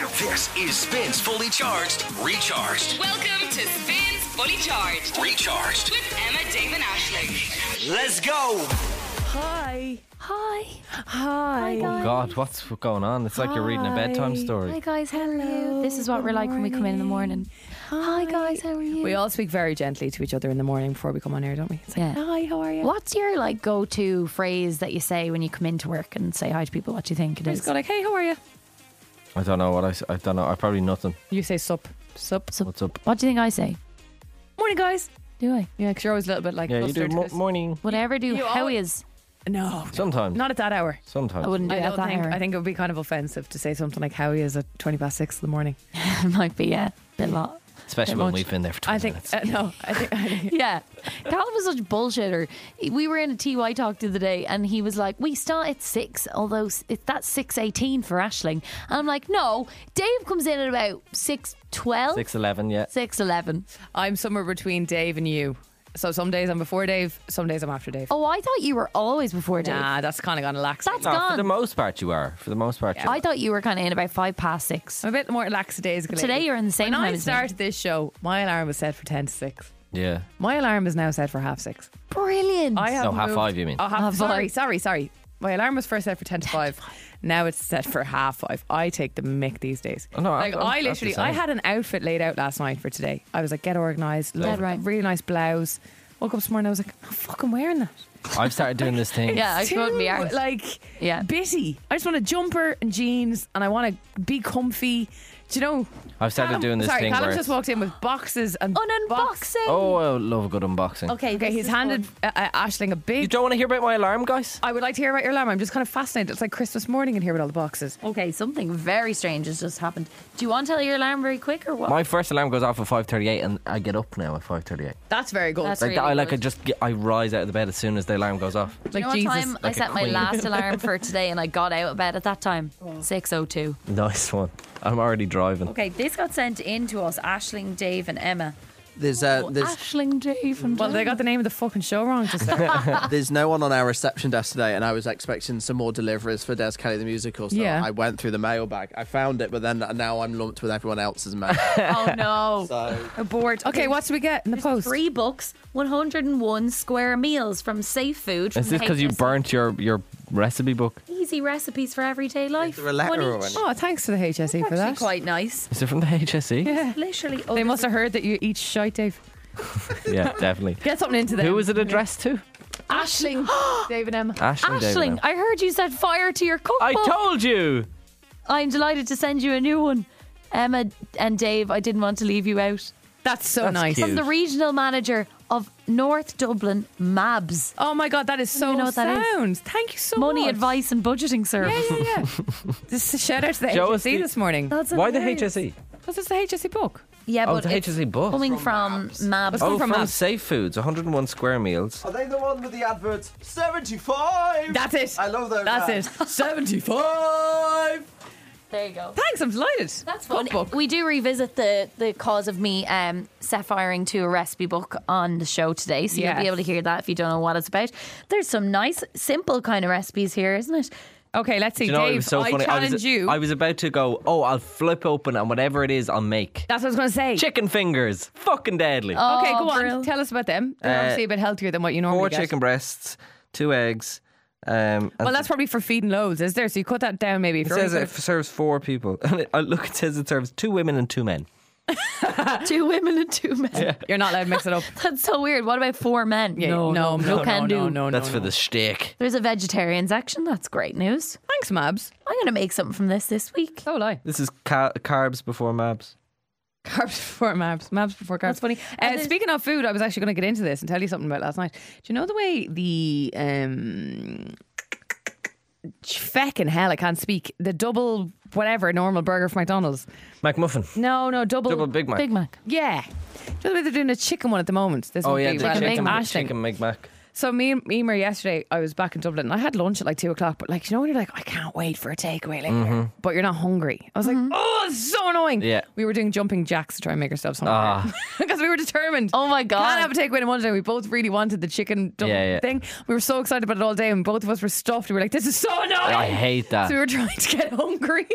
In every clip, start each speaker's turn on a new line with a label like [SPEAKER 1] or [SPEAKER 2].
[SPEAKER 1] This is Spins Fully Charged, Recharged,
[SPEAKER 2] Welcome to Spins Fully Charged
[SPEAKER 1] Recharged.
[SPEAKER 2] with Emma Damon Ashley.
[SPEAKER 1] Let's go!
[SPEAKER 3] Hi.
[SPEAKER 4] Hi.
[SPEAKER 3] Hi.
[SPEAKER 4] Hi, guys.
[SPEAKER 5] Oh, God, what's going on? It's like you're reading a bedtime
[SPEAKER 3] Hi.
[SPEAKER 5] story.
[SPEAKER 4] Hi guys, how are
[SPEAKER 3] Hello,
[SPEAKER 4] you? This is what
[SPEAKER 3] good
[SPEAKER 4] we're like when we come in in the morning. Hi, guys, how are you?
[SPEAKER 6] We all speak very gently to each other in the morning before we come on air, don't we? It's like,
[SPEAKER 4] yeah.
[SPEAKER 3] Hi, how are you?
[SPEAKER 4] What's your like go-to phrase that you say when you come into work and say hi to people? What do you think it
[SPEAKER 6] I just
[SPEAKER 4] is?
[SPEAKER 6] go like, hey, how are you?
[SPEAKER 5] I don't know what I. s- I don't know. I probably nothing.
[SPEAKER 6] You say sup, sup.
[SPEAKER 4] So-
[SPEAKER 5] What's up?
[SPEAKER 4] what do you think I say?
[SPEAKER 6] Morning, guys.
[SPEAKER 4] Do I?
[SPEAKER 6] Yeah, 'cause you're always a little bit like,
[SPEAKER 5] Yeah, you do.
[SPEAKER 6] flustered,
[SPEAKER 5] Mo-
[SPEAKER 6] 'cause-
[SPEAKER 5] morning.
[SPEAKER 4] Whatever I do,
[SPEAKER 6] you
[SPEAKER 4] how
[SPEAKER 6] always-
[SPEAKER 4] is?
[SPEAKER 6] No,
[SPEAKER 5] Sometimes.
[SPEAKER 6] not at that hour.
[SPEAKER 5] Sometimes.
[SPEAKER 4] I wouldn't do
[SPEAKER 6] I
[SPEAKER 4] that.
[SPEAKER 6] don't
[SPEAKER 4] that
[SPEAKER 6] think.
[SPEAKER 4] hour.
[SPEAKER 6] I think it would be kind of offensive to say something like, how he is at 20 past six in the morning.
[SPEAKER 4] it might be yeah, a bit lot.
[SPEAKER 5] Especially
[SPEAKER 4] Bit
[SPEAKER 5] when
[SPEAKER 4] much.
[SPEAKER 5] we've been there for 20
[SPEAKER 6] I think,
[SPEAKER 5] minutes.
[SPEAKER 6] uh, no, I think, I think
[SPEAKER 4] Yeah, Callum was such bullshit. Or we were in a TY talk the other day, and he was like, "We start at six, although s- it, that's six eighteen for Ashling." And I'm like, "No, Dave comes in at about six twelve,
[SPEAKER 5] Six eleven. Yeah.
[SPEAKER 4] six eleven.
[SPEAKER 6] I'm somewhere between Dave and you. So some days I'm before Dave, some days I'm after Dave.
[SPEAKER 4] Oh, I thought you were always before Dave.
[SPEAKER 6] nah, that's kind of gone lax.
[SPEAKER 4] That's
[SPEAKER 5] No, for
[SPEAKER 4] gone.
[SPEAKER 5] the most part, you are. For the most part, you
[SPEAKER 4] I thought you were kind of in about five past six.
[SPEAKER 6] I'm a bit more lax days.
[SPEAKER 4] Today you're in the same
[SPEAKER 6] When
[SPEAKER 4] time
[SPEAKER 6] I
[SPEAKER 4] as me.
[SPEAKER 6] started this show, my alarm was set for 10 to 6.
[SPEAKER 5] are. Yeah.
[SPEAKER 6] My alarm is now set for half 6.
[SPEAKER 4] Brilliant.
[SPEAKER 6] I have
[SPEAKER 5] No, half
[SPEAKER 6] moved-
[SPEAKER 5] five, you mean?
[SPEAKER 6] Oh, half,
[SPEAKER 4] Half
[SPEAKER 6] sorry,
[SPEAKER 4] five.
[SPEAKER 6] sorry, sorry. My alarm was first set for ten to five. Now it's set for half five. I take the mick these days.
[SPEAKER 5] Oh, no, I-
[SPEAKER 6] like
[SPEAKER 5] I'm-
[SPEAKER 6] I,
[SPEAKER 5] that's the
[SPEAKER 6] literally,
[SPEAKER 5] same.
[SPEAKER 6] I had an outfit laid out last night for today. I was like, get organised, love
[SPEAKER 4] right.
[SPEAKER 6] really nice blouse. Woke up this morning, I was like, I'm not fucking wearing that.
[SPEAKER 5] I've started doing this thing.
[SPEAKER 4] yeah, I showed me
[SPEAKER 6] Too,
[SPEAKER 4] ours.
[SPEAKER 6] like,
[SPEAKER 4] Yeah.
[SPEAKER 6] bitty. I just want a jumper and jeans, and I want to be comfy. Do you know?
[SPEAKER 5] I've started
[SPEAKER 6] Callum-
[SPEAKER 5] doing this
[SPEAKER 6] sorry,
[SPEAKER 5] thing
[SPEAKER 6] Callum
[SPEAKER 5] where it's-
[SPEAKER 6] just walked in with boxes and
[SPEAKER 4] An
[SPEAKER 6] box-
[SPEAKER 4] unboxing.
[SPEAKER 5] Oh, I love a good unboxing.
[SPEAKER 4] okay,
[SPEAKER 6] Okay,
[SPEAKER 4] this
[SPEAKER 6] he's
[SPEAKER 4] is
[SPEAKER 6] handed
[SPEAKER 4] fun.
[SPEAKER 6] uh, uh, Ashling a big
[SPEAKER 5] You don't want to hear about my alarm, guys?
[SPEAKER 6] I would like to hear about your alarm. I'm just kind of fascinated. It's like Christmas morning in here with all the boxes.
[SPEAKER 4] Okay, something very strange has just happened. Do you want to tell your alarm very quick or what?
[SPEAKER 5] My first alarm goes off at 5:38, and I get up now at 5:38.
[SPEAKER 6] That's very good.
[SPEAKER 4] That's
[SPEAKER 5] Like that,
[SPEAKER 4] really
[SPEAKER 5] I like. I
[SPEAKER 4] good.
[SPEAKER 5] just get, I rise out of the bed as soon as the alarm goes off.
[SPEAKER 4] Do you know what time I
[SPEAKER 5] like a
[SPEAKER 4] set my
[SPEAKER 5] queen.
[SPEAKER 4] last alarm for today and I got out of bed at that time? 6.02.
[SPEAKER 5] Nice one. I'm already driving.
[SPEAKER 4] Okay, this got sent in to us, Ashling, Dave and Emma.
[SPEAKER 7] There's uh, there's
[SPEAKER 4] Ashling, Dave and
[SPEAKER 6] Well, they got the name of the fucking show wrong. Just there.
[SPEAKER 7] there's no one on our reception desk today, and I was expecting some more deliveries for Des Kelly the musical. So
[SPEAKER 6] Yeah.
[SPEAKER 7] I went through the mailbag, I found it, but then now I'm lumped with everyone else's mail.
[SPEAKER 4] Oh, no.
[SPEAKER 7] so
[SPEAKER 4] Abort.
[SPEAKER 6] okay, what do we get in the post?
[SPEAKER 4] Three books, 101 square meals from Safe Food.
[SPEAKER 5] Is
[SPEAKER 4] from
[SPEAKER 5] this because you
[SPEAKER 6] E?
[SPEAKER 4] HSE.
[SPEAKER 5] burnt your your recipe book?
[SPEAKER 4] Easy recipes for everyday life.
[SPEAKER 7] there a letter
[SPEAKER 4] One
[SPEAKER 7] or
[SPEAKER 4] each.
[SPEAKER 7] anything?
[SPEAKER 6] Oh, thanks to the HSE for
[SPEAKER 4] Actually
[SPEAKER 6] that.
[SPEAKER 4] quite nice.
[SPEAKER 5] Is it from the E? HSE?
[SPEAKER 6] yeah.
[SPEAKER 4] Literally,
[SPEAKER 6] They
[SPEAKER 4] oh,
[SPEAKER 6] must have heard that you eat shite, Dave.
[SPEAKER 5] Yeah, definitely.
[SPEAKER 6] Get something into them.
[SPEAKER 5] Who was it addressed to?
[SPEAKER 6] Ashling, Dave and
[SPEAKER 4] Ah,
[SPEAKER 6] Emma.
[SPEAKER 5] Ashley.
[SPEAKER 4] Ashling, I heard you set fire to your cookbook.
[SPEAKER 6] Oh.
[SPEAKER 5] I told you.
[SPEAKER 4] I'm delighted to send you a new one. Emma and Dave, I didn't want to leave you out.
[SPEAKER 6] That's so
[SPEAKER 5] That's
[SPEAKER 6] nice.
[SPEAKER 5] cute.
[SPEAKER 4] The regional manager of North Dublin MABS,
[SPEAKER 6] Oh my god, that is so
[SPEAKER 4] you know what that is?
[SPEAKER 6] sound. Thank you so
[SPEAKER 4] Money
[SPEAKER 6] much.
[SPEAKER 4] Advice and Budgeting Service.
[SPEAKER 6] Yeah, yeah, yeah. Just a shout out to the
[SPEAKER 5] Joe is
[SPEAKER 6] HSE
[SPEAKER 5] the-
[SPEAKER 6] this morning.
[SPEAKER 4] That's
[SPEAKER 5] Why
[SPEAKER 4] hilarious.
[SPEAKER 5] the E? HSE?
[SPEAKER 6] Because it's the HSE book.
[SPEAKER 4] Yeah,
[SPEAKER 5] Oh,
[SPEAKER 4] but
[SPEAKER 5] the
[SPEAKER 4] it's
[SPEAKER 5] HSE book.
[SPEAKER 4] coming from MABS.
[SPEAKER 5] Oh,
[SPEAKER 6] from
[SPEAKER 5] from
[SPEAKER 6] us.
[SPEAKER 5] Safe Foods, 101 square meals.
[SPEAKER 7] are they the one with the adverts? Seventy five.
[SPEAKER 6] That's it.
[SPEAKER 7] I love those
[SPEAKER 6] That's
[SPEAKER 7] ads.
[SPEAKER 6] it. 75.
[SPEAKER 4] There you go.
[SPEAKER 6] Thanks, I'm delighted.
[SPEAKER 4] That's
[SPEAKER 6] Good
[SPEAKER 4] fun.
[SPEAKER 6] book.
[SPEAKER 4] We do revisit the the cause of me um, sapphire-ing to a recipe book on the show today, so you'll
[SPEAKER 6] Yes.
[SPEAKER 4] be able to hear that if you don't know what it's about. There's some nice, simple kind of recipes here, isn't it?
[SPEAKER 6] Okay, let's see.
[SPEAKER 5] Do you know,
[SPEAKER 6] Dave,
[SPEAKER 5] it was so
[SPEAKER 6] I
[SPEAKER 5] funny.
[SPEAKER 6] challenge
[SPEAKER 5] I was,
[SPEAKER 6] you.
[SPEAKER 5] I was about to go, oh, I'll flip open and whatever it is, I'll make.
[SPEAKER 6] That's what I was going to say.
[SPEAKER 5] Chicken fingers. Fucking deadly.
[SPEAKER 6] Okay,
[SPEAKER 4] Oh,
[SPEAKER 6] go on.
[SPEAKER 4] brill.
[SPEAKER 6] Tell us about them. They're
[SPEAKER 5] Uh,
[SPEAKER 6] obviously a bit healthier than what you normally
[SPEAKER 5] Four
[SPEAKER 6] get.
[SPEAKER 5] chicken breasts, two eggs. Um, and
[SPEAKER 6] Well, that's probably for feeding loads, is there? So you cut that down maybe.
[SPEAKER 5] it
[SPEAKER 6] If you're
[SPEAKER 5] says
[SPEAKER 6] only
[SPEAKER 5] it
[SPEAKER 6] gonna-
[SPEAKER 5] serves four people. And it, I look, it says it serves two women and two men.
[SPEAKER 4] Two women and two men.
[SPEAKER 6] you're not allowed to mix it up.
[SPEAKER 4] That's so weird. What about four men?
[SPEAKER 6] Yeah, no, no, no,
[SPEAKER 4] can
[SPEAKER 6] no,
[SPEAKER 4] do.
[SPEAKER 6] no, no,
[SPEAKER 5] That's
[SPEAKER 6] Oh, no,
[SPEAKER 5] for
[SPEAKER 6] no.
[SPEAKER 5] the shtick.
[SPEAKER 4] There's a vegetarian section. That's great news.
[SPEAKER 6] Thanks, Mabs.
[SPEAKER 4] I'm going to make something from this this week.
[SPEAKER 6] So will I.
[SPEAKER 5] This is ca- carbs before mabs.
[SPEAKER 6] Carbs before Mabs. Mabs before carbs.
[SPEAKER 4] That's funny.
[SPEAKER 6] Uh,
[SPEAKER 4] And there's-
[SPEAKER 6] speaking of food, I was actually going to get into this and tell you something about last night. Do you know the way the um, feckin' hell I can't speak the double whatever normal burger from McDonald's?
[SPEAKER 5] McMuffin.
[SPEAKER 6] No, no,
[SPEAKER 5] Double Big Mac.
[SPEAKER 4] Big Mac.
[SPEAKER 6] Yeah. Do you know they're doing a chicken one at the moment? This
[SPEAKER 5] Oh,
[SPEAKER 6] won't
[SPEAKER 5] yeah,
[SPEAKER 6] be
[SPEAKER 5] the
[SPEAKER 6] relevant.
[SPEAKER 5] chicken,
[SPEAKER 6] Ashling.
[SPEAKER 5] chicken Big Mac.
[SPEAKER 6] So me and Emer yesterday, I was back in Dublin and I had lunch at like two o'clock, but like, you know, when you're like, I can't wait for a takeaway later, but you're not
[SPEAKER 4] Mm-hmm.
[SPEAKER 6] hungry. I was like, oh, it's so annoying.
[SPEAKER 5] Mm-hmm. Yeah.
[SPEAKER 6] We were doing jumping jacks to try and make ourselves hungry.
[SPEAKER 5] Ah.
[SPEAKER 6] Because we were determined.
[SPEAKER 4] Oh my God.
[SPEAKER 6] Can't have a takeaway on Monday. We both really wanted the chicken dump
[SPEAKER 5] Yeah, yeah.
[SPEAKER 6] thing. We were so excited about it all day, and both of us were stuffed. We were like, "This is so annoying."
[SPEAKER 5] I hate that.
[SPEAKER 6] So we were trying to get hungry,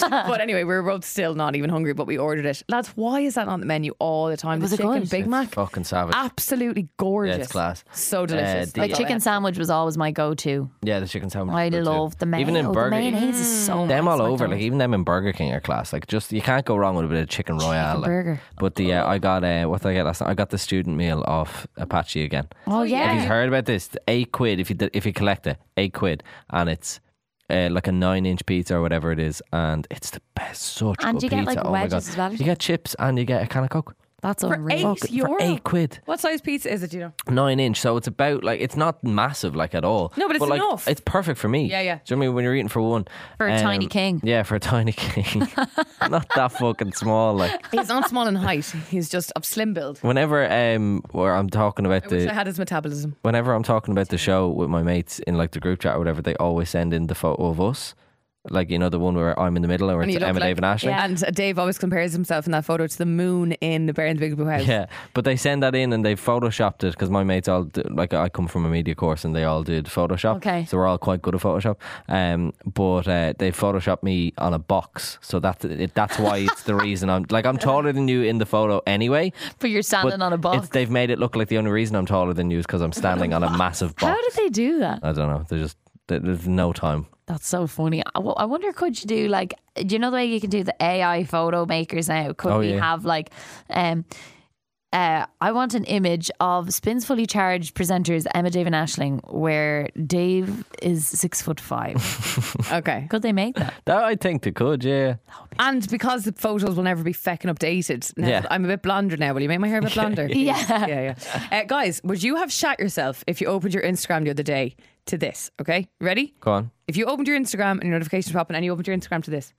[SPEAKER 6] but anyway, we were both still not even hungry, but we ordered it. Lads, why is that on the menu all the time?
[SPEAKER 4] Was
[SPEAKER 6] the
[SPEAKER 4] it
[SPEAKER 6] chicken
[SPEAKER 4] good?
[SPEAKER 6] Big
[SPEAKER 4] It's
[SPEAKER 6] Mac,
[SPEAKER 5] fucking savage.
[SPEAKER 6] absolutely gorgeous.
[SPEAKER 5] Yeah, it's class.
[SPEAKER 6] So
[SPEAKER 5] Uh,
[SPEAKER 6] delicious.
[SPEAKER 5] the-
[SPEAKER 4] Like chicken sandwich was always my go-to.
[SPEAKER 5] Yeah, the chicken sandwich.
[SPEAKER 4] I
[SPEAKER 5] is good too.
[SPEAKER 4] love the mayo.
[SPEAKER 5] Even in Burger Mm.
[SPEAKER 4] the mayonnaise is so
[SPEAKER 5] Them
[SPEAKER 4] nice.
[SPEAKER 5] all over,
[SPEAKER 4] McDonald's.
[SPEAKER 5] like even them in Burger King are class. Like just you can't go wrong with a bit of chicken royale. like.
[SPEAKER 4] burger.
[SPEAKER 5] But the uh, I got uh, what did I get last night? I got the student meal off Apache again.
[SPEAKER 4] Oh yeah.
[SPEAKER 5] Have you heard about this? The Eight quid if you did- if you collect it, eight quid, and it's uh, like a nine inch pizza or whatever it is, and it's the best. Such
[SPEAKER 4] And
[SPEAKER 5] good
[SPEAKER 4] you get,
[SPEAKER 5] pizza.
[SPEAKER 4] like,
[SPEAKER 5] oh my god!
[SPEAKER 4] wedges as well.
[SPEAKER 5] You get chips and you get a can of coke.
[SPEAKER 4] That's
[SPEAKER 6] For
[SPEAKER 4] unreal.
[SPEAKER 6] eight
[SPEAKER 5] Fuck it,
[SPEAKER 6] euro.
[SPEAKER 5] for eight quid.
[SPEAKER 6] What size pizza is it? Do you know?
[SPEAKER 5] nine inch, so it's about like it's not massive like at all.
[SPEAKER 6] No, but it's
[SPEAKER 5] like,
[SPEAKER 6] enough.
[SPEAKER 5] It's perfect for me.
[SPEAKER 6] Yeah, yeah.
[SPEAKER 5] Do you know what I mean when you're eating for one Um,
[SPEAKER 4] For a tiny king.
[SPEAKER 5] Yeah, for a tiny king, not that fucking small. Like
[SPEAKER 6] He's not small in height. He's just of slim build.
[SPEAKER 5] whenever um, where I'm talking about
[SPEAKER 6] I
[SPEAKER 5] the
[SPEAKER 6] wish I had his metabolism.
[SPEAKER 5] whenever I'm talking about the show with my mates in like the group chat or whatever, they always send in the photo of us. Like you know the one where I'm in the middle, or it's
[SPEAKER 6] you look
[SPEAKER 5] Emma,
[SPEAKER 6] like-
[SPEAKER 5] Dave, and Ashley.
[SPEAKER 6] Yeah. And uh, Dave always compares himself in that photo to the moon in the Baron's Big Blue House.
[SPEAKER 5] Yeah, but they send that in and they photoshopped it because my mates all do, like I come from a media course and they all did Photoshop.
[SPEAKER 4] Okay.
[SPEAKER 5] so we're all quite good at Photoshop. Um, but uh, they photoshopped me on a box, so that's it, that's why it's the reason I'm like I'm taller than you in the photo anyway.
[SPEAKER 4] But you're
[SPEAKER 5] But
[SPEAKER 4] standing on a
[SPEAKER 5] it's-
[SPEAKER 4] box.
[SPEAKER 5] they've made it look like the only reason I'm taller than you is because I'm standing on a massive box.
[SPEAKER 4] How did they do that?
[SPEAKER 5] I don't know. They're just there- there's no time.
[SPEAKER 4] That's so funny. I wo- I wonder, could you do like, do you know the way you can do the AI photo makers now? Could
[SPEAKER 5] Oh,
[SPEAKER 4] we
[SPEAKER 5] yeah.
[SPEAKER 4] have like, um, uh, I want an image of Spins Fully Charged presenters Emma, Dave, and Ashling, where Dave is six foot five.
[SPEAKER 6] Okay.
[SPEAKER 4] Could they make that?
[SPEAKER 5] That I think they could. Yeah,
[SPEAKER 6] And because the photos will never be feckin' updated, now
[SPEAKER 5] Yeah.
[SPEAKER 6] that I'm a bit blonder now. Will you make my hair a bit blonder?
[SPEAKER 4] Yeah.
[SPEAKER 6] Yeah, yeah. Uh, guys, would you have shat yourself if you opened your Instagram the other day to this? Okay, ready?
[SPEAKER 5] go on.
[SPEAKER 6] If you opened your Instagram and your notifications popping and you opened your Instagram to this,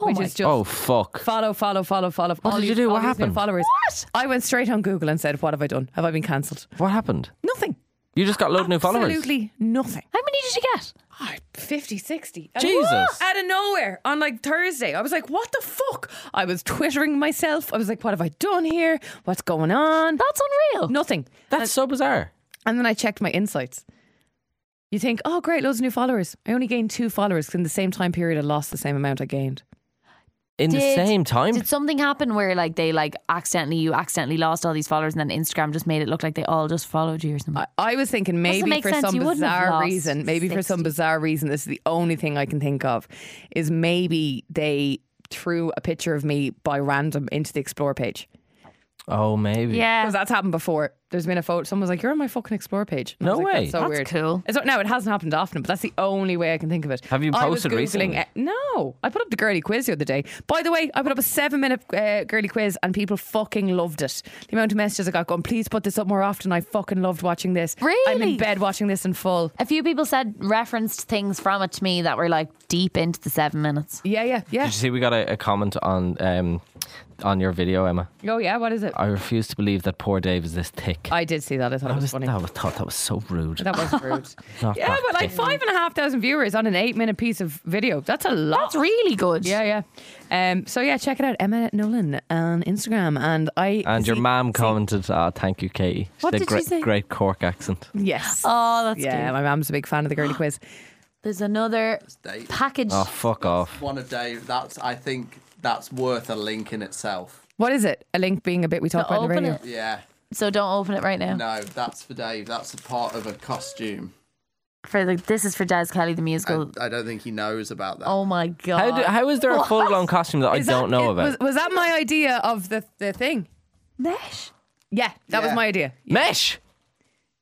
[SPEAKER 6] which is just
[SPEAKER 5] Oh fuck.
[SPEAKER 6] follow, follow, follow, follow. What
[SPEAKER 5] did you do? What happened?
[SPEAKER 6] Followers. What? I went straight on Google and said, "What have I done? Have I been cancelled?
[SPEAKER 5] What happened?
[SPEAKER 6] Nothing.
[SPEAKER 5] You just got a load of new followers.
[SPEAKER 6] Absolutely nothing.
[SPEAKER 4] How many did you get?
[SPEAKER 6] Oh, 50, 60.
[SPEAKER 5] Jesus.
[SPEAKER 6] Out of nowhere on like Thursday. I was like, what the fuck? I was Twittering myself. I was like, what have I done here? What's going on?
[SPEAKER 4] That's
[SPEAKER 5] Oh.
[SPEAKER 4] unreal.
[SPEAKER 6] Nothing.
[SPEAKER 5] That's so bizarre.
[SPEAKER 6] And then I checked my insights. You think, oh, great, loads of new followers. I only gained two followers 'cause in the same time period, I lost the same amount I gained.
[SPEAKER 5] In the
[SPEAKER 4] Did-
[SPEAKER 5] same time.
[SPEAKER 4] Did something happen where like they like accidentally you accidentally lost all these followers and then Instagram just made it look like they all just followed you or something?
[SPEAKER 6] I, I was thinking maybe
[SPEAKER 4] make
[SPEAKER 6] for
[SPEAKER 4] sense.
[SPEAKER 6] some
[SPEAKER 4] You wouldn't have
[SPEAKER 6] bizarre
[SPEAKER 4] lost
[SPEAKER 6] reason, maybe for some
[SPEAKER 4] 60.
[SPEAKER 6] bizarre reason, this is the only thing I can think of, is maybe they threw a picture of me by random into the Explore page.
[SPEAKER 5] oh, maybe.
[SPEAKER 4] yeah.
[SPEAKER 6] Because that's happened before. There's been a photo. Someone was like, "You're on my fucking explore page." And I
[SPEAKER 5] No
[SPEAKER 6] was like,
[SPEAKER 5] way.
[SPEAKER 6] That's so
[SPEAKER 4] That's
[SPEAKER 6] weird.
[SPEAKER 4] cool.
[SPEAKER 6] It's not, no, it hasn't happened often, but that's the only way I can think of it.
[SPEAKER 5] Have you
[SPEAKER 6] I was
[SPEAKER 5] posted
[SPEAKER 6] Googling
[SPEAKER 5] recently?
[SPEAKER 6] it- No, I put up the girly quiz the other day. By the way, I put up a seven-minute uh, girly quiz, and people fucking loved it. The amount of messages I got going, "Please put this up more often." I fucking loved watching this. I'm in
[SPEAKER 4] Really?
[SPEAKER 6] bed watching this in full.
[SPEAKER 4] A few people said referenced things from it to me that were like deep into the seven minutes.
[SPEAKER 6] Yeah, yeah, yeah.
[SPEAKER 5] Did you see we got a, a comment on um, on your video, Emma?
[SPEAKER 6] Oh yeah, what is it? I,
[SPEAKER 5] I refuse to believe that poor Dave is this thick.
[SPEAKER 6] did see that. I thought
[SPEAKER 5] I
[SPEAKER 6] it was,
[SPEAKER 5] was,
[SPEAKER 6] funny.
[SPEAKER 5] I was thought that was so rude.
[SPEAKER 6] That was rude.
[SPEAKER 5] Not
[SPEAKER 6] yeah,
[SPEAKER 5] that
[SPEAKER 6] but like
[SPEAKER 5] thick.
[SPEAKER 6] five and a half thousand viewers on an eight-minute piece of video. That's a lot.
[SPEAKER 4] That's really good.
[SPEAKER 6] Yeah, yeah. Um, so yeah, check it out, Emma Nolan on Instagram, and I
[SPEAKER 5] and your
[SPEAKER 6] see-
[SPEAKER 5] mum commented, "Ah, thank you, Katie." She
[SPEAKER 4] What
[SPEAKER 5] did
[SPEAKER 4] did she
[SPEAKER 5] great,
[SPEAKER 4] say?
[SPEAKER 5] great Cork accent.
[SPEAKER 6] Yes.
[SPEAKER 4] Oh, that's
[SPEAKER 6] yeah,
[SPEAKER 4] good.
[SPEAKER 6] my mum's a big fan of the girly quiz.
[SPEAKER 4] There's another
[SPEAKER 7] Dave.
[SPEAKER 4] package.
[SPEAKER 5] Oh, fuck off!
[SPEAKER 7] One of Dave. That's. I think that's worth a link in itself.
[SPEAKER 6] What is it? A link being a bit we talk about on the
[SPEAKER 4] open
[SPEAKER 6] radio.
[SPEAKER 4] it.
[SPEAKER 7] Yeah.
[SPEAKER 4] So don't open it right now.
[SPEAKER 7] No, that's for Dave. That's a part of a costume.
[SPEAKER 4] For the, this is for Jazz Kelly the musical.
[SPEAKER 7] I don't think he knows about that.
[SPEAKER 4] oh my god.
[SPEAKER 5] How, do, how is there a full blown costume that
[SPEAKER 6] Is
[SPEAKER 5] I
[SPEAKER 6] that-
[SPEAKER 5] don't know
[SPEAKER 6] it-
[SPEAKER 5] about?
[SPEAKER 6] Was, was that my idea of the the thing?
[SPEAKER 4] mesh?
[SPEAKER 6] Yeah, that was
[SPEAKER 7] Yeah.
[SPEAKER 6] my idea.
[SPEAKER 5] mesh.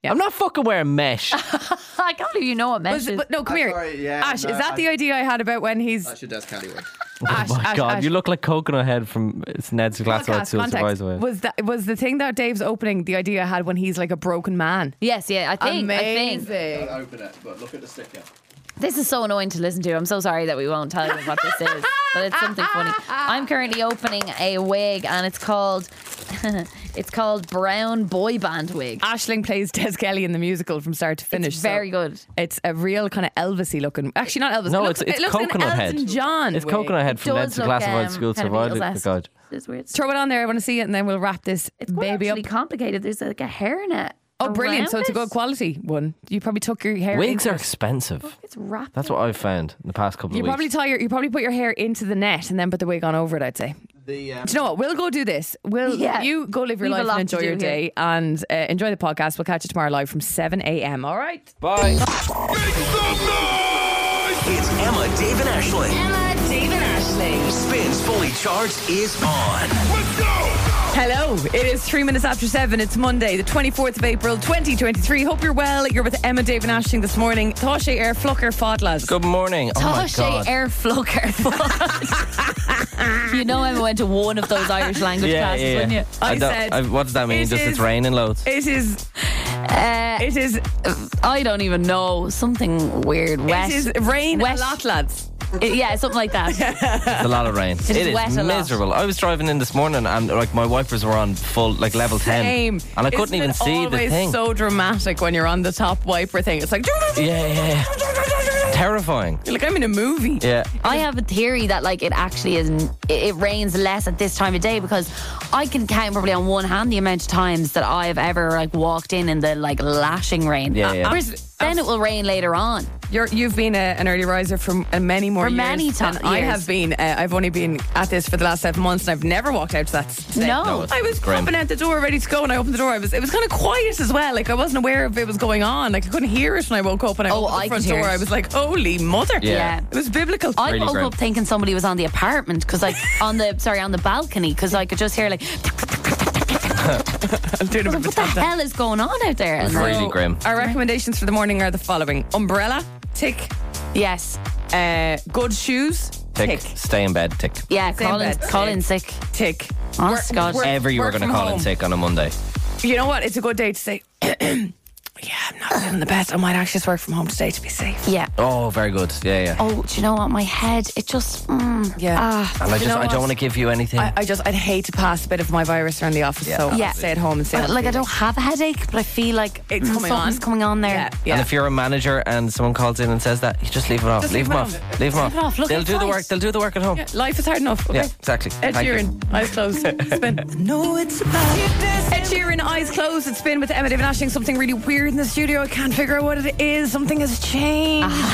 [SPEAKER 6] Yeah.
[SPEAKER 5] I'm not fucking wearing mesh.
[SPEAKER 4] I can't believe you know what mesh
[SPEAKER 6] Was,
[SPEAKER 4] is.
[SPEAKER 6] but no, come here,
[SPEAKER 7] sorry, yeah,
[SPEAKER 6] Ash.
[SPEAKER 7] no,
[SPEAKER 6] is that
[SPEAKER 7] I- Oh
[SPEAKER 6] the idea I had about when he's
[SPEAKER 7] That's your Des Kelly one.
[SPEAKER 6] Ash?
[SPEAKER 5] Oh My
[SPEAKER 6] Ash,
[SPEAKER 5] God,
[SPEAKER 6] Ash.
[SPEAKER 5] you look like Coconut Head from it's Ned's Classified
[SPEAKER 6] Podcast
[SPEAKER 5] School
[SPEAKER 6] context.
[SPEAKER 5] Survival.
[SPEAKER 6] Was that was the thing that Dave's opening? The idea I had when he's like a broken man.
[SPEAKER 4] yes, yeah, I think. I think
[SPEAKER 6] Amazing.
[SPEAKER 7] Open it, but look at the sticker.
[SPEAKER 4] this is so annoying to listen to. I'm so sorry that we won't tell you what this is, but it's something funny. I'm currently opening a wig, and it's called It's called Brown Boy Band Wig.
[SPEAKER 6] Ashling plays Des Kelly in the musical from start to Ah, finish.
[SPEAKER 4] It's very good.
[SPEAKER 6] It's a real kind of Elvisy looking. Actually, not Elvis.
[SPEAKER 5] No,
[SPEAKER 6] it
[SPEAKER 5] it's-
[SPEAKER 6] looks,
[SPEAKER 5] it's
[SPEAKER 6] it looks like an
[SPEAKER 5] coconut head.
[SPEAKER 6] Elton John.
[SPEAKER 5] It's
[SPEAKER 6] wig.
[SPEAKER 5] coconut head from
[SPEAKER 4] Does
[SPEAKER 5] Ned's
[SPEAKER 4] look,
[SPEAKER 5] Classified
[SPEAKER 4] um,
[SPEAKER 5] School
[SPEAKER 4] kind of
[SPEAKER 5] Survival. Oh,
[SPEAKER 4] Beatles-esque.
[SPEAKER 5] God.
[SPEAKER 4] It's weird.
[SPEAKER 6] Throw it on there. I want to see it, and then we'll wrap this
[SPEAKER 4] It's quite
[SPEAKER 6] baby up.
[SPEAKER 4] actually complicated. There's like a hairnet.
[SPEAKER 6] Oh, brilliant!
[SPEAKER 4] around
[SPEAKER 6] So it's a
[SPEAKER 4] it.
[SPEAKER 6] good quality one. You probably took your hair.
[SPEAKER 5] Wigs
[SPEAKER 6] into
[SPEAKER 5] are
[SPEAKER 6] it.
[SPEAKER 5] expensive.
[SPEAKER 4] It's wrapped.
[SPEAKER 5] That's what I've found in the past couple
[SPEAKER 6] You
[SPEAKER 5] of
[SPEAKER 6] probably
[SPEAKER 5] weeks.
[SPEAKER 6] tie your. You probably put your hair into the net and then put the wig on over it. I'd say.
[SPEAKER 7] The, um,
[SPEAKER 6] Do you know what? We'll go do this. We'll
[SPEAKER 4] Yeah.
[SPEAKER 6] you go live your
[SPEAKER 4] We've a
[SPEAKER 6] life and
[SPEAKER 4] lot
[SPEAKER 6] enjoy
[SPEAKER 4] to do
[SPEAKER 6] your day and uh, enjoy the podcast. We'll catch you tomorrow live from seven a.m. All right.
[SPEAKER 5] Bye.
[SPEAKER 1] It's Emma, Dave, and Ashling.
[SPEAKER 2] Emma, Dave, and Ashling.
[SPEAKER 1] Spins Fully Charged is on. Let's go!
[SPEAKER 6] Hello, it is three minutes after seven. It's Monday, the 24th of April, 2023. Hope you're well. You're with Emma, Dave, and Ashling this morning. Toshe Air Flucker Fodlas.
[SPEAKER 5] Good morning. Oh, my
[SPEAKER 4] Tosche
[SPEAKER 5] God.
[SPEAKER 4] air flucker. you know, I went to one of those Irish language
[SPEAKER 5] yeah,
[SPEAKER 4] classes,
[SPEAKER 5] yeah,
[SPEAKER 4] wouldn't
[SPEAKER 5] yeah.
[SPEAKER 4] you?
[SPEAKER 6] I
[SPEAKER 5] don't-
[SPEAKER 6] said,
[SPEAKER 5] what does that mean?
[SPEAKER 6] it
[SPEAKER 5] Just
[SPEAKER 6] is-
[SPEAKER 5] it's raining loads.
[SPEAKER 6] It is,
[SPEAKER 4] Uh,
[SPEAKER 6] it is,
[SPEAKER 4] I don't even know. Something weird. Wet.
[SPEAKER 6] it is rain
[SPEAKER 4] Wet.
[SPEAKER 6] a lot, lads.
[SPEAKER 4] It- yeah, something like that.
[SPEAKER 5] It's a lot of rain. It
[SPEAKER 4] is
[SPEAKER 5] is
[SPEAKER 4] wet a lot.
[SPEAKER 5] miserable. I was driving in this morning and like my wipers were on full like level
[SPEAKER 6] Same.
[SPEAKER 5] ten, Um, and I couldn't
[SPEAKER 6] Isn't
[SPEAKER 5] even
[SPEAKER 6] it
[SPEAKER 5] see the
[SPEAKER 6] always
[SPEAKER 5] thing.
[SPEAKER 6] so dramatic when you're on the top wiper thing. It's like,
[SPEAKER 5] yeah, yeah, yeah. terrifying.
[SPEAKER 6] You're like I'm in a movie.
[SPEAKER 5] Yeah.
[SPEAKER 4] I have a theory that like it actually is. It, it rains less at this time of day because I can count probably on one hand the amount of times that I have ever like walked in in the like lashing rain.
[SPEAKER 5] Yeah, yeah.
[SPEAKER 4] Whereas then it will rain later on.
[SPEAKER 6] You're, you've been a, an early riser for uh, many more
[SPEAKER 4] For
[SPEAKER 6] years
[SPEAKER 4] many
[SPEAKER 6] than
[SPEAKER 4] ti-
[SPEAKER 6] I
[SPEAKER 4] years.
[SPEAKER 6] have been. Uh, I've only been at this for the last seven months, and I've never walked out to that. s- Today.
[SPEAKER 4] No. No, it's
[SPEAKER 6] I was
[SPEAKER 5] grim.
[SPEAKER 6] popping out the door ready to go, and I opened the door. I was. It was kind of quiet as well. Like I wasn't aware of it was going on. Like I couldn't hear it when I woke up. And I
[SPEAKER 4] Oh,
[SPEAKER 6] opened the
[SPEAKER 4] I
[SPEAKER 6] front
[SPEAKER 4] could hear
[SPEAKER 6] door.
[SPEAKER 4] it.
[SPEAKER 6] I was like, "Holy mother!"
[SPEAKER 5] Yeah.
[SPEAKER 6] it was biblical.
[SPEAKER 4] I
[SPEAKER 5] Really
[SPEAKER 4] woke
[SPEAKER 5] grim.
[SPEAKER 4] up thinking somebody was on the apartment because, like, on the sorry, on the balcony because I could just hear like,
[SPEAKER 6] I'm doing a bit of a
[SPEAKER 4] what the
[SPEAKER 6] tap dance.
[SPEAKER 4] hell is going on out there? And,
[SPEAKER 5] Really
[SPEAKER 4] like,
[SPEAKER 5] grim.
[SPEAKER 6] Our recommendations for the morning are the following: umbrella, tick.
[SPEAKER 4] Yes,
[SPEAKER 6] Uh, good shoes,
[SPEAKER 5] Tick.
[SPEAKER 6] tick,
[SPEAKER 5] Stay in bed. Tick.
[SPEAKER 4] yeah.
[SPEAKER 6] Same
[SPEAKER 4] Colin,
[SPEAKER 6] bed.
[SPEAKER 4] Colin sick.
[SPEAKER 6] tick.
[SPEAKER 4] Honest to God.
[SPEAKER 5] Ever you were
[SPEAKER 6] work
[SPEAKER 5] going to
[SPEAKER 6] from
[SPEAKER 5] call in
[SPEAKER 6] home.
[SPEAKER 5] sick on a Monday?
[SPEAKER 6] you know what? It's a good day to say, yeah, I'm not feeling the best. I might actually just work from home today to be safe.
[SPEAKER 4] Yeah.
[SPEAKER 5] Oh, very good. Yeah, yeah.
[SPEAKER 4] Oh, do you know what? My head, it just. Mm,
[SPEAKER 6] Yeah.
[SPEAKER 4] Ah.
[SPEAKER 5] and I just
[SPEAKER 6] know
[SPEAKER 5] I
[SPEAKER 6] what?
[SPEAKER 5] don't want to give you anything.
[SPEAKER 6] I, I just, I'd hate to pass a bit of my virus around the office, so I'll
[SPEAKER 4] Yeah.
[SPEAKER 6] stay at home and say,
[SPEAKER 4] I- like I don't have a headache, but I feel like
[SPEAKER 6] It's
[SPEAKER 4] mm,
[SPEAKER 6] coming
[SPEAKER 4] something's
[SPEAKER 6] on.
[SPEAKER 4] coming on there.
[SPEAKER 6] Yeah, yeah.
[SPEAKER 5] And if you're a manager and someone calls in and says that, you just leave it off.
[SPEAKER 6] Just
[SPEAKER 5] leave
[SPEAKER 6] leave
[SPEAKER 5] them
[SPEAKER 6] it
[SPEAKER 5] off.
[SPEAKER 6] on.
[SPEAKER 5] Leave them off.
[SPEAKER 4] it off. Look,
[SPEAKER 5] They'll
[SPEAKER 4] it's
[SPEAKER 5] do the
[SPEAKER 4] nice.
[SPEAKER 5] work. They'll do the work at home. Yeah,
[SPEAKER 6] Life is hard enough. Okay.
[SPEAKER 5] exactly.
[SPEAKER 6] Ed
[SPEAKER 5] Thank you.
[SPEAKER 6] Sheeran, eyes closed. Spin. No, it's about Ed Sheeran, eyes closed. It's been with Emma David Ashing. Something really weird in the studio. I can't figure out what it is. Something has changed.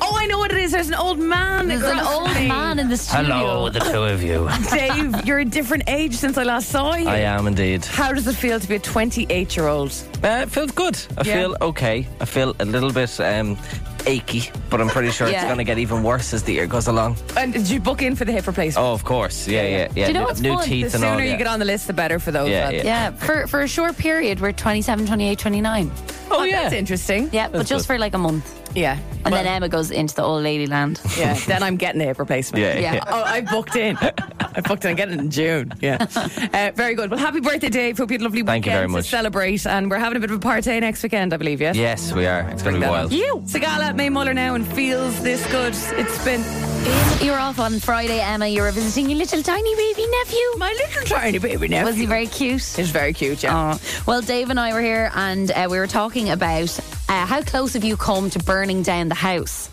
[SPEAKER 6] Oh, I know what it is. There's an old man.
[SPEAKER 4] There's an
[SPEAKER 6] across
[SPEAKER 4] old
[SPEAKER 6] from me.
[SPEAKER 4] man in the studio.
[SPEAKER 5] Hello, the two of you.
[SPEAKER 6] Dave, you're a different age since I last saw you.
[SPEAKER 5] I am indeed.
[SPEAKER 6] How does it feel to be a 28 year old?
[SPEAKER 5] Uh, it feels good. I
[SPEAKER 6] Yeah.
[SPEAKER 5] feel okay. I feel a little bit um, achy, but I'm pretty sure it's
[SPEAKER 4] Yeah.
[SPEAKER 5] going to get even worse as the year goes along.
[SPEAKER 6] And did you book in for the hip replacement?
[SPEAKER 5] Oh, of course. Yeah, yeah, yeah.
[SPEAKER 4] you know
[SPEAKER 5] New-
[SPEAKER 4] what's
[SPEAKER 5] New
[SPEAKER 4] fun? The
[SPEAKER 5] teeth
[SPEAKER 6] the
[SPEAKER 5] and all.
[SPEAKER 6] sooner
[SPEAKER 5] yeah.
[SPEAKER 6] you get on the list, the better for those.
[SPEAKER 5] Yeah,
[SPEAKER 6] lads.
[SPEAKER 5] yeah.
[SPEAKER 4] Yeah, for, for a short period, we're 27, 28, 29.
[SPEAKER 5] Oh,
[SPEAKER 6] Oh,
[SPEAKER 5] yeah.
[SPEAKER 6] that's interesting.
[SPEAKER 4] Yeah, but
[SPEAKER 5] That's
[SPEAKER 4] just
[SPEAKER 5] good.
[SPEAKER 4] for like a month.
[SPEAKER 6] Yeah.
[SPEAKER 4] And
[SPEAKER 6] Well,
[SPEAKER 4] then Emma goes into the old lady land.
[SPEAKER 6] yeah, then I'm getting a hip replacement.
[SPEAKER 5] Yeah, yeah.
[SPEAKER 4] Yeah.
[SPEAKER 6] Oh, I booked in. I booked in. I'm getting it in June. Yeah. Uh, very good. Well, happy birthday, Dave. Hope you had a lovely
[SPEAKER 5] Thank you
[SPEAKER 6] weekend
[SPEAKER 5] very much.
[SPEAKER 6] to celebrate. And we're having a bit of a party next weekend, I believe, yes?
[SPEAKER 5] Yes, we are. It's going to be wild.
[SPEAKER 6] You. Sagala, May Muller now, and feels this good. It's been
[SPEAKER 4] You were off on Friday, Emma. You were visiting your little tiny baby nephew.
[SPEAKER 6] my little tiny baby now.
[SPEAKER 4] Was he very cute?
[SPEAKER 6] It's very cute, yeah.
[SPEAKER 4] Oh, well, Dave and I were here and uh, we were talking about uh, how close have you come to burning down the house?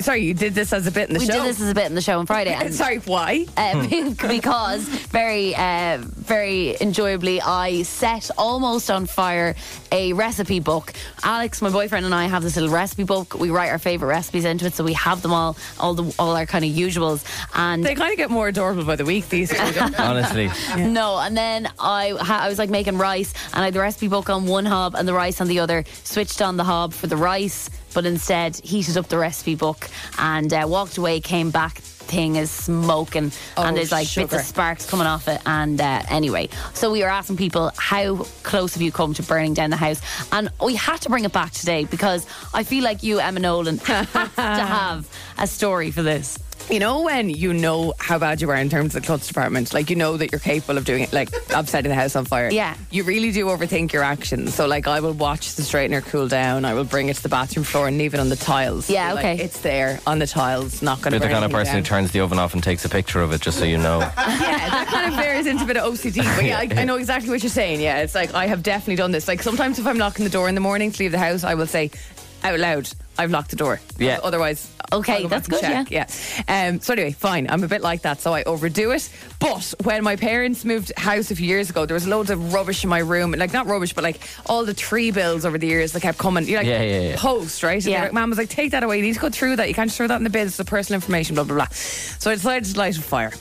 [SPEAKER 6] Sorry, you did this as a bit in the
[SPEAKER 4] Oh. We
[SPEAKER 6] show.
[SPEAKER 4] did this as a bit in the show on Friday. And,
[SPEAKER 6] Sorry, why?
[SPEAKER 4] um, because very, uh, very enjoyably, I set almost on fire a recipe book. Alex, my boyfriend, and I have this little recipe book. We write our favorite recipes into it, so we have them all, all the all our kind of usuals. And
[SPEAKER 6] They kind of get more adorable by the week these days. don't they?
[SPEAKER 5] Honestly.
[SPEAKER 4] No, and then I ha- I was like making rice, and I had the recipe book on one hob and the rice on the other. Switched on the hob for the rice, but instead heated up the recipe book and uh, walked away. Came back, thing is smoking, and there's like bits
[SPEAKER 6] sugar.
[SPEAKER 4] of sparks coming off it. And uh, anyway, so we were asking people how close have you come to burning down the house, and we had to bring it back today because I feel like you, Emma Nolan, have to have a story for this.
[SPEAKER 6] You know when you know how bad you are in terms of the clothes department, like you know that you're capable of doing it, like of setting the house on fire.
[SPEAKER 4] Yeah.
[SPEAKER 6] you really do overthink your actions. So like, I will watch the straightener cool down. I will bring it to the bathroom floor and leave it on the tiles.
[SPEAKER 4] Yeah,
[SPEAKER 6] Like,
[SPEAKER 4] okay.
[SPEAKER 6] it's there on the tiles, not going to.
[SPEAKER 5] You're the kind of person
[SPEAKER 6] down.
[SPEAKER 5] who turns the oven off and takes a picture of it just so you know.
[SPEAKER 6] Yeah, that kind of bears into a bit of OCD. But yeah, I, I know exactly what you're saying. Yeah, it's like I have definitely done this. Like sometimes if I'm locking the door in the morning to leave the house, I will say out loud, "I've locked the door."
[SPEAKER 5] Yeah.
[SPEAKER 6] Otherwise,
[SPEAKER 4] Okay,
[SPEAKER 6] I'll go
[SPEAKER 4] that's
[SPEAKER 6] back and
[SPEAKER 4] good,
[SPEAKER 6] check. Yeah. Um, so anyway, fine. I'm a bit like that, so I overdo it. But when my parents moved house a few years ago, there was loads of rubbish in my room. Like not rubbish, but like all the tree bills over the years that kept coming. You know, like
[SPEAKER 5] Yeah, yeah, yeah.
[SPEAKER 6] post right. And
[SPEAKER 4] Yeah.
[SPEAKER 6] they're like, Mom was like, take that away. You need to go through that. You can't just throw that in the bin. It's the personal information. Blah blah blah. So I decided to light a fire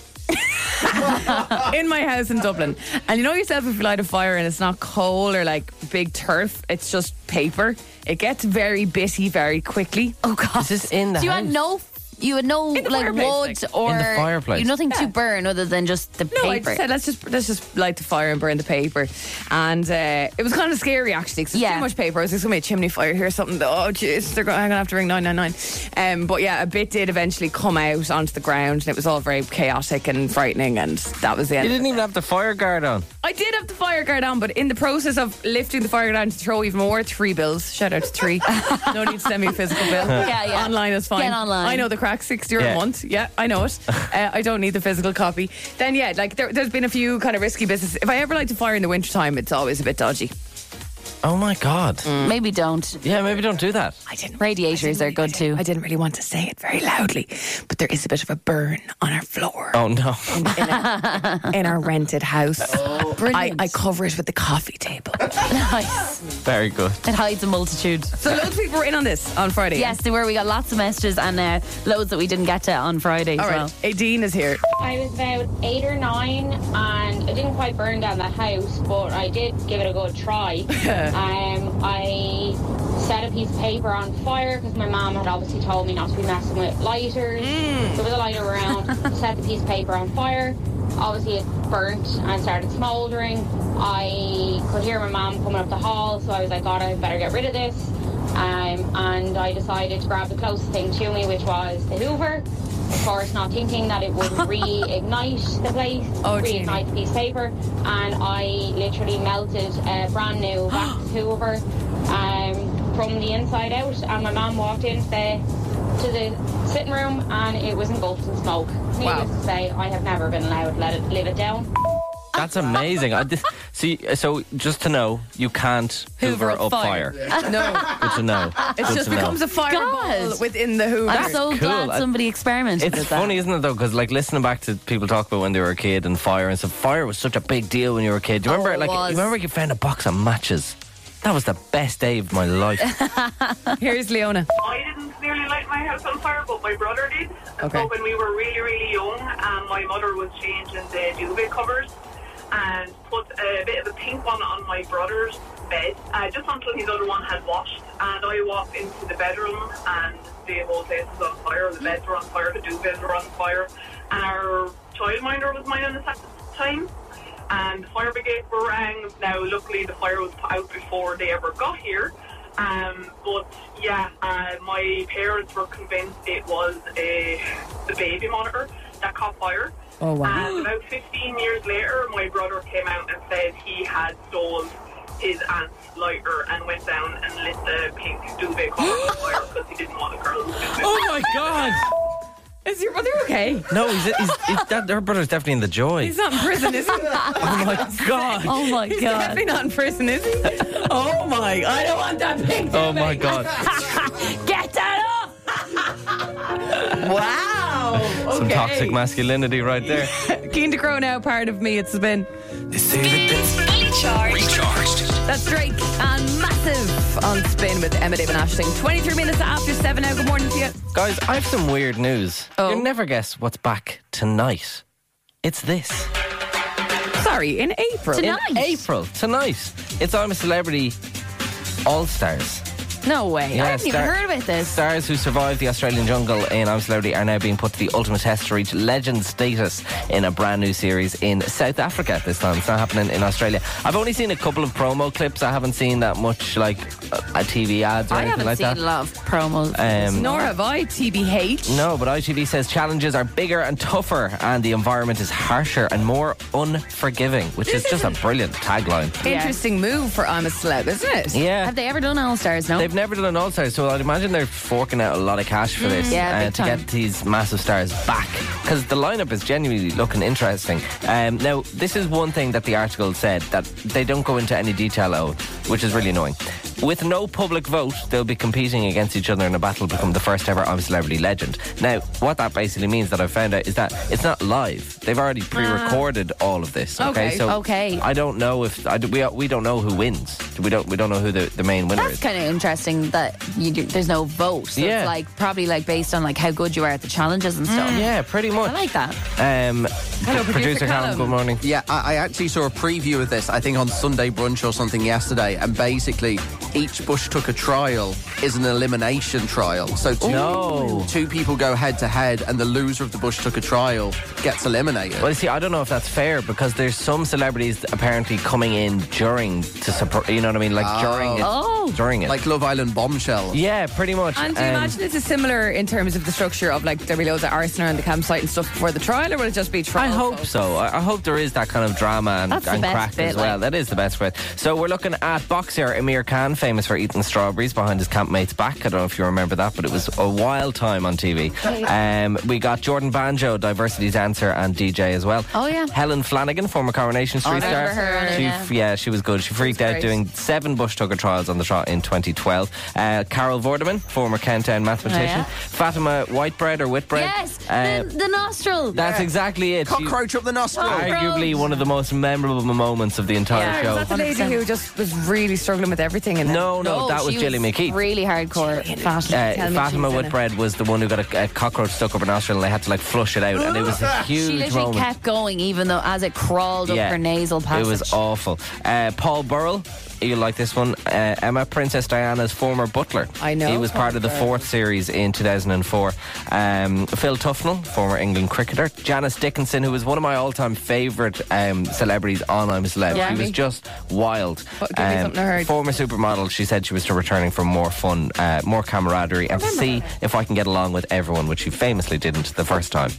[SPEAKER 6] in my house in Dublin. And you know yourself if you light a fire and it's not coal or like big turf, it's just paper. It gets very bitty very quickly.
[SPEAKER 4] Oh God!
[SPEAKER 5] This is in the
[SPEAKER 4] so you had
[SPEAKER 5] house.
[SPEAKER 4] no, you had no
[SPEAKER 6] the
[SPEAKER 4] like
[SPEAKER 6] fireplace,
[SPEAKER 4] wood
[SPEAKER 6] like,
[SPEAKER 4] or
[SPEAKER 5] in the fireplace.
[SPEAKER 4] you had nothing
[SPEAKER 6] Yeah.
[SPEAKER 4] to burn other than just the
[SPEAKER 6] No, I
[SPEAKER 4] paper.
[SPEAKER 6] just said let's just let's just light the fire and burn the paper, and uh, it was kind of scary actually because
[SPEAKER 4] Yeah.
[SPEAKER 6] too much paper. I was like, "There's gonna be a chimney fire here or something." Oh, jeez, they're gonna, I'm gonna have to ring nine nine nine. Um, but yeah, a bit did eventually come out onto the ground, and it was all very chaotic and frightening, and that was the end.
[SPEAKER 5] You
[SPEAKER 6] of it.
[SPEAKER 5] didn't even have the fire guard on.
[SPEAKER 6] I did have the fire guard on, but in the process of lifting the fire guard on to throw even more, three bills. Shout out to three. no need to send me a physical bill.
[SPEAKER 4] Yeah, yeah.
[SPEAKER 6] Online is fine.
[SPEAKER 4] Get online.
[SPEAKER 6] I know the crack, six euro
[SPEAKER 5] Yeah.
[SPEAKER 6] a month. Yeah, I know it. Uh, I don't need the physical copy. Then, yeah, like there, there's been a few kind of risky businesses. If I ever light a fire in the wintertime, it's always a bit dodgy.
[SPEAKER 5] Oh my god.
[SPEAKER 4] Maybe don't.
[SPEAKER 5] Yeah, maybe don't do that.
[SPEAKER 6] I didn't.
[SPEAKER 4] Radiators
[SPEAKER 6] I didn't-
[SPEAKER 4] are good
[SPEAKER 6] I didn't-
[SPEAKER 4] too.
[SPEAKER 6] I didn't really want to say it very loudly, but there is a bit of a burn on our floor.
[SPEAKER 5] Oh no.
[SPEAKER 6] in, a- in our rented house, I,
[SPEAKER 5] Oh.
[SPEAKER 4] Brilliant.
[SPEAKER 6] I cover it with the coffee table.
[SPEAKER 4] nice.
[SPEAKER 5] Very good.
[SPEAKER 4] It hides a multitude.
[SPEAKER 6] So loads of people were in on this on Friday.
[SPEAKER 4] Yes, they were. We got lots of messages and uh, loads that we didn't get to on Friday
[SPEAKER 6] All
[SPEAKER 4] as
[SPEAKER 6] right.
[SPEAKER 4] well.
[SPEAKER 6] Aideen is here.
[SPEAKER 8] I was about eight or nine, and I didn't quite burn down the house, but I did give it a good try. um, I set a piece of paper on fire because my mom had obviously told me not to be messing with lighters. There was a lighter around. set the piece of paper on fire. Obviously, it burnt and started smouldering. I could hear my mom coming up the hall, so I was like, God, I better get rid of this. Um, and I decided to grab the closest thing to me, which was the Hoover of course, not thinking that it would reignite the place,
[SPEAKER 6] Oh, dearie.
[SPEAKER 8] reignite the piece of paper, and I literally melted a brand new wax Hoover um, from the inside out. And my mum walked into the to the sitting room, and it was engulfed in smoke. Needless
[SPEAKER 6] Wow.
[SPEAKER 8] to say, I have never been allowed to let it live it down.
[SPEAKER 5] That's amazing. I, this, see, so just to know, you can't
[SPEAKER 6] Hoover
[SPEAKER 5] Hoover,
[SPEAKER 6] up
[SPEAKER 5] up fire.
[SPEAKER 6] No,
[SPEAKER 5] Good to know.
[SPEAKER 6] it
[SPEAKER 5] Good
[SPEAKER 6] just
[SPEAKER 5] to know.
[SPEAKER 6] becomes a fireball
[SPEAKER 4] God.
[SPEAKER 6] within the Hoover.
[SPEAKER 4] I'm so
[SPEAKER 5] cool.
[SPEAKER 4] glad
[SPEAKER 5] I-
[SPEAKER 4] somebody experimented
[SPEAKER 5] It's
[SPEAKER 4] with that.
[SPEAKER 5] funny, isn't it though? Because like listening back to people talk about when they were a kid and fire and stuff. Fire was such a big deal when you were a kid. Do you remember?
[SPEAKER 4] it
[SPEAKER 5] like,
[SPEAKER 4] was.
[SPEAKER 5] you remember you found a box of matches. That was the best day of my life.
[SPEAKER 6] Here's Leona.
[SPEAKER 9] I didn't nearly light my house on fire, but my brother did. And
[SPEAKER 6] Okay.
[SPEAKER 9] so when we were really, really young, um, my mother was changing the duvet covers and put a bit of a pink one on my brother's bed, uh, just until his other one had washed. And I walked into the bedroom and the whole place was on fire. The beds were on fire, the duvets were on fire. And our childminder was mine at the time. And the fire brigade were rang. Now, luckily, the fire was put out before they ever got here. Um, but yeah, uh, my parents were convinced it was a the baby monitor that caught fire.
[SPEAKER 6] Oh, wow.
[SPEAKER 9] And about 15 years later, my brother came out and said he had stolen his aunt's lighter and went down and lit the pink duvet cover on fire because he didn't want the girls. to
[SPEAKER 5] oh my god!
[SPEAKER 6] Is your brother okay?
[SPEAKER 5] No, he's, he's, he's, that, her brother's definitely in the joy.
[SPEAKER 6] He's not in prison, is he? He's
[SPEAKER 5] oh my god!
[SPEAKER 4] Oh my God.
[SPEAKER 6] definitely not in prison, is he? Oh my! I don't want that pink.
[SPEAKER 5] Oh my god!
[SPEAKER 4] Get that off!
[SPEAKER 6] Wow. Okay.
[SPEAKER 5] Some toxic masculinity right there.
[SPEAKER 6] Keen to grow now. Part of me. It's been.
[SPEAKER 2] Fully charged.
[SPEAKER 1] Recharged.
[SPEAKER 6] That's Drake and massive on spin with Emma David Ashling. Twenty-three minutes after seven. Now, good morning to you.
[SPEAKER 5] Guys, I have some weird news.
[SPEAKER 6] Oh.
[SPEAKER 5] You'll never guess what's back tonight. It's this.
[SPEAKER 6] Sorry, in April.
[SPEAKER 4] Tonight.
[SPEAKER 5] In April, tonight. It's I'm a Celebrity All Stars.
[SPEAKER 4] No way. I haven't even
[SPEAKER 5] star-
[SPEAKER 4] heard about this.
[SPEAKER 5] Stars who survived the Australian jungle in I'm Celebrity are now being put to the ultimate test to reach legend status in a brand new series in South Africa at this time. It's not happening in Australia. I've only seen a couple of promo clips. I haven't seen that much like uh, uh, TV ads or
[SPEAKER 4] I
[SPEAKER 5] anything
[SPEAKER 4] haven't
[SPEAKER 5] like
[SPEAKER 4] seen
[SPEAKER 5] that.
[SPEAKER 4] a lot of promos.
[SPEAKER 5] Um,
[SPEAKER 6] Nor have I, TBH.
[SPEAKER 5] No, but ITV says challenges are bigger and tougher, and the environment is harsher and more unforgiving, which is just a brilliant tagline.
[SPEAKER 6] Interesting move for I'm a Celeb, isn't it?
[SPEAKER 5] Yeah.
[SPEAKER 4] Have they ever done All Stars? No.
[SPEAKER 5] They've never done an All Star, so I'd imagine they're forking out a lot of cash for this
[SPEAKER 4] Mm. yeah,
[SPEAKER 5] uh,
[SPEAKER 4] big
[SPEAKER 5] to
[SPEAKER 4] time.
[SPEAKER 5] get these massive stars back because the lineup is genuinely looking interesting. Um, now, this is one thing that the article said that they don't go into any detail of, which is really annoying. With no public vote, they'll be competing against each other in a battle to become the first ever I'm Celebrity legend. Now, what that basically means that I found out is that it's not live. They've already pre-recorded all of this. Okay,
[SPEAKER 6] okay,
[SPEAKER 5] so
[SPEAKER 4] Ah. okay.
[SPEAKER 5] I don't know if I, d- we we don't know who wins. We don't we don't know who the, the main winner
[SPEAKER 4] That's
[SPEAKER 5] is.
[SPEAKER 4] kind of interesting that you do, there's no vote. So
[SPEAKER 5] Yeah.
[SPEAKER 4] it's like probably like based on like how good you are at the challenges and
[SPEAKER 6] Mm.
[SPEAKER 4] stuff.
[SPEAKER 5] Yeah, pretty much.
[SPEAKER 4] I like that.
[SPEAKER 5] Um,
[SPEAKER 6] Hello,
[SPEAKER 5] p-
[SPEAKER 6] producer Callum.
[SPEAKER 5] Good morning.
[SPEAKER 7] Yeah, I, I actually saw a preview of this, I think on Sunday brunch or something yesterday, and basically each Bush took a trial is an elimination trial. So two,
[SPEAKER 5] No.
[SPEAKER 7] two people go head to head, and the loser of the Bush took a trial gets eliminated.
[SPEAKER 5] Well, you see, I don't know if that's fair because there's some celebrities apparently coming in during to support. You know what I mean? Like during it.
[SPEAKER 4] Oh.
[SPEAKER 5] During it.
[SPEAKER 7] like Love Island bombshell.
[SPEAKER 5] yeah, pretty much.
[SPEAKER 6] And do you
[SPEAKER 5] Um,
[SPEAKER 6] imagine this is similar in terms of the structure of like there'll be loads of arson around the campsite and stuff before the trial, or will it just be
[SPEAKER 5] I
[SPEAKER 6] trial?
[SPEAKER 5] hope so. I I hope there is that kind of drama and,
[SPEAKER 4] That's the
[SPEAKER 5] and
[SPEAKER 4] best
[SPEAKER 5] crack
[SPEAKER 4] bit,
[SPEAKER 5] as well.
[SPEAKER 4] like-
[SPEAKER 5] That is the best bit. So we're looking at boxer Amir Khan, famous for eating strawberries behind his campmate's back. I don't know if you remember that, but it was a wild time on TV. Um, we got Jordan Banjo, diversity dancer and DJ as well.
[SPEAKER 4] Oh, yeah. Oh,
[SPEAKER 5] Helen Flanagan, former Coronation Street
[SPEAKER 4] I
[SPEAKER 5] star.
[SPEAKER 4] remember her on it,
[SPEAKER 5] she,
[SPEAKER 4] yeah.
[SPEAKER 5] yeah, she was good. She freaked out
[SPEAKER 6] great.
[SPEAKER 5] doing seven Bush Tucker trials on the trot in 2012. Uh, Carol Vorderman, former Countdown mathematician.
[SPEAKER 4] Oh, yeah.
[SPEAKER 5] Fatima Whitebread or Whitbread.
[SPEAKER 4] Yes,
[SPEAKER 5] Uh,
[SPEAKER 4] the, the nostril.
[SPEAKER 5] that's exactly it. She-
[SPEAKER 7] Cockroach up the nostril.
[SPEAKER 4] Oh,
[SPEAKER 5] arguably
[SPEAKER 4] gross.
[SPEAKER 5] one of the most memorable moments of the entire
[SPEAKER 6] Yeah,
[SPEAKER 5] show.
[SPEAKER 6] was that the lady
[SPEAKER 4] 100%.
[SPEAKER 6] who just was really struggling with everything? And
[SPEAKER 5] no, Oh, no, that was
[SPEAKER 4] Oh, she
[SPEAKER 5] Jilly McKee.
[SPEAKER 4] Really hardcore. Fashion.
[SPEAKER 5] uh,
[SPEAKER 4] Tell me
[SPEAKER 5] Fatima
[SPEAKER 4] she's in it.
[SPEAKER 5] Whitbread was the one who got a, a cockroach stuck up her nostril and they had to like flush it out, and it was a
[SPEAKER 4] She
[SPEAKER 5] huge
[SPEAKER 4] literally
[SPEAKER 5] moment.
[SPEAKER 4] kept going, even though as it crawled up her nasal passage.
[SPEAKER 5] It was awful. Uh, Paul Burrell, you like this one? Uh, Emma, Princess Diana's former butler.
[SPEAKER 6] I know
[SPEAKER 5] He was
[SPEAKER 6] Paul
[SPEAKER 5] part of the
[SPEAKER 6] Burrell.
[SPEAKER 5] fourth series in 2004. Um, Phil Tufnell, former England cricketer. Janice Dickinson, who was one of my all time favourite um, celebrities on I'm a Celeb.
[SPEAKER 4] Yeah.
[SPEAKER 5] She was just wild. Um,
[SPEAKER 6] But give me something to hurt.
[SPEAKER 5] Former supermodel, she said she was returning for more fun, uh, more camaraderie, and to see if I can get along with everyone, which she famously didn't the first time.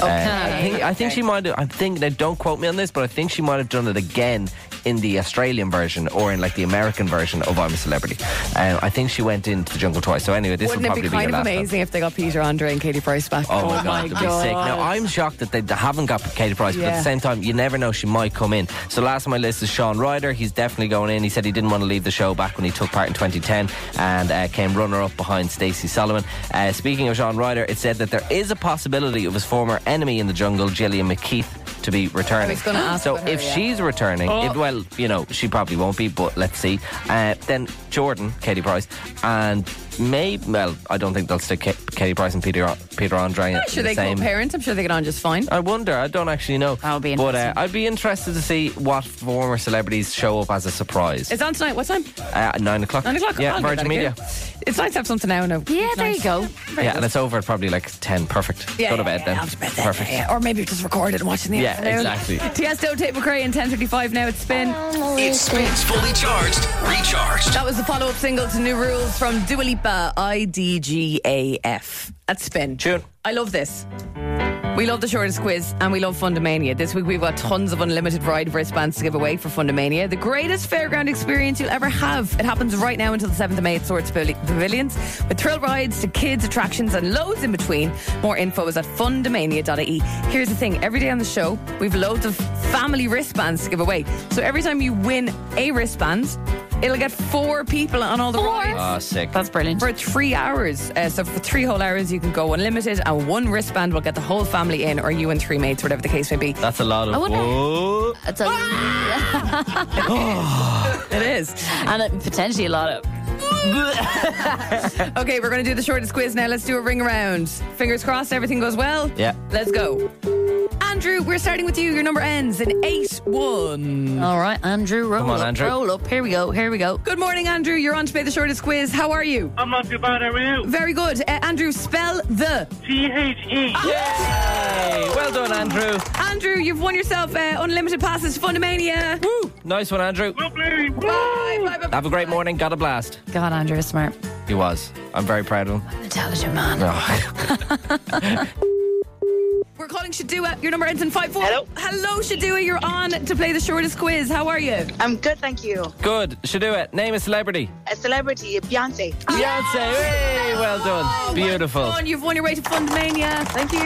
[SPEAKER 5] Uh, I think, I think she might. have- I think now, don't quote me on this, but I think she might have done it again in the Australian version or in like the American version of I'm a Celebrity. Um, I think she went into the jungle twice. So anyway, this
[SPEAKER 6] Wouldn't
[SPEAKER 5] will
[SPEAKER 6] it
[SPEAKER 5] probably
[SPEAKER 6] be
[SPEAKER 5] be,
[SPEAKER 6] kind
[SPEAKER 5] your
[SPEAKER 6] of
[SPEAKER 5] last one.
[SPEAKER 6] amazing if they got Peter Andre and Katie Price back?
[SPEAKER 5] Oh my god, that'd be sick. Now I'm shocked that they haven't got Katie Price, but at
[SPEAKER 6] Yeah.
[SPEAKER 5] the same time, you never know she might come in. So last on my list is Sean Ryder. He's definitely going in. He said he didn't want to leave the show back when he took part in 2010 and uh, came runner-up behind Stacey Solomon. Uh, speaking of Sean Ryder, it said that there is a possibility of his former enemy in the jungle, Gillian McKeith, to be returning.
[SPEAKER 6] was gonna ask
[SPEAKER 5] so
[SPEAKER 6] about her,
[SPEAKER 5] if
[SPEAKER 6] yeah. Oh.
[SPEAKER 5] she's returning, if, well, you know she probably won't be, but let's see. Uh, then Jordan, Katie Price, and. May well, I don't think they'll stick Ka- Katie Price and Peter Peter Andre
[SPEAKER 6] I'm sure
[SPEAKER 5] the
[SPEAKER 6] they
[SPEAKER 5] same. Uh,
[SPEAKER 6] co-parent. I'm sure they get on just fine.
[SPEAKER 5] I wonder. I don't actually know.
[SPEAKER 4] That would be
[SPEAKER 5] But uh,
[SPEAKER 4] interesting.
[SPEAKER 5] I'd be interested to see what former celebrities show up as a surprise.
[SPEAKER 6] It's on tonight. What time?
[SPEAKER 5] Uh, at nine o'clock.
[SPEAKER 6] Nine o'clock.
[SPEAKER 5] Yeah,
[SPEAKER 6] I'll give that
[SPEAKER 5] Virgin
[SPEAKER 6] a
[SPEAKER 5] Media.
[SPEAKER 6] go. It's nice to have something now. No,
[SPEAKER 4] yeah, there you go.
[SPEAKER 5] Yeah, and it's over at probably like ten. Perfect.
[SPEAKER 6] Yeah,
[SPEAKER 5] go to
[SPEAKER 6] yeah,
[SPEAKER 5] bed
[SPEAKER 6] yeah,
[SPEAKER 5] then.
[SPEAKER 6] I'll just bet that,
[SPEAKER 5] Perfect.
[SPEAKER 6] yeah, yeah. Or maybe just record it and watch it in the
[SPEAKER 5] Yeah,
[SPEAKER 6] afternoon.
[SPEAKER 5] exactly.
[SPEAKER 6] Tiesto, Tate McRae in 10.55 now. It's been...
[SPEAKER 2] It's spins fully charged, recharged.
[SPEAKER 6] That was the follow-up single to New Rules from Dua Lipa, IDGAF. At Spin.
[SPEAKER 5] Tune.
[SPEAKER 6] I love this. We love the shortest quiz and we love Fundamania. This week we've got tons of unlimited variety of wristbands to give away for Fundamania. The greatest fairground experience you'll ever have. It happens right now until the 7th of May at Swords Pavi- Pavilions with thrill rides to kids, attractions and loads in between. More info is at fundamania.ie. Here's the thing, every day on the show we've loads of family wristbands to give away. So every time you win a wristband, it'll get four people on all the rides
[SPEAKER 5] Ah, sick.
[SPEAKER 4] That's brilliant.
[SPEAKER 6] for three hours. Uh, so for three whole hours, you can go unlimited, and one wristband will get the whole family in, or you and three mates, whatever the case may be.
[SPEAKER 5] That's a lot of.
[SPEAKER 4] I wonder-
[SPEAKER 5] Whoa.
[SPEAKER 4] That's a,
[SPEAKER 6] It is.
[SPEAKER 4] and it, potentially a lot of.
[SPEAKER 6] Okay, we're going to do the shortest quiz now. Let's do a ring around. Fingers crossed, everything goes well.
[SPEAKER 5] Yeah.
[SPEAKER 6] Let's go. Andrew, we're starting with you. Your number ends in 8 1.
[SPEAKER 4] All right, Andrew, roll
[SPEAKER 5] on,
[SPEAKER 4] up,
[SPEAKER 5] Andrew.
[SPEAKER 4] roll up. Here we go, here we go.
[SPEAKER 6] Good morning, Andrew. You're on to play the shortest quiz. How are you?
[SPEAKER 10] I'm not too bad, how are you?
[SPEAKER 6] Very good. Uh, Andrew, spell the.
[SPEAKER 10] T-H-E.
[SPEAKER 5] Yay! Well done, Andrew.
[SPEAKER 6] Andrew, you've won yourself uh, unlimited passes to Funimania.
[SPEAKER 5] Woo! Nice one, Andrew.
[SPEAKER 10] Lovely.
[SPEAKER 6] Bye, bye, bye, bye.
[SPEAKER 5] Have a great morning. Got a blast.
[SPEAKER 4] God, Andrew is smart.
[SPEAKER 5] He was. I'm very proud of him.
[SPEAKER 4] Intelligent man.
[SPEAKER 5] Oh,
[SPEAKER 6] We're calling Shadua. Your number ends in 5 4. Hello. Hello, Shadua. You're on to play the shortest quiz. How are you?
[SPEAKER 11] I'm good, thank you.
[SPEAKER 5] good. Should do it. Name a celebrity.
[SPEAKER 11] A celebrity, Beyonce.
[SPEAKER 5] Beyonce. Hey, well
[SPEAKER 6] Oh,
[SPEAKER 5] done. Beautiful.
[SPEAKER 6] well done. You've won your way to Funimania. Thank you.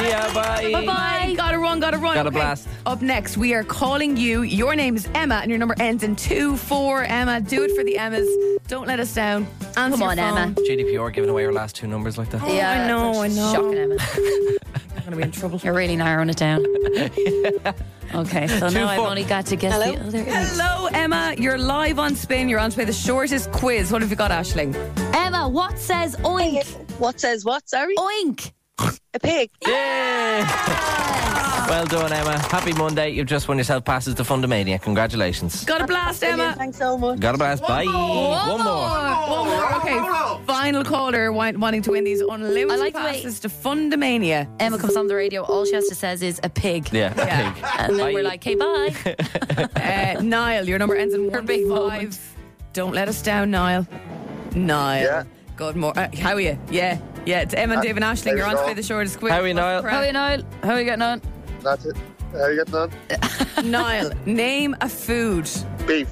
[SPEAKER 5] See ya. Bye.
[SPEAKER 6] Bye bye. Gotta run, gotta run.
[SPEAKER 5] Gotta blast.
[SPEAKER 6] Up next, we are calling you. Your name is Emma, and your number ends in 2 4. Emma, do it for the Emmas. Don't let us down. Answer
[SPEAKER 4] Come on,
[SPEAKER 6] your phone.
[SPEAKER 4] Emma.
[SPEAKER 5] GDPR giving away our last two numbers like that.
[SPEAKER 4] Yeah,
[SPEAKER 6] I know, I
[SPEAKER 4] that's
[SPEAKER 6] know.
[SPEAKER 4] Shocking, Emma.
[SPEAKER 6] I'm going to be in trouble.
[SPEAKER 4] You're really narrowing it down. Okay, so now I've
[SPEAKER 5] four.
[SPEAKER 4] only got to guess
[SPEAKER 11] Hello?
[SPEAKER 4] the other. eight.
[SPEAKER 6] Hello, Emma. You're live on Spin. You're on to play the shortest quiz. What have you got, Ashling?
[SPEAKER 4] Emma, what says oink?
[SPEAKER 11] What says what? Sorry?
[SPEAKER 4] Oink.
[SPEAKER 11] A pig.
[SPEAKER 5] Yay! Well done, Emma. Happy Monday. You've just won yourself passes to Fundamania. Congratulations.
[SPEAKER 6] Got a blast, Emma.
[SPEAKER 11] Thanks so much.
[SPEAKER 5] Got a blast. Bye. One more.
[SPEAKER 6] One more. Okay, final caller wi- wanting to win these unlimited
[SPEAKER 4] Oh, I like the way-
[SPEAKER 6] passes to Fundamania.
[SPEAKER 4] Emma comes on the radio. All she has to says is a pig.
[SPEAKER 5] Yeah.
[SPEAKER 6] Yeah.
[SPEAKER 5] Pig.
[SPEAKER 4] And then
[SPEAKER 5] Bye.
[SPEAKER 4] we're like, hey, bye.
[SPEAKER 6] Uh, Niall, your number ends in one
[SPEAKER 4] big
[SPEAKER 6] big
[SPEAKER 4] moment.
[SPEAKER 6] five. Don't let us down, Niall. Niall.
[SPEAKER 12] Yeah. Uh,
[SPEAKER 6] Good morning. Uh, how are you? Yeah. Yeah, it's Emma and Dave and Ashling.
[SPEAKER 12] there
[SPEAKER 6] You're
[SPEAKER 12] we
[SPEAKER 6] on to
[SPEAKER 12] go.
[SPEAKER 6] play the shortest quiz.
[SPEAKER 5] How are you, Niall?
[SPEAKER 6] What's the crack?
[SPEAKER 4] How are you, Niall? How are you getting on?
[SPEAKER 12] That's it. How you getting on?
[SPEAKER 6] Niall, name a food.
[SPEAKER 12] Beef.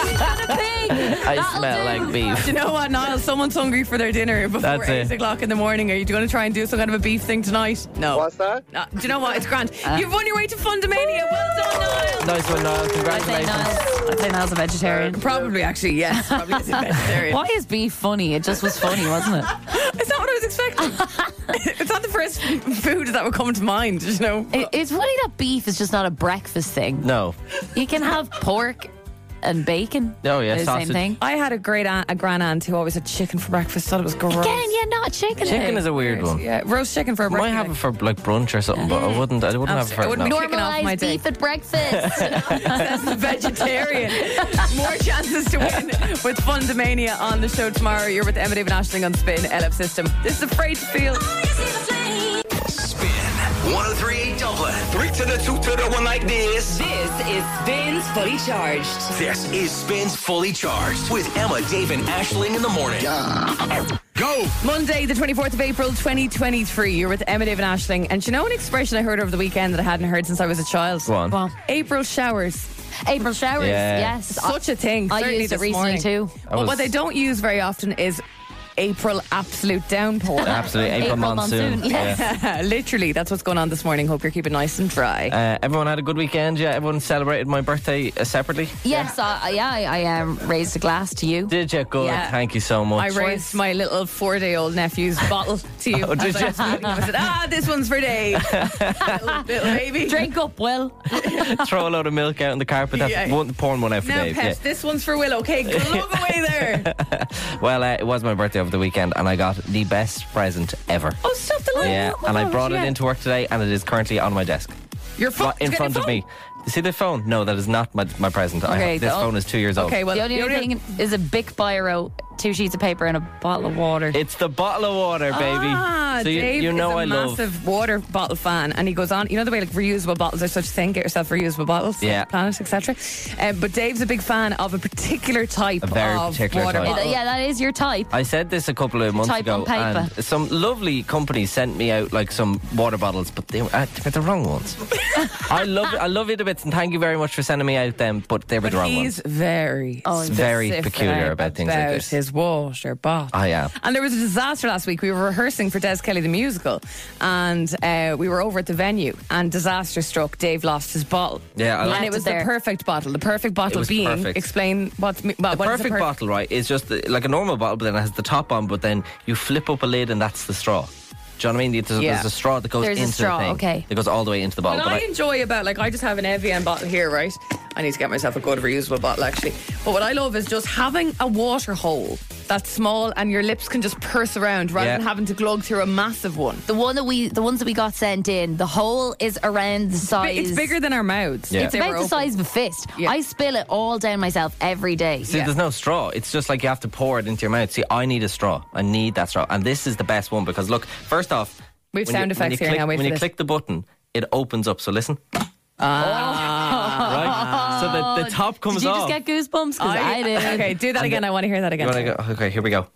[SPEAKER 5] I smell like
[SPEAKER 6] Do
[SPEAKER 5] beef.
[SPEAKER 6] you know what, Niall? Someone's hungry for their dinner before
[SPEAKER 5] That's it.
[SPEAKER 6] 8 o'clock in the morning. Are you going to try and do some kind of a beef thing tonight? No.
[SPEAKER 12] What's that?
[SPEAKER 6] Uh, do you know what? It's grand. You've won your way to Fundamania. Well done, Niall.
[SPEAKER 5] Nice one, Niall.
[SPEAKER 4] I'd say
[SPEAKER 5] Congratulations.
[SPEAKER 4] Niall's, I'd say Niall's a vegetarian.
[SPEAKER 6] Probably, actually, yes. Probably is a vegetarian.
[SPEAKER 4] Why is beef funny? It just was funny, wasn't it?
[SPEAKER 6] It's not what I was expecting. it's not the first food that would come to mind, you know.
[SPEAKER 4] It- It's funny that beef is just not a breakfast thing.
[SPEAKER 5] No.
[SPEAKER 4] You can have pork and bacon.
[SPEAKER 5] Oh, yeah,
[SPEAKER 4] They're the same
[SPEAKER 5] sausage.
[SPEAKER 4] thing.
[SPEAKER 6] I had a great aunt, a grand aunt who always had chicken for breakfast. Thought it was gross.
[SPEAKER 4] Again, yeah, not chicken.
[SPEAKER 5] Chicken is a weird one.
[SPEAKER 6] Yeah, roast chicken for
[SPEAKER 5] Might
[SPEAKER 6] breakfast.
[SPEAKER 5] have it for like brunch or something, but I wouldn't. I wouldn't have it for
[SPEAKER 6] It wouldn't be
[SPEAKER 5] no.
[SPEAKER 6] normal. Chicken off my
[SPEAKER 4] Normalized
[SPEAKER 6] day.
[SPEAKER 4] beef at breakfast.
[SPEAKER 6] That's the vegetarian. More chances to win with Fundamania on the show tomorrow. You're with Emma David Ashling on Spin LF System. This is Afraid to Feel.
[SPEAKER 2] Spin 1038 Dublin. Three to the two to the one like this.
[SPEAKER 13] This is Spins Fully Charged.
[SPEAKER 2] This is Spins Fully Charged with Emma, Dave, and Ashling in the morning. Go!
[SPEAKER 6] Monday, the 24th of April, 2023. You're with Emma David Ashling. And you know an expression I heard over the weekend that I hadn't heard since I was a child?
[SPEAKER 5] Go on.
[SPEAKER 4] well,
[SPEAKER 6] April showers.
[SPEAKER 4] April showers.
[SPEAKER 5] Yeah.
[SPEAKER 4] Yes. I,
[SPEAKER 6] Such a thing.
[SPEAKER 4] I
[SPEAKER 6] certainly
[SPEAKER 4] used it
[SPEAKER 6] this
[SPEAKER 4] recently
[SPEAKER 6] morning.
[SPEAKER 4] too.
[SPEAKER 5] I
[SPEAKER 6] But
[SPEAKER 5] was-
[SPEAKER 6] what they don't use very often is April absolute downpour.
[SPEAKER 5] Absolutely, April,
[SPEAKER 4] April
[SPEAKER 5] monsoon.
[SPEAKER 4] monsoon, yes.
[SPEAKER 5] Yeah.
[SPEAKER 6] Literally, that's what's going on this morning. Hope you're keeping nice and dry.
[SPEAKER 5] Uh, everyone had a good weekend. Yeah, everyone celebrated my birthday uh, separately.
[SPEAKER 4] Yes, I, yeah, I, I um, raised a glass to you.
[SPEAKER 5] Did you? Good.
[SPEAKER 6] Yeah.
[SPEAKER 5] Thank you so
[SPEAKER 6] I
[SPEAKER 5] much.
[SPEAKER 6] raised my little four-day-old nephew's bottle to you.
[SPEAKER 5] Oh, did
[SPEAKER 6] as I
[SPEAKER 5] you?
[SPEAKER 6] was leaving. I said, "Ah, this one's for Dave, little, little baby."
[SPEAKER 4] Drink up, Will.
[SPEAKER 5] Throw a load of milk out on the carpet. That's
[SPEAKER 6] Yeah.
[SPEAKER 5] one, pouring one out for
[SPEAKER 6] Now,
[SPEAKER 5] Dave.
[SPEAKER 6] Pet, this one's for Will. Okay, glug away there.
[SPEAKER 5] Yeah. Well, uh, it was my birthday over the weekend, and I got the best present ever.
[SPEAKER 6] Oh, stop the line.
[SPEAKER 5] yeah, and I brought it into work today, and it is currently on my desk.
[SPEAKER 6] your phone
[SPEAKER 5] Right in front of me. You see the phone? No, that is not my, my present. I
[SPEAKER 4] Okay,
[SPEAKER 5] have, this
[SPEAKER 4] the-
[SPEAKER 5] phone is two years old.
[SPEAKER 6] Okay, well,
[SPEAKER 4] the only other thing is a big biro, two sheets of paper, and a bottle of water.
[SPEAKER 5] It's the bottle of water, baby.
[SPEAKER 6] Ah,
[SPEAKER 5] so you,
[SPEAKER 6] Dave
[SPEAKER 5] you know
[SPEAKER 6] is a
[SPEAKER 5] I love.
[SPEAKER 6] massive water bottle fan, and he goes on. You know the way like reusable bottles are such a thing. Get yourself reusable bottles,
[SPEAKER 5] Yeah.
[SPEAKER 6] Planet, etc. Um, but Dave's a big fan of a particular type
[SPEAKER 5] A very
[SPEAKER 6] of
[SPEAKER 5] particular
[SPEAKER 6] water
[SPEAKER 5] type.
[SPEAKER 6] bottle.
[SPEAKER 4] Uh, yeah, that is your type.
[SPEAKER 5] I said this a couple of months
[SPEAKER 4] Type
[SPEAKER 5] ago,
[SPEAKER 4] on paper.
[SPEAKER 5] and some lovely companies sent me out like some water bottles, but they were, uh, they were the wrong ones. I love I love you to bits, and thank you very much for sending me out them, but they were the
[SPEAKER 6] But
[SPEAKER 5] wrong
[SPEAKER 6] he's
[SPEAKER 5] ones.
[SPEAKER 6] very,
[SPEAKER 4] Oh,
[SPEAKER 5] It's very
[SPEAKER 6] specific
[SPEAKER 5] peculiar about things like
[SPEAKER 6] about
[SPEAKER 5] this. Ah,
[SPEAKER 6] His water bottle.
[SPEAKER 5] I am.
[SPEAKER 6] And there was a disaster last week. We were rehearsing for Des Kelly the musical, and uh, we were over at the venue, and disaster struck. Dave lost his bottle.
[SPEAKER 5] Yeah, I
[SPEAKER 6] and
[SPEAKER 5] left
[SPEAKER 6] it was
[SPEAKER 4] it
[SPEAKER 6] the
[SPEAKER 4] there.
[SPEAKER 6] perfect bottle. The perfect bottle
[SPEAKER 5] was
[SPEAKER 6] being
[SPEAKER 5] perfect.
[SPEAKER 6] explain what. me- Well,
[SPEAKER 5] The
[SPEAKER 6] what is a
[SPEAKER 5] perfect
[SPEAKER 6] perfect
[SPEAKER 5] bottle, right, is just the, like a normal bottle, but then it has the top on, but then you flip up a lid and that's the straw. Do you know what I mean? There's, a-
[SPEAKER 6] Yeah.
[SPEAKER 5] there's a straw that goes
[SPEAKER 4] There's a
[SPEAKER 5] into
[SPEAKER 4] straw,
[SPEAKER 5] the thing.
[SPEAKER 4] okay.
[SPEAKER 5] It goes all the way into the bottle.
[SPEAKER 6] What
[SPEAKER 5] but
[SPEAKER 6] I enjoy about like I just have an Evian bottle here, right? I need to get myself a good reusable bottle actually. But what I love is just having a water hole that's small and your lips can just purse around rather
[SPEAKER 4] Yeah.
[SPEAKER 6] than having to glug through a massive one.
[SPEAKER 4] The one that we, the ones that we got sent in, the hole is around the
[SPEAKER 6] bi-
[SPEAKER 4] size.
[SPEAKER 6] it's bigger than our mouths.
[SPEAKER 5] Yeah.
[SPEAKER 4] It's about the size of a fist. I spill it all down myself every day.
[SPEAKER 5] See, there's no straw. It's just like you have to pour it into your mouth. See, I need a straw. I need that straw. And this is the best one because look, first off, when
[SPEAKER 6] We've sound
[SPEAKER 5] you- when
[SPEAKER 6] effects
[SPEAKER 5] you
[SPEAKER 6] here
[SPEAKER 5] Click,
[SPEAKER 6] now, wait
[SPEAKER 5] when
[SPEAKER 6] for
[SPEAKER 5] you
[SPEAKER 6] this. Ah.
[SPEAKER 5] click the button, it opens up. So listen. Right? So the, the top comes
[SPEAKER 4] Did you
[SPEAKER 5] off.
[SPEAKER 4] just get goosebumps? 'Cause
[SPEAKER 6] I-
[SPEAKER 4] I, did.
[SPEAKER 6] okay, do that
[SPEAKER 5] And
[SPEAKER 6] again.
[SPEAKER 5] the-
[SPEAKER 6] I want to hear that
[SPEAKER 5] You
[SPEAKER 6] again.
[SPEAKER 5] wanna go? Okay, here we go.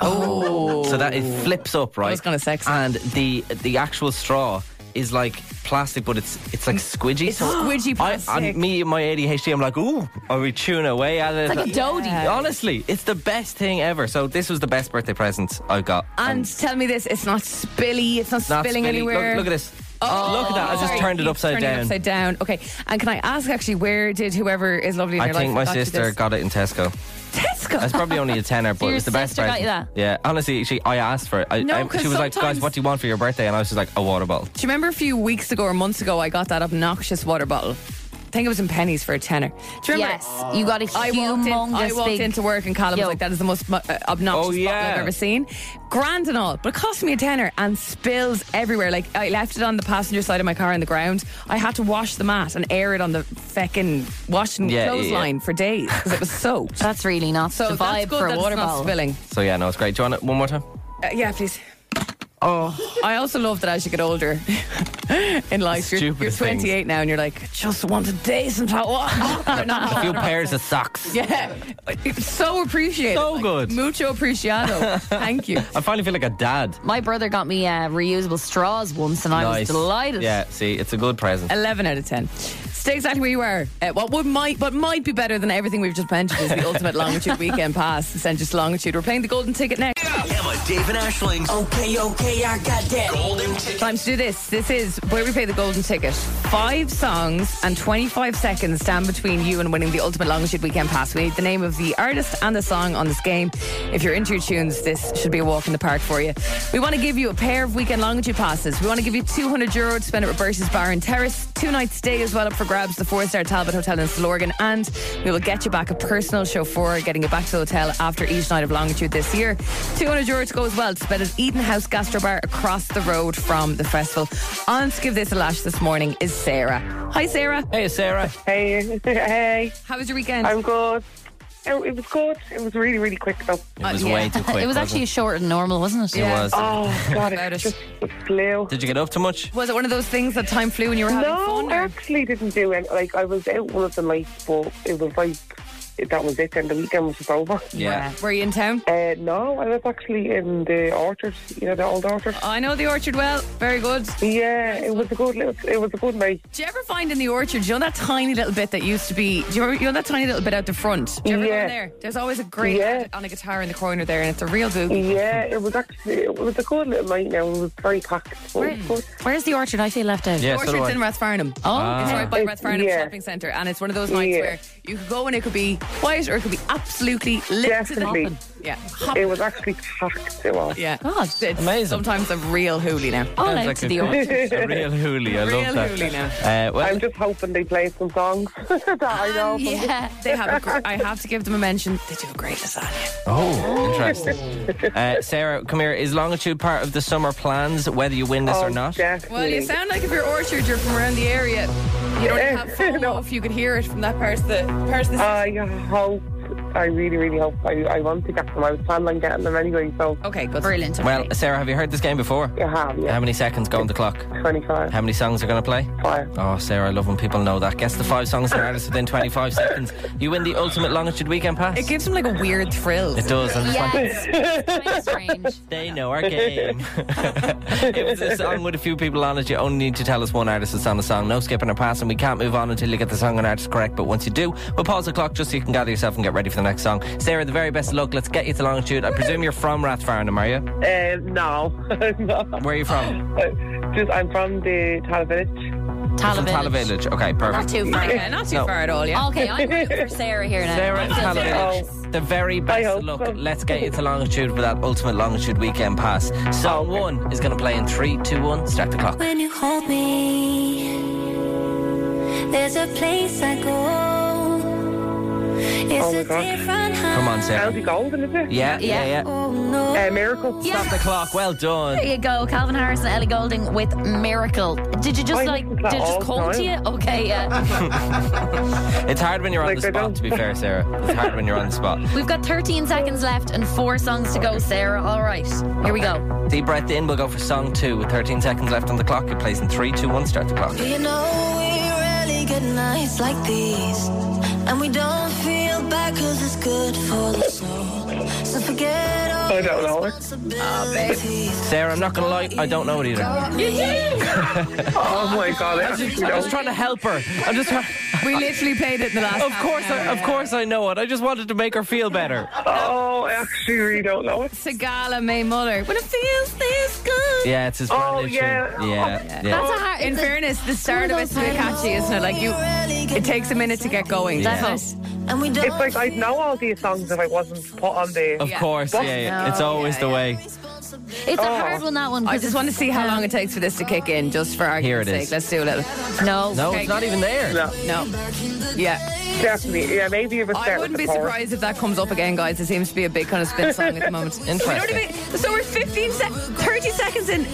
[SPEAKER 5] Oh. So that it flips up, right? It's
[SPEAKER 6] kind of sexy.
[SPEAKER 5] And the the actual straw is like plastic, but it's it's like squidgy.
[SPEAKER 6] It's squidgy
[SPEAKER 5] I,
[SPEAKER 6] plastic.
[SPEAKER 5] and me and my ADHD, I'm like, ooh, are we chewing away at it?
[SPEAKER 6] It's like a dodie. Yeah.
[SPEAKER 5] Honestly, it's the best thing ever. So this was the best birthday present I got.
[SPEAKER 6] And tell me this, it's not spilly, it's not,
[SPEAKER 5] Not
[SPEAKER 6] spilling
[SPEAKER 5] spilly. Look,
[SPEAKER 6] anywhere.
[SPEAKER 5] look at this.
[SPEAKER 6] Oh,
[SPEAKER 5] look at that. I just
[SPEAKER 6] sorry,
[SPEAKER 5] turned it
[SPEAKER 6] you
[SPEAKER 5] upside
[SPEAKER 6] turned
[SPEAKER 5] down.
[SPEAKER 6] upside down. Okay. And can I ask actually, where did whoever is lovely in
[SPEAKER 5] I
[SPEAKER 6] your
[SPEAKER 5] think my
[SPEAKER 6] life got you
[SPEAKER 5] sister
[SPEAKER 6] this?
[SPEAKER 5] got it in Tesco.
[SPEAKER 6] Tesco.
[SPEAKER 5] That's probably only a tenner, but
[SPEAKER 6] your
[SPEAKER 5] it's the best
[SPEAKER 6] sister got
[SPEAKER 5] present.
[SPEAKER 6] you
[SPEAKER 5] Yeah, honestly, she I asked for it. I,
[SPEAKER 6] No,
[SPEAKER 5] I-
[SPEAKER 6] 'cause
[SPEAKER 5] she was like, "Guys,
[SPEAKER 6] sometimes-
[SPEAKER 5] what do you want for your birthday?" And I was just like, "A water bottle."
[SPEAKER 6] Do you remember a few weeks ago or months ago I got that obnoxious water bottle? I think it was in pennies for a tenner. Do you remember?
[SPEAKER 4] Yes, you got a
[SPEAKER 6] I walked, in, I
[SPEAKER 4] humongous
[SPEAKER 6] walked
[SPEAKER 4] big-
[SPEAKER 6] into work and Callum
[SPEAKER 4] Yo.
[SPEAKER 6] was like, "That is the most mu- uh, obnoxious
[SPEAKER 4] Oh,
[SPEAKER 6] bottle
[SPEAKER 4] yeah.
[SPEAKER 6] I've ever seen." Grand and all, but it cost me a tenner and spills everywhere. Like I left it on the passenger side of my car on the ground. I had to wash the mat and air it on the feckin' washing
[SPEAKER 5] Yeah, yeah,
[SPEAKER 6] clothesline for days because it was soaked.
[SPEAKER 4] that's really not
[SPEAKER 6] so
[SPEAKER 4] the
[SPEAKER 6] that's
[SPEAKER 4] vibe
[SPEAKER 6] good
[SPEAKER 4] for a
[SPEAKER 6] that
[SPEAKER 4] water
[SPEAKER 6] it's not
[SPEAKER 4] bottle.
[SPEAKER 6] spilling.
[SPEAKER 5] So yeah, no, it's great. Do you want it one more time?
[SPEAKER 6] Uh, yeah, please.
[SPEAKER 5] Oh,
[SPEAKER 6] I also love that as you get older in life, you're, you're
[SPEAKER 5] Stupidest
[SPEAKER 6] 28
[SPEAKER 5] things.
[SPEAKER 6] now, and you're like, "I just want a day sometime.
[SPEAKER 5] a few pairs of socks.
[SPEAKER 6] Yeah, so appreciated.
[SPEAKER 5] So good.
[SPEAKER 6] Mucho appreciado. Thank you.
[SPEAKER 5] I finally feel like a dad.
[SPEAKER 4] My brother got me uh, reusable straws once, and I was
[SPEAKER 5] Nice.
[SPEAKER 4] delighted.
[SPEAKER 5] Yeah, see, it's a good present.
[SPEAKER 6] 11 out of 10. Stay exactly where you are. Uh, what would might what might be better than everything we've just mentioned is the ultimate longitude weekend pass. It's Send us longitude. We're playing the golden ticket next.
[SPEAKER 2] Emma, Dave, and Ashling's.
[SPEAKER 13] Okay, okay, I got that.
[SPEAKER 2] Golden ticket.
[SPEAKER 6] Time to do this. This is where we play the golden ticket. Five songs and 25 seconds stand between you and winning the ultimate longitude weekend pass. We need the name of the artist and the song on this game. If you're into your tunes, this should be a walk in the park for you. We want to give you a pair of weekend longitude passes. We want to give you 200 euro to spend at Roberta's Bar and Terrace. Two nights stay as well up for grabs. The four star Talbot Hotel in Slorgan. And we will get you back a personal chauffeur, getting you back to the hotel after each night of longitude this year. 200 euro to go as well. To spend at Eden House Gastro Bar across the road from the festival. On to give this a lash this morning is Sarah. Hi, Sarah.
[SPEAKER 5] Hey, Sarah.
[SPEAKER 14] Hey, hey.
[SPEAKER 6] How was your weekend?
[SPEAKER 14] I'm good. Oh, It, it was good. It was really, really quick though.
[SPEAKER 5] It
[SPEAKER 6] Uh,
[SPEAKER 5] was way too quick.
[SPEAKER 4] it was actually shorter than normal, wasn't it?
[SPEAKER 5] It Yeah. was.
[SPEAKER 14] Oh God, it just flew.
[SPEAKER 5] Did you get up too much?
[SPEAKER 6] Was it one of those things that time flew and you were having
[SPEAKER 14] no,
[SPEAKER 6] fun?
[SPEAKER 14] I actually didn't do it. Like I was out one of the nights, but it was like that was it. Then the weekend was just over.
[SPEAKER 6] Yeah. Were you in town?
[SPEAKER 14] Uh, no, I was actually in the orchard. You know the old orchard.
[SPEAKER 6] I know the orchard well. Very good.
[SPEAKER 14] Yeah, it was a good. little- It was a good night.
[SPEAKER 6] Do you ever find in the orchard, you know that tiny little bit that used to be, do you remember, you know that tiny little bit out the front? Do you ever go
[SPEAKER 14] Yeah.
[SPEAKER 6] in there? There's always a great
[SPEAKER 14] Yeah.
[SPEAKER 6] lad on a guitar in the corner there and it's a real boogie.
[SPEAKER 14] Yeah, it was actually it was a good little night. Now it was very packed. but it was good.
[SPEAKER 4] Where's the orchard? I feel left out.
[SPEAKER 6] The orchard's in Rathfarnham.
[SPEAKER 4] Oh,
[SPEAKER 6] It's
[SPEAKER 5] Ah.
[SPEAKER 4] okay.
[SPEAKER 6] right by
[SPEAKER 4] It's-
[SPEAKER 6] Rathfarnham
[SPEAKER 4] yeah.
[SPEAKER 6] Shopping Centre and it's one of those nights
[SPEAKER 14] Yeah.
[SPEAKER 6] where you could go and it could be quiet or it could be absolutely lit
[SPEAKER 14] Definitely.
[SPEAKER 6] to the Yeah.
[SPEAKER 14] It was actually packed. It was.
[SPEAKER 6] Yeah. God, it's amazing. Oh. Sometimes a real hoolie now.
[SPEAKER 14] All Sounds out like to a- the orchard.
[SPEAKER 5] A real hoolie. I
[SPEAKER 14] Real
[SPEAKER 5] love that.
[SPEAKER 14] hoolie
[SPEAKER 5] Uh, well,
[SPEAKER 14] I'm just hoping they play some songs that I know.
[SPEAKER 6] Um, yeah, they have. A gr- I have to give them a mention. They do a great lasagna.
[SPEAKER 5] oh, interesting. Uh, Sarah, come here. Is longitude part of the summer plans, whether you win this
[SPEAKER 14] Oh,
[SPEAKER 5] or not?
[SPEAKER 6] Well, you sound like if you're orchard, you're from around the area. You don't have FOMO if you could hear it from that part of the part of the.
[SPEAKER 14] I hope. I really, really hope. I, I want to get them. I was planning on getting them anyway. So
[SPEAKER 6] okay, good.
[SPEAKER 4] Brilliant.
[SPEAKER 5] Well, Sarah, have you heard this game before?
[SPEAKER 14] I have, yeah.
[SPEAKER 5] How many seconds go on the clock?
[SPEAKER 14] 25.
[SPEAKER 5] How many songs are going to play?
[SPEAKER 14] Five.
[SPEAKER 5] Oh, Sarah, I love when people know that. Guess the five songs and artists within 25 seconds. You win the ultimate longitude weekend pass.
[SPEAKER 6] It gives them like a weird thrill.
[SPEAKER 5] It does. I'm just like,
[SPEAKER 4] strange.
[SPEAKER 5] They know our game. it was a song with a few people on it. You only need to tell us one artist that's on the song. No skipping or passing. We can't move on until you get the song and artist correct. But once you do, we'll pause the clock just so you can gather yourself and get ready for the next song. Sarah, the very best of luck. Let's get you to longitude. I presume you're from Rathfarnham, are you?
[SPEAKER 14] Uh, no. no. Uh,
[SPEAKER 5] Where are you from?
[SPEAKER 14] Just, I'm from the Tala Village.
[SPEAKER 5] You're from Tala Village. Okay, perfect.
[SPEAKER 4] Not too far.
[SPEAKER 5] Yeah, not too No. far at all, yeah.
[SPEAKER 4] Okay, I'm rooting for Sarah here now.
[SPEAKER 5] Sarah,
[SPEAKER 4] I feel
[SPEAKER 5] Tala
[SPEAKER 4] bad.
[SPEAKER 5] Village.
[SPEAKER 14] Oh.
[SPEAKER 5] The very best of luck. Let's get you to longitude with that ultimate longitude weekend pass. Song one is going to play in three, two, one. Start the clock.
[SPEAKER 15] When you hold me, there's a place I go.
[SPEAKER 14] Oh
[SPEAKER 13] It's a different
[SPEAKER 5] Come on, Sarah.
[SPEAKER 14] Elsie Golden, is it?
[SPEAKER 5] Yeah, yeah, yeah.
[SPEAKER 14] Uh, Miracle.
[SPEAKER 5] Stop the clock. Well done.
[SPEAKER 4] There you go, Calvin Harris and Ellie Golding with Miracle. Did you just
[SPEAKER 14] I
[SPEAKER 4] like?
[SPEAKER 14] listen
[SPEAKER 4] Did
[SPEAKER 14] to that
[SPEAKER 4] it just
[SPEAKER 14] all
[SPEAKER 4] call to
[SPEAKER 14] the
[SPEAKER 4] you?
[SPEAKER 14] time.
[SPEAKER 4] Okay, yeah.
[SPEAKER 5] It's hard when you're on
[SPEAKER 14] Like,
[SPEAKER 5] the
[SPEAKER 14] I
[SPEAKER 5] spot,
[SPEAKER 14] don't-
[SPEAKER 5] to be fair, Sarah. It's hard when you're on the spot.
[SPEAKER 4] We've got 13 seconds left and four songs to go, Sarah. All right, here we go.
[SPEAKER 5] Deep breath in, we'll go for song two with 13 seconds left on the clock. It plays in three, two, one. start the clock.
[SPEAKER 13] Do you know we rarely get nights like these? And we don't feel bad cause it's good for the soul. So forget all
[SPEAKER 14] I Ah, don't know.
[SPEAKER 13] responsibilities.
[SPEAKER 5] Sarah, I'm not going to lie, I don't know it either.
[SPEAKER 13] You
[SPEAKER 14] Oh my god,
[SPEAKER 5] I was, just, I was trying to help her. I'm just trying.
[SPEAKER 6] We literally played it in the last.
[SPEAKER 5] Of course, I, of course, I know it. I just wanted to make her feel better.
[SPEAKER 14] Oh, I actually really don't know it.
[SPEAKER 6] Segala May Muller. When it feels this good.
[SPEAKER 5] Yeah, it's his brand
[SPEAKER 14] Oh,
[SPEAKER 5] new
[SPEAKER 14] yeah. Oh.
[SPEAKER 5] tune. Yeah, yeah.
[SPEAKER 6] That's a hard. Ah, In fairness, the start of it's a bit catchy, isn't it? Like you, it takes a minute to get going.
[SPEAKER 5] Yeah.
[SPEAKER 6] doesn't it?
[SPEAKER 13] And we
[SPEAKER 14] It's like I'd know all these songs if I wasn't put on the.
[SPEAKER 5] Of course, yeah,
[SPEAKER 14] What?
[SPEAKER 5] yeah. It's always the way.
[SPEAKER 4] It's a hard one, that one.
[SPEAKER 6] Oh. I
[SPEAKER 4] 'cause
[SPEAKER 6] just
[SPEAKER 4] it's-
[SPEAKER 6] want to see how long it takes for this to kick in, just for
[SPEAKER 5] Here
[SPEAKER 6] argument's
[SPEAKER 5] it is.
[SPEAKER 6] sake. Let's do a little.
[SPEAKER 4] No,
[SPEAKER 5] No, it's not even there.
[SPEAKER 14] No,
[SPEAKER 6] no. Yeah.
[SPEAKER 14] definitely. Yeah, maybe if it's
[SPEAKER 6] I wouldn't be surprised if that comes up again, guys. It seems to be a big kind of spin song at the moment.
[SPEAKER 5] Interesting.
[SPEAKER 6] We don't even- so we're 15 sec- 30 seconds in.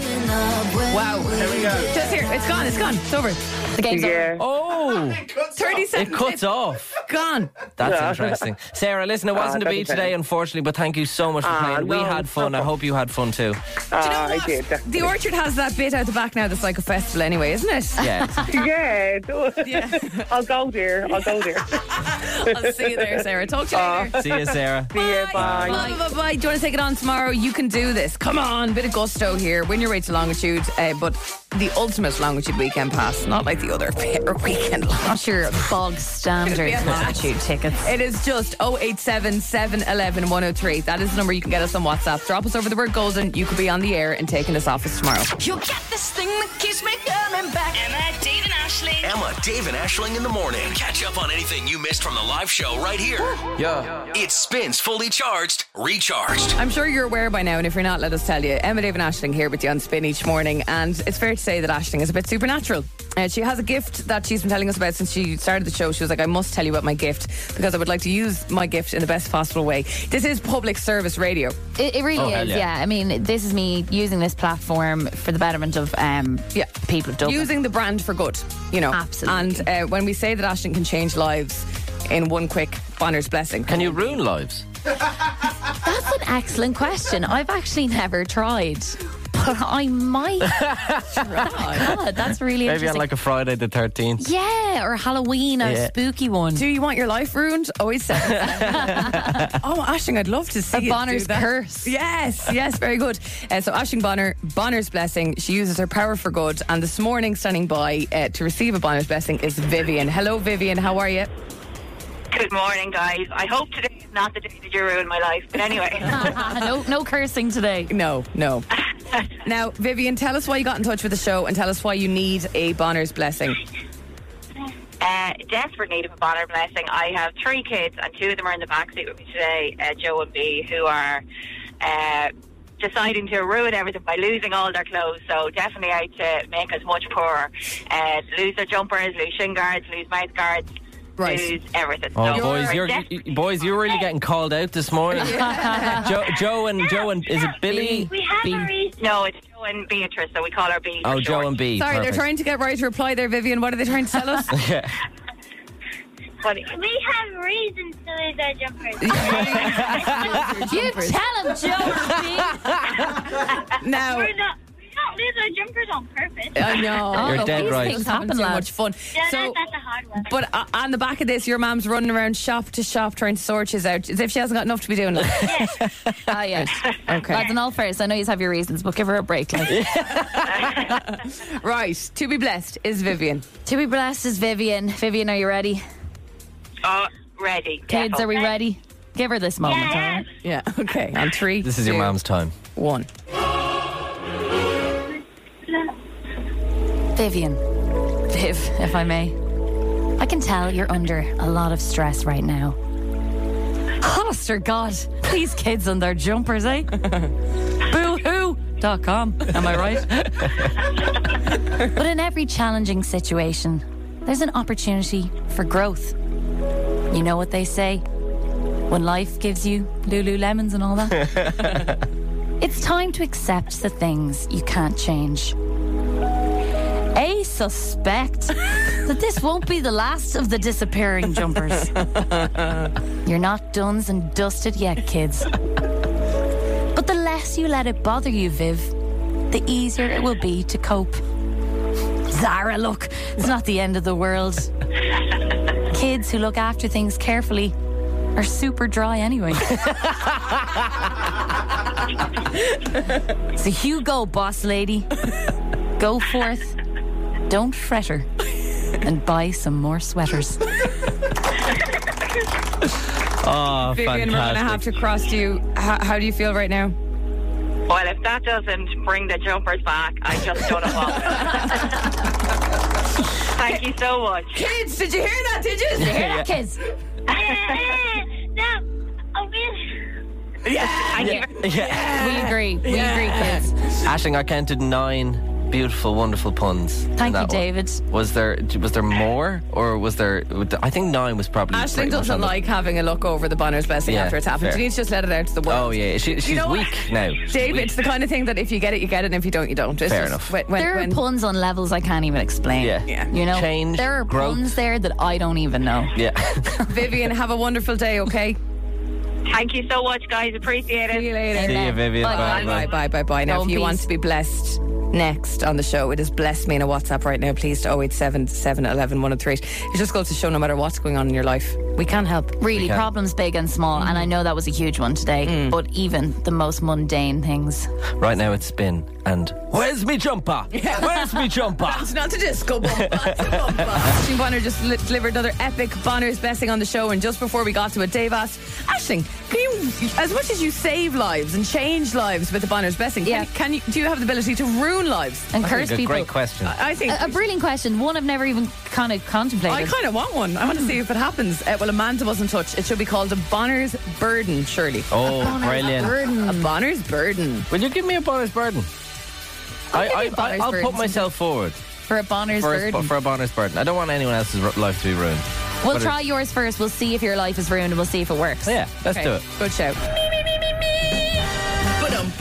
[SPEAKER 6] Wow. There we go. Just here. It's gone. It's gone. It's over.
[SPEAKER 4] The game's over.
[SPEAKER 14] Yeah.
[SPEAKER 5] Oh,
[SPEAKER 6] 30
[SPEAKER 5] it
[SPEAKER 6] seconds.
[SPEAKER 5] cuts off.
[SPEAKER 6] gone.
[SPEAKER 5] That's
[SPEAKER 14] Yeah. Ah,
[SPEAKER 5] interesting. Sarah, listen, it wasn't a
[SPEAKER 14] that'd
[SPEAKER 5] bee
[SPEAKER 14] be fair.
[SPEAKER 5] today, unfortunately, but thank you so much for
[SPEAKER 14] Ah,
[SPEAKER 5] playing. We
[SPEAKER 14] no,
[SPEAKER 5] had fun. I hope you had fun too.
[SPEAKER 14] Uh,
[SPEAKER 6] Do you know
[SPEAKER 14] I
[SPEAKER 6] what?
[SPEAKER 14] did. Definitely.
[SPEAKER 6] The Orchard has that bit out the back now that's like a festival anyway, isn't it?
[SPEAKER 5] Yeah.
[SPEAKER 14] yeah, do it. I'll go there. I'll go there.
[SPEAKER 6] I'll see you there, Sarah. Talk to you later.
[SPEAKER 5] See you, Sarah.
[SPEAKER 14] Ah, See you. Bye.
[SPEAKER 6] Bye, bye, bye, bye. Do you want to take it on tomorrow? You can do this. Come on, bit of gusto here. Win your way to longitude, uh, but the ultimate longitude weekend pass, not like the other fair weekend. Long.
[SPEAKER 4] Not your bog standard
[SPEAKER 6] It'll be on that.
[SPEAKER 4] longitude tickets.
[SPEAKER 6] It is just 087 711 103. That is the number you can get us on WhatsApp. Drop us over the word golden. You could be on the air and taking us off us tomorrow.
[SPEAKER 13] You get this thing that keeps me coming back.
[SPEAKER 15] Emma, Dave, and Ashley.
[SPEAKER 2] Emma, Dave, and Ashling in the morning. Catch up on anything you missed from the live show right here.
[SPEAKER 7] Yeah.
[SPEAKER 2] It spins fully charged, recharged.
[SPEAKER 6] I'm sure you're aware by now, and if you're not, let us tell you. Emma, Dave, and Ashling here with you on Spin each morning, and it's fair to say that Ashling is a bit supernatural. Uh, she has a gift that she's been telling us about since she started the show. She was like, I must tell you about my gift because I would like to use my gift in the best possible way. This is public service radio.
[SPEAKER 4] It, it really
[SPEAKER 5] Oh, hell
[SPEAKER 4] is,
[SPEAKER 5] yeah.
[SPEAKER 4] yeah. I mean, this is me using this platform for the betterment of um,
[SPEAKER 6] Yeah.
[SPEAKER 4] people of Dublin.
[SPEAKER 6] Using the brand for good, you know.
[SPEAKER 4] Absolutely.
[SPEAKER 6] And uh, when we say that Ashling can change lives in one quick Bonner's blessing,
[SPEAKER 5] Can you ruin lives?
[SPEAKER 4] That's an excellent question. I've actually never tried, but I might. God, that's really
[SPEAKER 5] Maybe on
[SPEAKER 4] interesting.
[SPEAKER 5] like a Friday the 13th.
[SPEAKER 4] yeah, or Halloween or
[SPEAKER 5] Yeah.
[SPEAKER 4] spooky one.
[SPEAKER 6] Do you want your life ruined? Always say. oh, Ashing, I'd love to see
[SPEAKER 4] A
[SPEAKER 6] you
[SPEAKER 4] Bonner's
[SPEAKER 6] do that.
[SPEAKER 4] curse.
[SPEAKER 6] Yes, yes, very good. Uh, so Ashing Bonner, Bonner's blessing. She uses her power for good. And this morning, standing by uh, to receive a Bonner's blessing is Vivian. Hello, Vivian. How are you?
[SPEAKER 16] Good morning, guys. I hope today is not the day that you ruin my life, but anyway.
[SPEAKER 4] no, no cursing today.
[SPEAKER 6] No, no. now, Vivian, tell us why you got in touch with the show and tell us why you need a Bonner's blessing.
[SPEAKER 16] uh, desperate need of a bonner blessing. I have three kids, and two of them are in the backseat with me today, uh, Joe and B, who are uh, deciding to ruin everything by losing all their clothes. So definitely out to make us much poorer. Uh, lose their jumpers, lose shin guards, lose mouth guards,
[SPEAKER 6] Right.
[SPEAKER 16] lose everything.
[SPEAKER 5] Oh,
[SPEAKER 16] So
[SPEAKER 5] boys,
[SPEAKER 16] we're
[SPEAKER 5] you're
[SPEAKER 16] desperate.
[SPEAKER 5] you- boys, you're really getting called out this morning. Joe, Joe and Joe and is it Billy?
[SPEAKER 16] We have
[SPEAKER 5] Bean?
[SPEAKER 16] No, it's Joe and Beatrice, so we call her B. for
[SPEAKER 5] Oh,
[SPEAKER 16] short.
[SPEAKER 5] Joe and B.
[SPEAKER 6] Sorry,
[SPEAKER 5] perfect.
[SPEAKER 6] they're trying to get right to reply there, Vivian. What are they trying to tell us?
[SPEAKER 5] Yeah.
[SPEAKER 16] Funny.
[SPEAKER 15] We have reasons to lose our jumpers.
[SPEAKER 4] You tell him, Joe.
[SPEAKER 6] now,
[SPEAKER 15] We're not. We don't lose our jumpers on purpose.
[SPEAKER 6] I know.
[SPEAKER 5] You're dead
[SPEAKER 4] these
[SPEAKER 5] right.
[SPEAKER 4] Things
[SPEAKER 6] having
[SPEAKER 4] happen,
[SPEAKER 6] too
[SPEAKER 4] lads.
[SPEAKER 6] much fun.
[SPEAKER 15] Yeah,
[SPEAKER 6] so,
[SPEAKER 15] that, that's a hard one.
[SPEAKER 6] but uh, on the back of this, your mom's running around shop to shop trying to sort his out as if she hasn't got enough to be doing. Like.
[SPEAKER 4] Ah, yeah.
[SPEAKER 6] Okay.
[SPEAKER 4] Lads, in all fairness, I know you have your reasons, but give her a break. Like.
[SPEAKER 6] right. To be blessed is Vivian.
[SPEAKER 4] to be blessed is Vivian. Vivian, are you ready?
[SPEAKER 16] Oh, ready.
[SPEAKER 4] Kids, are we
[SPEAKER 16] Careful.
[SPEAKER 4] ready? Give her this moment, all right?
[SPEAKER 6] Yeah. Okay. On three.
[SPEAKER 5] This is your
[SPEAKER 6] two,
[SPEAKER 5] mom's time.
[SPEAKER 6] One.
[SPEAKER 4] Vivian, Viv, if I may, I can tell you're under a lot of stress right now. Honest to God, these kids and their jumpers, eh? Boohoo.com, am I right? but in every challenging situation, there's an opportunity for growth. You know what they say? When life gives you Lululemons and all that? it's time to accept the things you can't change. I suspect that this won't be the last of the disappearing jumpers. You're not done and dusted yet, kids. But the less you let it bother you, Viv, the easier it will be to cope. Zara, look, it's not the end of the world. Kids who look after things carefully are super dry anyway. so you go, boss lady. Go forth, don't fret her, and buy some more sweaters.
[SPEAKER 5] Oh,
[SPEAKER 6] Vivian, we're going to have to cross you. How, how do you feel right now?
[SPEAKER 16] Well, if that doesn't bring the jumpers back, I just don't know what. will. Thank you so much.
[SPEAKER 6] Kids, did you hear that? Did you? Did you hear that,
[SPEAKER 4] Yeah. kids?
[SPEAKER 16] Thank you.
[SPEAKER 5] Yeah.
[SPEAKER 4] We agree. We agree, kids.
[SPEAKER 5] Ashling, I counted nine beautiful, wonderful puns. in
[SPEAKER 4] Thank you,
[SPEAKER 5] that one.
[SPEAKER 4] David.
[SPEAKER 5] Was there was there more, or was there? I think nine was probably.
[SPEAKER 6] Ashley
[SPEAKER 5] pretty much
[SPEAKER 6] doesn't
[SPEAKER 5] on the-
[SPEAKER 6] like having a look over the Bonner's blessing
[SPEAKER 5] Yeah,
[SPEAKER 6] after it's happened.
[SPEAKER 5] fair.
[SPEAKER 6] She needs to just let it out to the world.
[SPEAKER 5] Oh yeah, she, she's
[SPEAKER 6] know what?
[SPEAKER 5] weak now. She's
[SPEAKER 6] Dave,
[SPEAKER 5] weak.
[SPEAKER 6] it's the kind of thing that if you get it, you get it, and if you don't, you don't. It's
[SPEAKER 5] Fair
[SPEAKER 6] just
[SPEAKER 5] enough.
[SPEAKER 6] When, when,
[SPEAKER 4] there
[SPEAKER 6] when-
[SPEAKER 4] are puns on levels I can't even explain.
[SPEAKER 5] Yeah. Yeah.
[SPEAKER 4] You know,
[SPEAKER 5] Change,
[SPEAKER 4] there are
[SPEAKER 5] growth.
[SPEAKER 4] puns there that I don't even know.
[SPEAKER 5] Yeah.
[SPEAKER 6] Vivian, have a wonderful day, okay?
[SPEAKER 16] Thank you so much, guys. Appreciate it.
[SPEAKER 6] See you later.
[SPEAKER 5] See you, Vivian.
[SPEAKER 6] Bye, bye, bye, bye, bye, bye. Now,
[SPEAKER 5] Go
[SPEAKER 6] if
[SPEAKER 5] in
[SPEAKER 6] you
[SPEAKER 5] peace.
[SPEAKER 6] want to be blessed next on the show, it is bless me in a WhatsApp right now, please, oh to 087 711 1038. It oh just goes to show no matter what's going on in your life, we can help.
[SPEAKER 4] Really, problems big and small, and I know that was a huge one today.
[SPEAKER 5] Mm.
[SPEAKER 4] But even the most mundane things.
[SPEAKER 5] Right now it's spin and where's me jumper? Where's me jumper?
[SPEAKER 6] It's not a disco bomb. Ashling Bonner just li- delivered another epic Bonner's blessing on the show, and just before we got to it, Dave asked, "Ashling, can you, as much as you save lives and change lives with the Bonner's blessing, can, can you do you have the ability to ruin lives
[SPEAKER 4] And curse people.
[SPEAKER 6] I, I think
[SPEAKER 4] a, a brilliant question. One I've never even kind of contemplated.
[SPEAKER 6] I kind of want one. I want
[SPEAKER 4] Hmm.
[SPEAKER 6] to see if it happens. Uh, well, Amanda wasn't touched. It should be called a Bonner's burden, surely.
[SPEAKER 5] Oh, A Bonner's brilliant. burden.
[SPEAKER 6] A Bonner's burden.
[SPEAKER 5] Will you give me a bonus burden? I,
[SPEAKER 4] give
[SPEAKER 5] I,
[SPEAKER 4] you a bonus
[SPEAKER 5] I, I'll
[SPEAKER 4] burden
[SPEAKER 5] put myself forward
[SPEAKER 4] for a Bonner's
[SPEAKER 5] for a,
[SPEAKER 4] burden.
[SPEAKER 5] for a bonus burden. I don't want anyone else's r- life to be ruined.
[SPEAKER 4] We'll
[SPEAKER 5] But
[SPEAKER 4] try
[SPEAKER 5] it-
[SPEAKER 4] yours first. We'll see if your life is ruined and we'll see if it works.
[SPEAKER 5] Yeah, let's do it.
[SPEAKER 6] Good shout.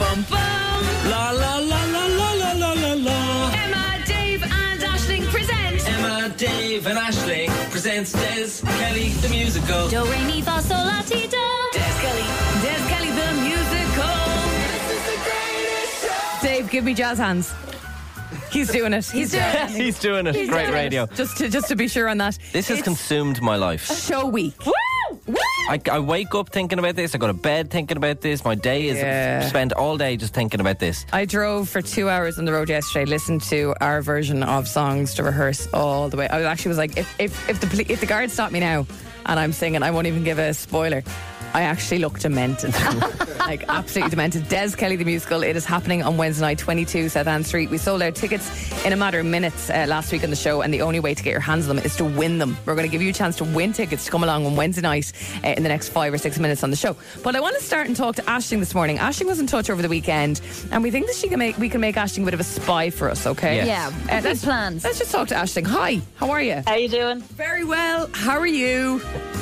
[SPEAKER 1] La la la la la la la la la.
[SPEAKER 6] Emma, Dave, and Ashling present.
[SPEAKER 1] Emma, Dave, and Ashley presents Des Kelly the musical.
[SPEAKER 4] Do re mi fa sol la ti do.
[SPEAKER 1] Des Kelly.
[SPEAKER 6] Des Kelly the musical. Dave, give me jazz hands. He's doing it. He's doing it.
[SPEAKER 5] He's doing it.
[SPEAKER 6] He's
[SPEAKER 5] Great
[SPEAKER 6] doing it.
[SPEAKER 5] radio.
[SPEAKER 6] Just to just to be sure on that.
[SPEAKER 5] This has
[SPEAKER 6] It's
[SPEAKER 5] consumed my life.
[SPEAKER 6] show week. Woo! Woo!
[SPEAKER 5] I, I wake up thinking about this. I go to bed thinking about this. My day is
[SPEAKER 6] Yeah.
[SPEAKER 5] spent all day just thinking about this.
[SPEAKER 6] I drove for two hours on the road yesterday. Listened to our version of songs to rehearse all the way. I actually was like, if if if the poli- if the guard stop me now, and I'm singing, I won't even give a spoiler. I actually look demented, like absolutely demented. Des Kelly the musical. It is happening on Wednesday night, 22 South Ann Street. We sold out tickets in a matter of minutes uh, last week on the show, and the only way to get your hands on them is to win them. We're going to give you a chance to win tickets to come along on Wednesday night uh, in the next five or six minutes on the show. But I want to start and talk to Ashling this morning. Ashling was in touch over the weekend, and we think that she can make we can make Ashling a bit of a spy for us. Okay? Uh,
[SPEAKER 4] Yes. Yeah, big
[SPEAKER 6] let's,
[SPEAKER 4] plans.
[SPEAKER 6] Let's just talk to Ashling. Hi, how are you?
[SPEAKER 11] How you doing?
[SPEAKER 6] Very well. How are you?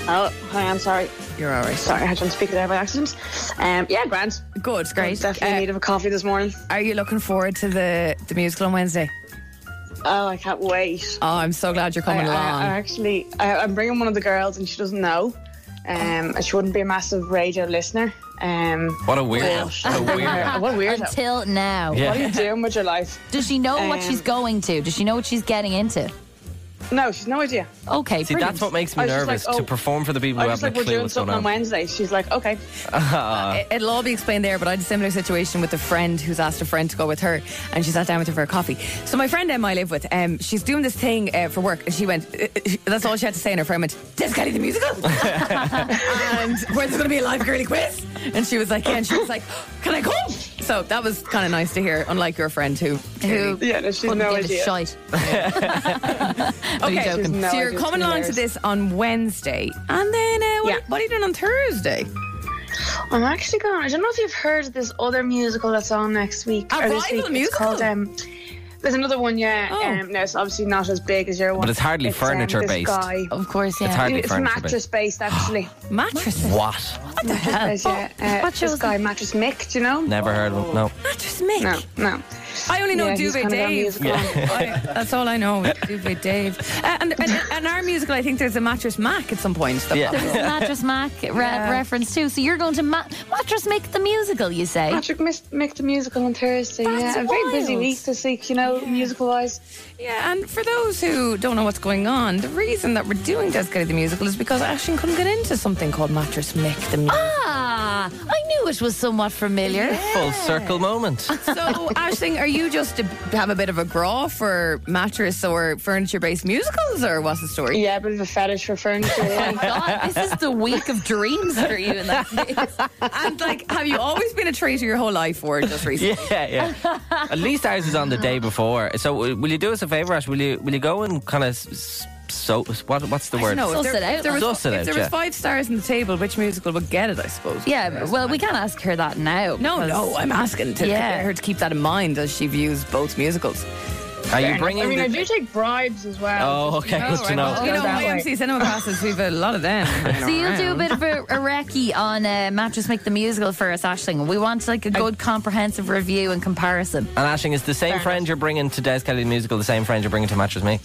[SPEAKER 11] Oh, hi, I'm sorry.
[SPEAKER 6] You're all right.
[SPEAKER 11] Sorry, I had to speak there by accident. Um, yeah, grand.
[SPEAKER 6] Good, great.
[SPEAKER 11] Definitely
[SPEAKER 6] Uh,
[SPEAKER 11] in need of a coffee this morning.
[SPEAKER 6] Are you looking forward to the the musical on Wednesday?
[SPEAKER 11] Oh, I can't wait.
[SPEAKER 6] Oh, I'm so glad you're coming
[SPEAKER 11] I,
[SPEAKER 6] along.
[SPEAKER 11] I, I actually, I, I'm bringing one of the girls, and she doesn't know. Um, and she wouldn't be a massive radio listener. Um,
[SPEAKER 5] What a weirdo.
[SPEAKER 11] but-
[SPEAKER 5] What a weirdo.
[SPEAKER 11] what a weirdo.
[SPEAKER 4] Until now.
[SPEAKER 5] Yeah.
[SPEAKER 11] What are you doing with your life?
[SPEAKER 4] Does she know
[SPEAKER 11] Um,
[SPEAKER 4] what she's going to? Does she know what she's getting into?
[SPEAKER 11] No, she's no idea.
[SPEAKER 4] Okay,
[SPEAKER 5] See, that's what makes me
[SPEAKER 11] I was just
[SPEAKER 5] nervous
[SPEAKER 11] like, oh,
[SPEAKER 5] to perform for the people
[SPEAKER 11] I
[SPEAKER 5] who
[SPEAKER 11] was
[SPEAKER 5] have
[SPEAKER 11] like,
[SPEAKER 5] no
[SPEAKER 11] we're
[SPEAKER 5] clue
[SPEAKER 11] doing
[SPEAKER 5] what's going
[SPEAKER 11] something on
[SPEAKER 5] on.
[SPEAKER 11] Wednesday. She's like, okay.
[SPEAKER 5] Ah.
[SPEAKER 6] It- It'll all be explained there, but I had a similar situation with a friend who's asked a friend to go with her, and she sat down with her for a coffee. So my friend Emma I live with, um, she's doing this thing uh, for work, and she went, uh, uh, that's all she had to say, and her friend went, Des Kelly the musical? and where there's going to be a live girly quiz? And she was like, yeah, and she was like, can I come? So that was kind of nice to hear, unlike your friend who...
[SPEAKER 4] Who
[SPEAKER 11] Yeah, no, she's
[SPEAKER 4] wouldn't
[SPEAKER 11] no
[SPEAKER 4] give
[SPEAKER 11] idea.
[SPEAKER 4] a shite?
[SPEAKER 6] Okay,
[SPEAKER 11] she's no
[SPEAKER 6] so
[SPEAKER 11] idea.
[SPEAKER 6] you're
[SPEAKER 11] It's
[SPEAKER 6] coming along to
[SPEAKER 11] hilarious.
[SPEAKER 6] this on Wednesday, and then uh, what,
[SPEAKER 11] Yeah.
[SPEAKER 6] what are you doing on Thursday?
[SPEAKER 11] I'm actually going. I don't know if you've heard of this other musical that's on next week.
[SPEAKER 6] A
[SPEAKER 11] or this
[SPEAKER 6] rival
[SPEAKER 11] week. It's called
[SPEAKER 6] musical?
[SPEAKER 11] um, There's another one, yeah.
[SPEAKER 4] Oh.
[SPEAKER 11] Um, no, it's obviously not as big as your one. um,
[SPEAKER 5] it's hardly furniture-based.
[SPEAKER 11] Of course,
[SPEAKER 5] It's yeah. hardly furniture-based.
[SPEAKER 11] mattress-based, actually. mattress?
[SPEAKER 5] What?
[SPEAKER 11] What the hell? Yeah. Uh, this guy, Mattress Mick, do you know?
[SPEAKER 5] Never heard of it. No.
[SPEAKER 6] Mattress Mick?
[SPEAKER 11] No, no.
[SPEAKER 6] I only know
[SPEAKER 11] Yeah, he's
[SPEAKER 6] Duvet
[SPEAKER 11] kind of on
[SPEAKER 6] Dave.
[SPEAKER 11] musical.
[SPEAKER 6] I- Oh, that's all I know. is Duvet Dave. Uh, and, and, and our musical, I think there's a mattress Mac at some point. that
[SPEAKER 4] There
[SPEAKER 6] pops
[SPEAKER 4] was
[SPEAKER 6] up.
[SPEAKER 4] a Mattress Mac re-
[SPEAKER 6] Yeah.
[SPEAKER 4] reference too. So you're going to ma- Mattress Make the Musical, you say?
[SPEAKER 11] Patrick mis- Mick the musical on Thursday.
[SPEAKER 6] That's
[SPEAKER 11] yeah, a very busy
[SPEAKER 6] wild.
[SPEAKER 11] week this week, you know, musical wise.
[SPEAKER 6] Yeah, and for those who don't know what's going on, the reason that we're doing Descalate the Musical is because Ashton couldn't get into something called Mattress Mick the Musical.
[SPEAKER 4] Ah, I knew it was somewhat familiar.
[SPEAKER 5] Full circle moment.
[SPEAKER 6] Oh, So, Ashling, are you just to have a bit of a grow for mattress or furniture based musicals, or what's the story?
[SPEAKER 11] Yeah, a bit of a fetish for furniture.
[SPEAKER 6] oh,
[SPEAKER 4] God, this is the week of dreams for you. In that
[SPEAKER 6] and, like, have you always been a traitor your whole life, or just recently?
[SPEAKER 5] Yeah, yeah. At least ours is on the day before. So w- will you do us a favour, Ash? Will you will you go and kind of so what what's the word?
[SPEAKER 6] No, if there, if there was,
[SPEAKER 5] Suss it
[SPEAKER 6] if
[SPEAKER 5] out,
[SPEAKER 6] there
[SPEAKER 5] yeah.
[SPEAKER 6] was five stars on the table, which musical would get it, I suppose?
[SPEAKER 4] Yeah, but- well, we can't ask her that now.
[SPEAKER 6] No,
[SPEAKER 4] because-
[SPEAKER 6] no, I'm asking to,
[SPEAKER 4] Yeah.
[SPEAKER 6] her to keep that in mind as she views both musicals.
[SPEAKER 5] Are you
[SPEAKER 11] Fair enough. I mean, I do take bribes as well.
[SPEAKER 5] Oh, okay, good to know.
[SPEAKER 11] It
[SPEAKER 6] You
[SPEAKER 11] goes
[SPEAKER 6] know,
[SPEAKER 11] that way.
[SPEAKER 6] YMC cinema classes, we've a lot of them.
[SPEAKER 4] So you'll do a bit of a, a recce on uh, Mattress Make the Musical for us, Ashling. We want like a good comprehensive review and comparison.
[SPEAKER 5] And Ashing, is the same friend you're bringing to Des Kelly the musical the same friend you're bringing to Match with Me?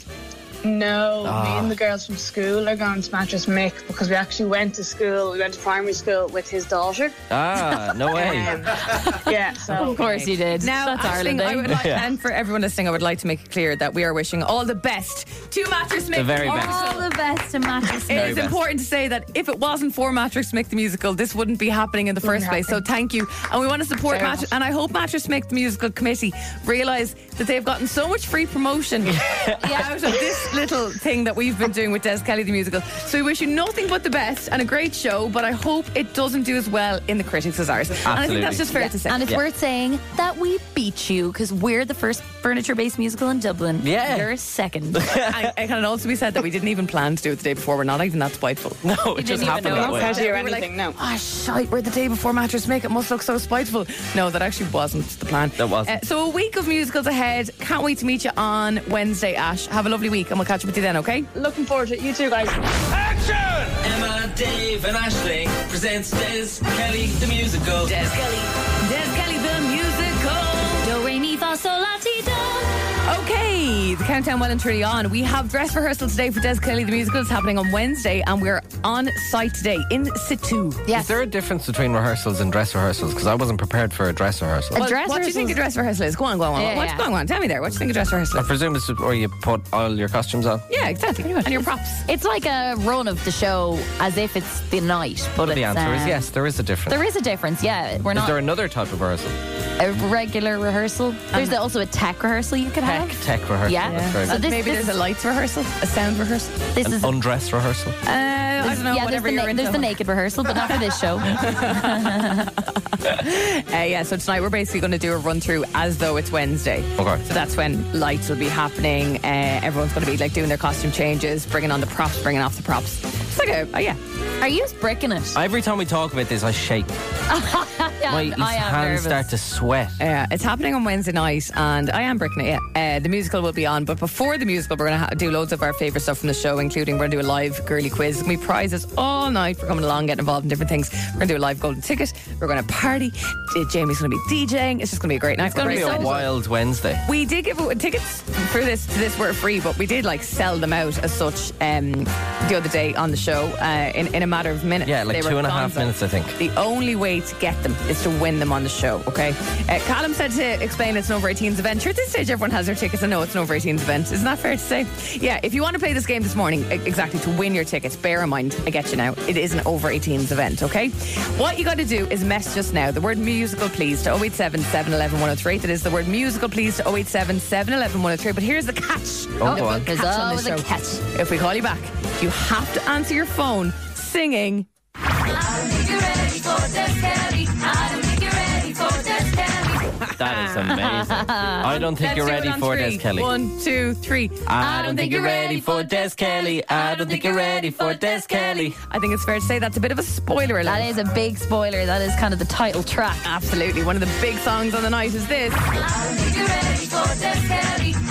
[SPEAKER 11] No, me
[SPEAKER 5] Ah.
[SPEAKER 11] and the girls from school are going to Mattress Mick because we actually went to school, we went to primary school with his daughter.
[SPEAKER 5] Ah, no way.
[SPEAKER 11] Um, yeah, so.
[SPEAKER 4] Of course you did.
[SPEAKER 6] Now,
[SPEAKER 4] That's
[SPEAKER 6] Aisling,
[SPEAKER 4] Ireland.
[SPEAKER 6] I
[SPEAKER 4] eh?
[SPEAKER 6] would like,
[SPEAKER 5] Yeah.
[SPEAKER 6] and for everyone listening, I would like to make it clear that we are wishing all the best to Mattress Mick.
[SPEAKER 5] very
[SPEAKER 6] the
[SPEAKER 5] best.
[SPEAKER 6] Musical.
[SPEAKER 4] All the best to Mattress
[SPEAKER 6] It
[SPEAKER 4] Make.
[SPEAKER 6] is
[SPEAKER 5] best.
[SPEAKER 6] important to say that if it wasn't for Mattress Mick the Musical, this wouldn't be happening in the first place. So thank you. And we want to support
[SPEAKER 11] Fair
[SPEAKER 6] Mattress. And I hope Mattress Mick the Musical Committee realise that they've gotten so much free promotion out of this little thing that we've been doing with Des Kelly the Musical. So we wish you nothing but the best and a great show, but I hope it doesn't do as well in the critics as ours. And I think that's
[SPEAKER 5] Absolutely.
[SPEAKER 6] just fair to say.
[SPEAKER 4] And it's worth saying that we beat you because we're the first furniture based musical in Dublin.
[SPEAKER 5] Yeah.
[SPEAKER 4] You're second.
[SPEAKER 6] and it can also be said that we didn't even plan to do it the day before. We're not even that spiteful.
[SPEAKER 5] No, it just happened that way.
[SPEAKER 11] Casually or
[SPEAKER 6] We were like,
[SPEAKER 11] anything, no.
[SPEAKER 6] Ah, shite, we're the day before mattress make. It must look so spiteful. No, that actually wasn't the plan.
[SPEAKER 5] That wasn't.
[SPEAKER 6] Uh, so a week of musicals ahead. Can't wait to meet you on Wednesday, Ash. Have a lovely week, and we'll catch up with you then. Okay.
[SPEAKER 11] Looking forward to it. You too, guys.
[SPEAKER 1] Emma, Dave, and Ashling presents Des Kelly the Musical. Des Kelly.
[SPEAKER 6] Des Kelly the musical.
[SPEAKER 4] Do re mi fa sol la ti do.
[SPEAKER 6] Okay, the countdown well and truly on. We have dress rehearsal today for Des Kelly the musical. It's happening on Wednesday, and we're on site today in situ.
[SPEAKER 5] Is there a difference between rehearsals and dress rehearsals? Because I wasn't prepared for a dress rehearsal.
[SPEAKER 6] Well,
[SPEAKER 4] dress
[SPEAKER 6] what do you think a dress rehearsal is? Go on, go on, go on.
[SPEAKER 4] Yeah,
[SPEAKER 6] What's
[SPEAKER 4] yeah.
[SPEAKER 6] going on? Tell me there. What do you think a dress rehearsal
[SPEAKER 5] I
[SPEAKER 6] is?
[SPEAKER 5] presume it's where you put all your costumes on.
[SPEAKER 6] Yeah, exactly. And your props.
[SPEAKER 4] It's like a run of the show as if it's the night, but
[SPEAKER 5] But the
[SPEAKER 4] it's,
[SPEAKER 5] answer is
[SPEAKER 11] uh,
[SPEAKER 4] um,
[SPEAKER 5] yes, there is a difference.
[SPEAKER 4] There is a difference, yeah. We're
[SPEAKER 5] Is
[SPEAKER 4] not
[SPEAKER 5] there another type of rehearsal?
[SPEAKER 4] a regular rehearsal. There's also a tech rehearsal you could
[SPEAKER 5] Um, Tech,
[SPEAKER 4] have.
[SPEAKER 5] tech rehearsal.
[SPEAKER 4] Yeah.
[SPEAKER 5] That's very
[SPEAKER 4] So
[SPEAKER 5] good.
[SPEAKER 4] this-
[SPEAKER 6] Maybe
[SPEAKER 4] this
[SPEAKER 6] there's a lights rehearsal, a sound rehearsal.
[SPEAKER 4] This is
[SPEAKER 5] An undress rehearsal.
[SPEAKER 6] Uh, I don't know.
[SPEAKER 4] yeah, there's
[SPEAKER 6] whatever
[SPEAKER 4] the,
[SPEAKER 6] you're
[SPEAKER 4] na-
[SPEAKER 6] into.
[SPEAKER 4] there's the naked rehearsal, but not for this show.
[SPEAKER 6] Uh, yeah, so tonight we're basically going to do a run through as though it's Wednesday.
[SPEAKER 5] Okay.
[SPEAKER 6] So that's when lights will be happening. Uh, everyone's going to be like doing their costume changes, bringing on the props, bringing off the props. It's like a, uh, yeah.
[SPEAKER 4] Are you just bricking it?
[SPEAKER 5] Every time we talk about this, I shake.
[SPEAKER 4] Yeah,
[SPEAKER 5] My
[SPEAKER 4] I
[SPEAKER 5] hands
[SPEAKER 4] am nervous.
[SPEAKER 5] start to sweat.
[SPEAKER 6] Uh, it's happening on Wednesday night, and I am bricking it. Yeah. Uh, the musical will be on, but before the musical, we're going to ha- do loads of our favourite stuff from the show, including we're going to do a live girly quiz. There's going to be prizes all night for coming along, getting involved in different things. We're going to do a live golden ticket. We're going to party. Uh, Jamie's going to be DJing. It's just going to be a great night.
[SPEAKER 5] It's going to be a wild Wednesday.
[SPEAKER 6] We did give away tickets for this. To this were free, but we did like sell them out as such um, the other day on the show uh, in in a matter of minutes.
[SPEAKER 5] Yeah, like
[SPEAKER 6] They were
[SPEAKER 5] two and a half
[SPEAKER 6] gonzo.
[SPEAKER 5] minutes, I think.
[SPEAKER 6] The only way to get them is to win them on the show. Okay. Uh, Callum said to explain it's an over 18s event. Sure, at this stage everyone has their tickets. I know it's an over 18s event. Isn't that fair to say? Yeah. If you want to play this game this morning, e- exactly to win your tickets. Bear in mind, I get you now. It is an over 18s event. Okay. What you got to do is message us now. The word musical, please, to 087 711 103. That is the word musical, please, to 087 711 103. But here's the catch.
[SPEAKER 5] Oh, go on.
[SPEAKER 4] There's
[SPEAKER 6] Catch on
[SPEAKER 4] always
[SPEAKER 6] this
[SPEAKER 4] a
[SPEAKER 6] show.
[SPEAKER 4] catch.
[SPEAKER 6] If we call you back, you have to answer your phone singing.
[SPEAKER 5] That is amazing. I don't think
[SPEAKER 6] Let's
[SPEAKER 5] you're
[SPEAKER 6] do it
[SPEAKER 5] ready
[SPEAKER 6] on
[SPEAKER 5] for
[SPEAKER 6] three.
[SPEAKER 5] Des Kelly.
[SPEAKER 6] One, two, three.
[SPEAKER 5] I don't think you're ready for Des Kelly. I don't think you're ready for Des Kelly.
[SPEAKER 6] I think it's fair to say that's a bit of a spoiler alert.
[SPEAKER 4] That is a big spoiler. That is kind of the title track.
[SPEAKER 6] Absolutely. One of the big songs on the night is this.
[SPEAKER 13] I don't think you're ready for this, Kelly.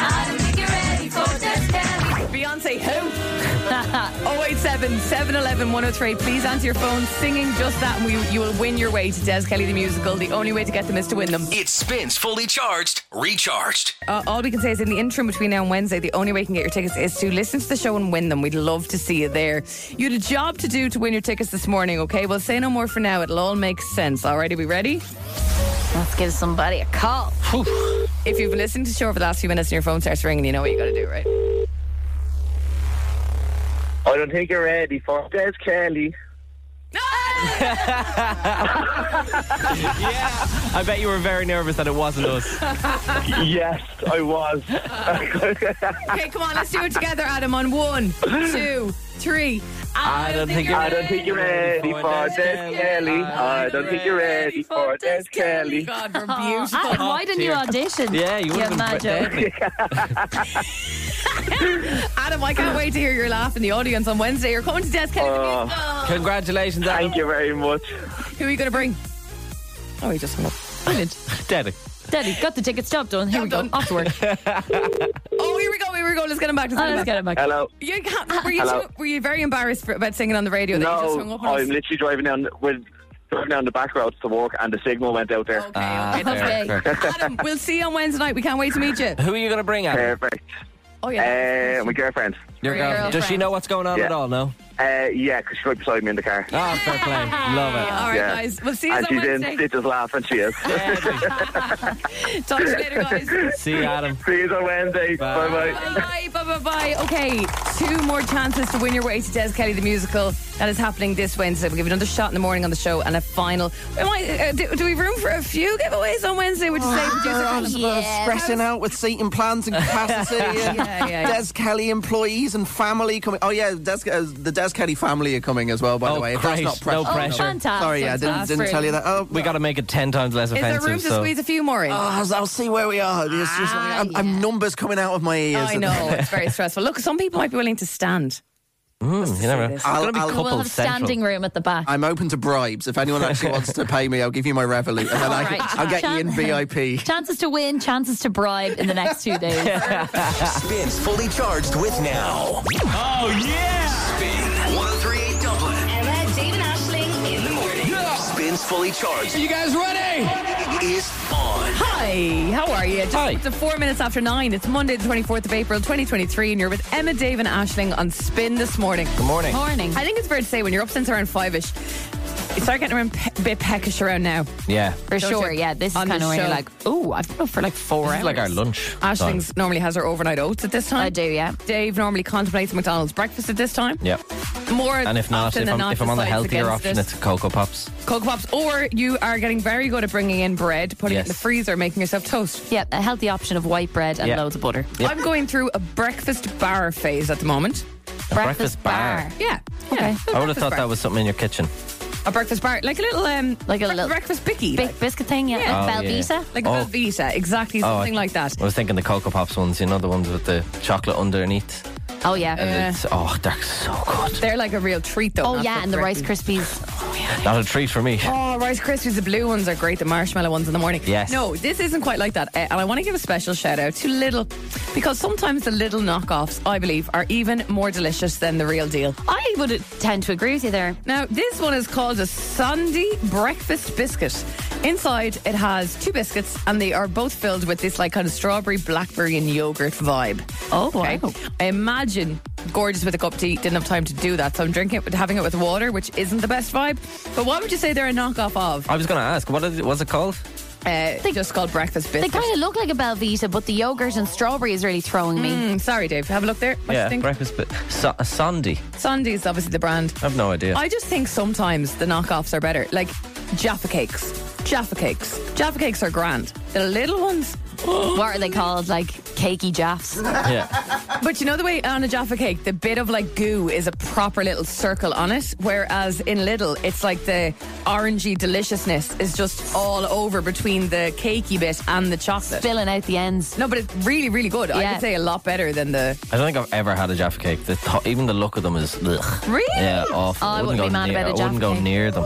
[SPEAKER 6] 087 711 103. Please answer your phone singing just that, and we, you will win your way to Des Kelly the Musical. The only way to get them is to win them.
[SPEAKER 2] It spins fully charged, recharged.
[SPEAKER 6] Uh, all we can say is in the interim between now and Wednesday, the only way you can get your tickets is to listen to the show and win them. We'd love to see you there. You had a job to do to win your tickets this morning, okay? Well, say no more for now. It'll all make sense. Alrighty, we ready?
[SPEAKER 4] Let's give somebody a call.
[SPEAKER 6] If you've listened to the show over the last few minutes and your phone starts ringing, you know what you got to do, right?
[SPEAKER 10] I don't think you're ready for Des Kelly.
[SPEAKER 5] I bet you were very nervous that it wasn't us.
[SPEAKER 10] yes, I was.
[SPEAKER 6] Okay, come on, let's do it together, Adam. On one, two, three.
[SPEAKER 10] I don't think you're I don't think you're ready for Des Kelly. I don't think you're ready for Des Kelly.
[SPEAKER 6] God,
[SPEAKER 4] we're beautiful. Adam, why didn't you
[SPEAKER 10] Dear.
[SPEAKER 4] audition?
[SPEAKER 10] Yeah, you would've been
[SPEAKER 4] You're mad
[SPEAKER 10] great.
[SPEAKER 4] joke.
[SPEAKER 6] Adam, I can't wait to hear your laugh in the audience on Wednesday. You're coming to Death Kelly.
[SPEAKER 10] Uh,
[SPEAKER 5] Congratulations, Adam.
[SPEAKER 10] Thank you very much.
[SPEAKER 6] Who are you going to bring? Oh, he just Brilliant.
[SPEAKER 5] Daddy.
[SPEAKER 4] Daddy, got the tickets. Job done. Here we go. Off to work.
[SPEAKER 6] Oh, here we go. Here we go. Let's get him back.
[SPEAKER 4] Oh, let's get him back.
[SPEAKER 10] Hello.
[SPEAKER 6] You can't, were, you
[SPEAKER 10] Hello.
[SPEAKER 6] too- were you very embarrassed for, about singing on the radio that you just hung
[SPEAKER 10] No,
[SPEAKER 6] up on
[SPEAKER 10] I'm
[SPEAKER 6] us?
[SPEAKER 10] literally driving down with driving down the back roads to work, and the signal went out there.
[SPEAKER 4] Ah,
[SPEAKER 6] okay. Adam, we'll see you on Wednesday night. We can't wait to meet you.
[SPEAKER 5] Who are you going to bring out?
[SPEAKER 10] Perfect.
[SPEAKER 6] Oh,
[SPEAKER 10] Uh, my girlfriend.
[SPEAKER 5] Your
[SPEAKER 6] Your
[SPEAKER 5] girl. Does she
[SPEAKER 6] girlfriend.
[SPEAKER 5] know what's going on
[SPEAKER 10] Yeah.
[SPEAKER 5] at all? No.
[SPEAKER 10] Uh, yeah, because she's right beside me in the car.
[SPEAKER 5] Oh, fair play. Love it.
[SPEAKER 6] All right, guys. We'll see you
[SPEAKER 10] And
[SPEAKER 6] on
[SPEAKER 10] she's
[SPEAKER 6] Wednesday.
[SPEAKER 10] in stitches laughing. She is.
[SPEAKER 6] Talk to you later, guys.
[SPEAKER 5] See you, Adam.
[SPEAKER 10] See you on Wednesday. Bye bye.
[SPEAKER 6] Bye, bye, bye, bye. Okay, two more chances to win your way to Des Kelly the Musical. That is happening this Wednesday. We'll give it another shot in the morning on the show and a final. Am I, uh, do, do we have room for a few giveaways on Wednesday? Would you say, producer? Colin?
[SPEAKER 7] stressing out with seating plans and capacity. and
[SPEAKER 6] Yeah, yeah, yeah.
[SPEAKER 7] Des Kelly employees and family coming. Oh yeah, Des, uh, the Des Kelly family are coming as well. By the
[SPEAKER 5] Oh,
[SPEAKER 7] way, If
[SPEAKER 5] great.
[SPEAKER 7] that's not
[SPEAKER 5] No
[SPEAKER 7] pressure.
[SPEAKER 5] pressure. Oh, fantastic.
[SPEAKER 7] Sorry, yeah, I didn't, didn't tell you that. Oh,
[SPEAKER 5] we got to make it ten times less
[SPEAKER 6] Is
[SPEAKER 5] offensive.
[SPEAKER 6] there room to
[SPEAKER 5] so.
[SPEAKER 6] squeeze a few more in?
[SPEAKER 7] Oh, I'll, I'll see where we are. It's just like, I'm, I'm numbers coming out of my ears.
[SPEAKER 6] I know, it's very stressful. Look, some people might be willing to stand.
[SPEAKER 5] Mm, you never know.
[SPEAKER 7] this.
[SPEAKER 5] It's going to be
[SPEAKER 7] I'll- I'll-
[SPEAKER 5] couples
[SPEAKER 4] We'll have
[SPEAKER 5] central.
[SPEAKER 4] standing room at the back.
[SPEAKER 7] I'm open to bribes. If anyone actually wants to pay me, I'll give you my Revolut, and then I,
[SPEAKER 4] All right.
[SPEAKER 7] I'll get you in
[SPEAKER 4] Chan-
[SPEAKER 7] VIP.
[SPEAKER 4] Chances to win, chances to bribe in the next two days.
[SPEAKER 2] Spins fully charged with now. Oh, yeah! Spin 1038 Dublin.
[SPEAKER 13] Emma, Dave, and Ashling in the morning.
[SPEAKER 2] Spins fully charged.
[SPEAKER 13] Are you guys ready?
[SPEAKER 2] Is on.
[SPEAKER 6] Hi, how are you? Just Hi. It's four minutes after nine. It's Monday, the 24th of April, 2023, and you're with Emma, Dave, and Ashling on Spin this morning. Good
[SPEAKER 5] morning.
[SPEAKER 4] Morning.
[SPEAKER 6] I think it's fair to say when you're up since around five ish, you start getting around pe- a bit peckish around now.
[SPEAKER 5] Yeah.
[SPEAKER 4] For
[SPEAKER 6] Don't
[SPEAKER 4] sure,
[SPEAKER 6] you?
[SPEAKER 4] yeah. This is
[SPEAKER 6] On
[SPEAKER 4] kind
[SPEAKER 6] the
[SPEAKER 4] of where you're
[SPEAKER 6] show.
[SPEAKER 4] like, ooh, I've been up for like four
[SPEAKER 5] This
[SPEAKER 4] hours.
[SPEAKER 5] is like our lunch.
[SPEAKER 6] Ashling's normally has her overnight oats at this time. I
[SPEAKER 4] do, yeah.
[SPEAKER 6] Dave normally contemplates McDonald's breakfast at this time.
[SPEAKER 5] Yep.
[SPEAKER 6] More
[SPEAKER 5] And if not,
[SPEAKER 6] often
[SPEAKER 5] if
[SPEAKER 6] than
[SPEAKER 5] I'm,
[SPEAKER 6] not,
[SPEAKER 5] if I'm on the
[SPEAKER 6] decides
[SPEAKER 5] healthier
[SPEAKER 6] against
[SPEAKER 5] option,
[SPEAKER 6] it.
[SPEAKER 5] it's Cocoa Pops.
[SPEAKER 6] Cocoa Pops, or you are getting very good at bringing in bread, putting it in
[SPEAKER 5] Yes.
[SPEAKER 6] the freezer, making yourself toast.
[SPEAKER 4] Yeah, a healthy option of white bread and
[SPEAKER 5] Yeah.
[SPEAKER 4] loads of butter.
[SPEAKER 5] Yeah.
[SPEAKER 6] I'm going through a breakfast bar phase at the moment.
[SPEAKER 5] A breakfast bar.
[SPEAKER 6] Yeah.
[SPEAKER 4] Okay.
[SPEAKER 5] I would have thought that was something in your kitchen.
[SPEAKER 6] a breakfast bar, like a little um, like a little breakfast bicky, big
[SPEAKER 4] biscuit thing, yeah,
[SPEAKER 5] like Oh, yeah. Velveeta.
[SPEAKER 6] like a
[SPEAKER 5] Oh.
[SPEAKER 6] Velveeta, exactly
[SPEAKER 5] Oh,
[SPEAKER 6] something
[SPEAKER 5] I-
[SPEAKER 6] like that.
[SPEAKER 5] I was thinking the Cocoa Pops ones, you know, the ones with the chocolate underneath.
[SPEAKER 4] Oh yeah.
[SPEAKER 5] And it's, oh, that's so good.
[SPEAKER 6] They're like a real treat though.
[SPEAKER 4] Oh yeah, and the Rice Krispies.
[SPEAKER 5] Not a treat for me.
[SPEAKER 6] Oh, Rice Krispies, the blue ones are great. The marshmallow ones in the morning.
[SPEAKER 5] Yes.
[SPEAKER 6] No, this isn't quite like that. Uh, and I want to give a special shout out to Little because sometimes the little knockoffs, I believe, are even more delicious than the real deal.
[SPEAKER 4] I would tend to agree with you there.
[SPEAKER 6] Now, this one is called a Sunday breakfast biscuit. Inside, it has two biscuits, and they are both filled with this like kind of strawberry, blackberry, and yogurt vibe.
[SPEAKER 4] Oh,
[SPEAKER 6] wow! I imagine gorgeous with a cup of tea. Didn't have time to do that, so I'm drinking it, with having it with water, which isn't the best vibe. But what would you say they're a knockoff of?
[SPEAKER 5] I was going to ask, what is it, what's it called?
[SPEAKER 6] Uh, just called breakfast
[SPEAKER 4] They
[SPEAKER 6] biscuit.
[SPEAKER 4] kind of look like a Belvita, but the yogurt and strawberry is really throwing me.
[SPEAKER 6] Mm, sorry, Dave. Have a look there. What do you
[SPEAKER 5] yeah,
[SPEAKER 6] think?
[SPEAKER 5] breakfast, but so, a Sunday.
[SPEAKER 6] Sunday's obviously the brand.
[SPEAKER 5] I've no idea.
[SPEAKER 6] I just think sometimes the knockoffs are better. Like Jaffa cakes. Jaffa cakes. Jaffa cakes are grand. The little ones.
[SPEAKER 4] What are they called? Like cakey jaffs.
[SPEAKER 5] yeah.
[SPEAKER 6] But you know the way on a Jaffa cake, the bit of like goo is a proper little circle on it, whereas in Little, it's like the orangey deliciousness is just all over between the cakey bit and the chocolate.
[SPEAKER 4] Filling out the ends.
[SPEAKER 6] No, but it's really, really good. I
[SPEAKER 4] Yeah.
[SPEAKER 6] would say a lot better than the.
[SPEAKER 5] I don't think I've ever had a Jaffa cake. The th- even the look of them is ugh.
[SPEAKER 6] Really?
[SPEAKER 5] Yeah, awful.
[SPEAKER 4] Oh, I wouldn't
[SPEAKER 5] go
[SPEAKER 4] be mad
[SPEAKER 5] near,
[SPEAKER 4] about a
[SPEAKER 5] I wouldn't
[SPEAKER 4] Jaffa
[SPEAKER 5] go
[SPEAKER 4] cake.
[SPEAKER 5] near them.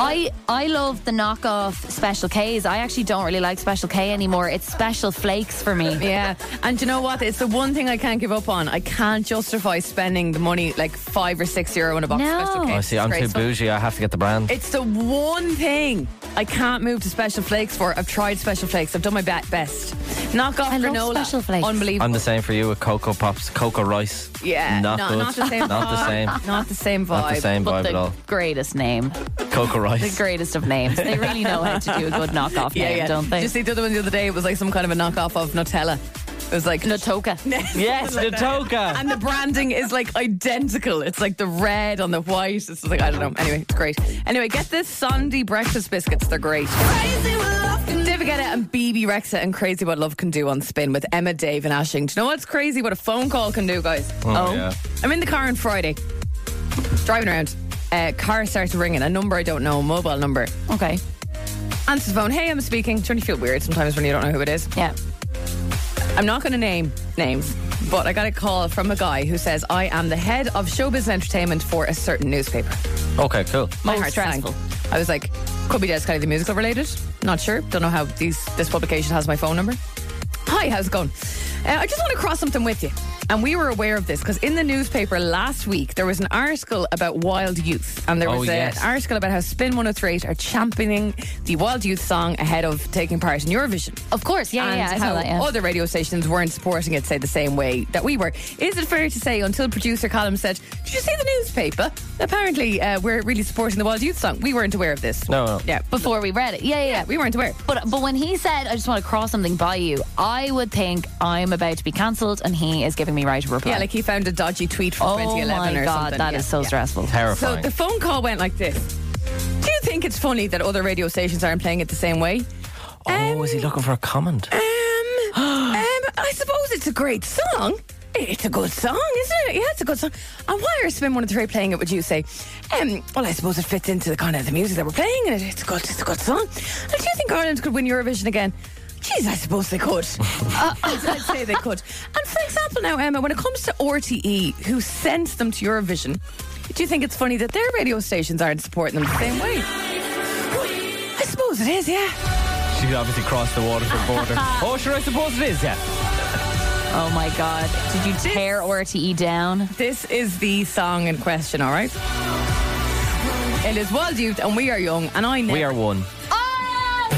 [SPEAKER 4] I I love the knockoff Special K's. I actually don't really like Special K anymore. It's special flakes for me.
[SPEAKER 6] Yeah. And you know what? It's the one thing I can't give up on. I can't justify spending the money like five or six euro on a box of special cakes.
[SPEAKER 5] Oh, see, I'm too
[SPEAKER 6] Disgraceful.
[SPEAKER 5] bougie. I have to get the brand.
[SPEAKER 6] It's the one thing I can't move to special flakes for. I've tried special flakes. I've done my be- best. Knock off granola. Special flakes. Unbelievable.
[SPEAKER 5] I'm the same for you with cocoa pops, cocoa rice.
[SPEAKER 6] yeah,
[SPEAKER 5] not,
[SPEAKER 6] no,
[SPEAKER 5] good.
[SPEAKER 6] not the same.
[SPEAKER 5] Not the same.
[SPEAKER 6] vibe. Not the same vibe.
[SPEAKER 5] Not the same
[SPEAKER 4] But
[SPEAKER 5] vibe at
[SPEAKER 4] the
[SPEAKER 5] all.
[SPEAKER 4] greatest name.
[SPEAKER 5] Cocoa
[SPEAKER 4] The
[SPEAKER 5] rice.
[SPEAKER 4] greatest of names. They really know how to do a good knockoff
[SPEAKER 6] yeah,
[SPEAKER 4] name,
[SPEAKER 6] yeah.
[SPEAKER 4] don't they?
[SPEAKER 6] Just see the other one the other day. It was like some kind of a knockoff of Nutella. It was like
[SPEAKER 4] Notoka.
[SPEAKER 5] Yes, Notoka.
[SPEAKER 6] And the branding is like identical. It's like the red on the white. It's like I don't know. Anyway, it's great. Anyway, get this Sunday breakfast biscuits. They're great. David Guetta and BB Rexa and Crazy What Love Can Do on Spin with Emma, Dave, and Ashing. Do you know what's crazy? What a phone call can do, guys.
[SPEAKER 5] Oh, yeah.
[SPEAKER 6] I'm in the car on Friday, driving around. Uh, car starts ringing. A number I don't know, mobile number.
[SPEAKER 4] Okay.
[SPEAKER 6] Answers the phone. Hey, I'm speaking. Don't you feel weird sometimes when you don't know who it is?
[SPEAKER 4] Yeah.
[SPEAKER 6] I'm not going to name names, but I got a call from a guy who says, I am the head of showbiz entertainment for a certain newspaper.
[SPEAKER 5] Okay, cool.
[SPEAKER 6] My heart sank. I was like, could be Dead Sky the musical related. Not sure. Don't know how these this publication has my phone number. Hi, how's it going? Uh, I just want to cross something with you. And we were aware of this because in the newspaper last week there was an article about wild youth, and there
[SPEAKER 5] Oh,
[SPEAKER 6] was a-
[SPEAKER 5] yes.
[SPEAKER 6] an article about how Spin 103 are championing the wild youth song ahead of taking part in Eurovision.
[SPEAKER 4] Of course, yeah,
[SPEAKER 6] and
[SPEAKER 4] yeah, I saw
[SPEAKER 6] how
[SPEAKER 4] that, yeah.
[SPEAKER 6] other radio stations weren't supporting it, say the same way that we were. Is it fair to say until producer Colin said, "Did you see the newspaper? Apparently, uh, we're really supporting the wild youth song. We weren't aware of this.
[SPEAKER 5] No, no.
[SPEAKER 6] yeah,
[SPEAKER 4] before we read it. Yeah, yeah, yeah.
[SPEAKER 6] we weren't aware.
[SPEAKER 4] But but when he said, "I just want to cross something by you," I would think I'm about to be cancelled, and he is giving me right to reply.
[SPEAKER 6] Yeah, like he found a dodgy tweet from
[SPEAKER 4] Oh
[SPEAKER 6] 2011
[SPEAKER 4] my
[SPEAKER 6] or
[SPEAKER 4] God,
[SPEAKER 6] something.
[SPEAKER 4] that
[SPEAKER 6] That is
[SPEAKER 4] is so stressful.
[SPEAKER 6] So
[SPEAKER 5] Terrifying.
[SPEAKER 6] the phone call went like this. Do you think it's funny that other radio stations aren't playing it the same way?
[SPEAKER 5] oh, was he looking for a comment?
[SPEAKER 6] Um, um, I suppose it's a great song. It's a good song, isn't it? Yeah, it's a good song. And why are Spin One and Three playing it? Would you say? Um, well, I suppose it fits into the kind of the music that we're playing, and it's a good. It's a good song. And do you think Ireland could win Eurovision again? Jeez, I suppose they could. uh, I'd I'd say they could. And for example, now Emma, when it comes to RTE, who sends them to Eurovision, do you think it's funny that their radio stations aren't supporting them the same way? I suppose it is. Yeah.
[SPEAKER 5] She obviously crossed the Waterford border. oh, sure, I suppose it is, yeah.
[SPEAKER 4] oh my god, did you tear RTE down?
[SPEAKER 6] This is the song in question, all right? It is Wild Youth and We Are Young, and I know.
[SPEAKER 5] We are one.
[SPEAKER 4] Oh,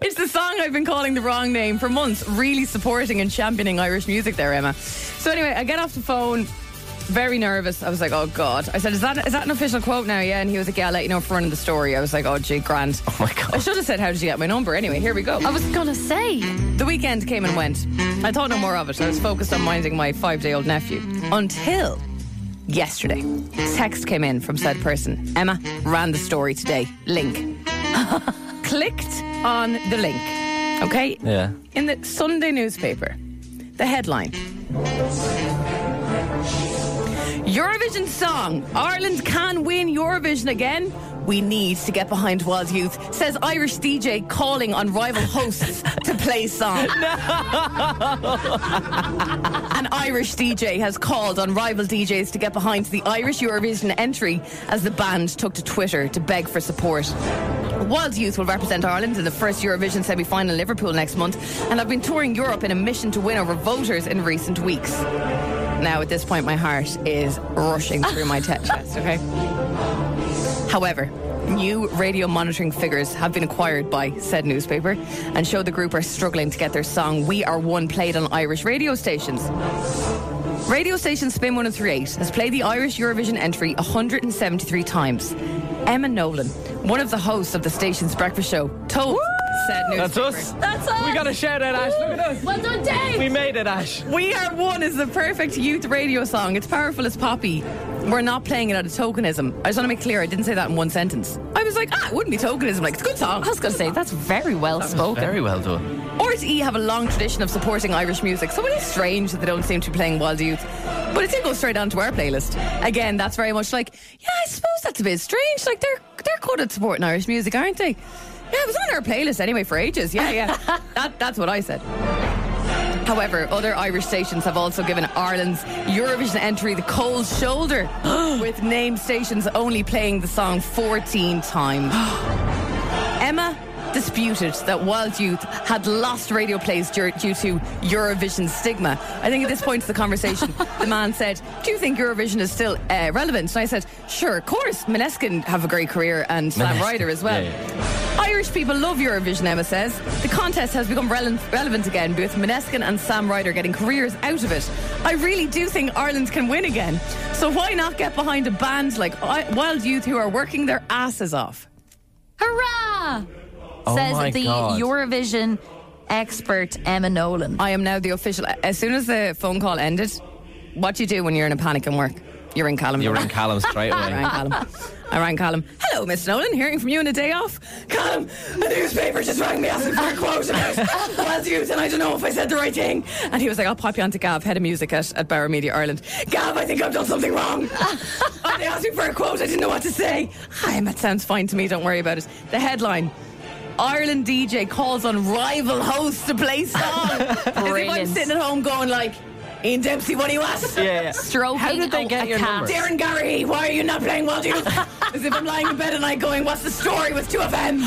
[SPEAKER 6] It's the song I've been calling the wrong name for months, really supporting and championing Irish music there, Emma. So, anyway, I get off the phone. Very nervous. I was like, "Oh God!" I said, "Is that is that an official quote now?" Yeah, and he was like, "Yeah, I'll let you know for running the story." I was like, "Oh gee, grand." Oh
[SPEAKER 5] my God!
[SPEAKER 6] I should have said, "How did you get my number?" Anyway, here we go. I
[SPEAKER 4] was gonna say
[SPEAKER 6] the weekend came and went. I thought no more of it. I was focused on minding my five-day-old nephew until yesterday. Text came in from said person. Emma ran the story today. Link. Clicked on the link. Okay.
[SPEAKER 5] Yeah.
[SPEAKER 6] In the Sunday newspaper, the headline Eurovision song Ireland can win Eurovision again. We need to get behind Wild Youth, says Irish DJ calling on rival hosts to play song. An Irish DJ has called on rival DJs to get behind the Irish Eurovision entry as the band took to Twitter to beg for support. Wild Youth will represent Ireland in the first Eurovision semi final in Liverpool next month and have been touring Europe in a mission to win over voters in recent weeks. Now, at this point, my heart is rushing through my te- chest, okay? However, new radio monitoring figures have been acquired by said newspaper and show the group are struggling to get their song We Are One played on Irish radio stations. Radio station Spin 1038 has played the Irish Eurovision entry 173 times. Emma Nolan, one of the hosts of the station's breakfast show, told said
[SPEAKER 5] That's
[SPEAKER 6] newspaper.
[SPEAKER 5] us. That's us. We got a shout out, Ash. Look at us.
[SPEAKER 4] Well done, Dave.
[SPEAKER 5] We made it, Ash.
[SPEAKER 6] We Are One is the perfect youth radio song. It's powerful as poppy. We're not playing it out of tokenism. I just want to make clear, I didn't say that in one sentence. I was like, ah, it wouldn't be tokenism. Like, it's a good song. I was going to say,
[SPEAKER 4] that's very well
[SPEAKER 6] spoken.
[SPEAKER 5] Very well done.
[SPEAKER 6] RTE E have a long tradition of supporting Irish music, so it is strange that they don't seem to be playing Wild Youth. But it did go straight onto our playlist. Again, that's very much like, yeah, I suppose that's a bit strange. Like they're they're good at supporting Irish music, aren't they? Yeah, it was on our playlist anyway for ages. Yeah, yeah. that that's what I said. However, other Irish stations have also given Ireland's Eurovision entry the cold shoulder, with named stations only playing the song 14 times. Emma disputed that Wild Youth had lost radio plays dur- due to Eurovision stigma. I think at this point of the conversation, the man said, Do you think Eurovision is still uh, relevant? And I said, Sure, of course. Mineskin have a great career and Slam
[SPEAKER 17] Maneskin,
[SPEAKER 6] Ryder as well.
[SPEAKER 17] yeah,
[SPEAKER 6] Irish people love Eurovision, Emma says. The contest has become rele- relevant again, with Mineskin and Sam Ryder getting careers out of it. I really do think Ireland can win again. So why not get behind a band like I- Wild Youth who are working their asses off?
[SPEAKER 4] Hurrah!
[SPEAKER 6] Oh
[SPEAKER 4] says
[SPEAKER 6] my
[SPEAKER 4] the
[SPEAKER 6] God.
[SPEAKER 4] Eurovision expert Emma Nolan.
[SPEAKER 6] I am now the official. As soon as the phone call ended, what do you do when you're in a panic and work? You're in Callum.
[SPEAKER 5] You're in Callum straight away.
[SPEAKER 6] I rang Callum. I rang Callum. Hello, Miss Nolan. Hearing from you on a day off. Callum, a newspaper just rang me asking for a quote about Wild Youth, and I don't know if I said the right thing. And he was like, I'll pop you on to Gav, head of music at, at Bauer Media Ireland. Gav, I think I've done something wrong. oh, they asked me for a quote. I didn't know what to say. Hi, that sounds fine to me. Don't worry about it. The headline. Ireland DJ calls on rival hosts to play song. As if I'm
[SPEAKER 4] Brilliant.
[SPEAKER 6] sitting at home going like, Ian Dempsey, what do you want?
[SPEAKER 4] Yeah, yeah. Stroking
[SPEAKER 6] How did they
[SPEAKER 4] a-
[SPEAKER 6] get
[SPEAKER 4] a
[SPEAKER 6] your
[SPEAKER 4] calf.
[SPEAKER 6] number? Darren Gary, why are you not playing Wild Youth? As if I'm lying in bed at night going, what's the story with 2FM?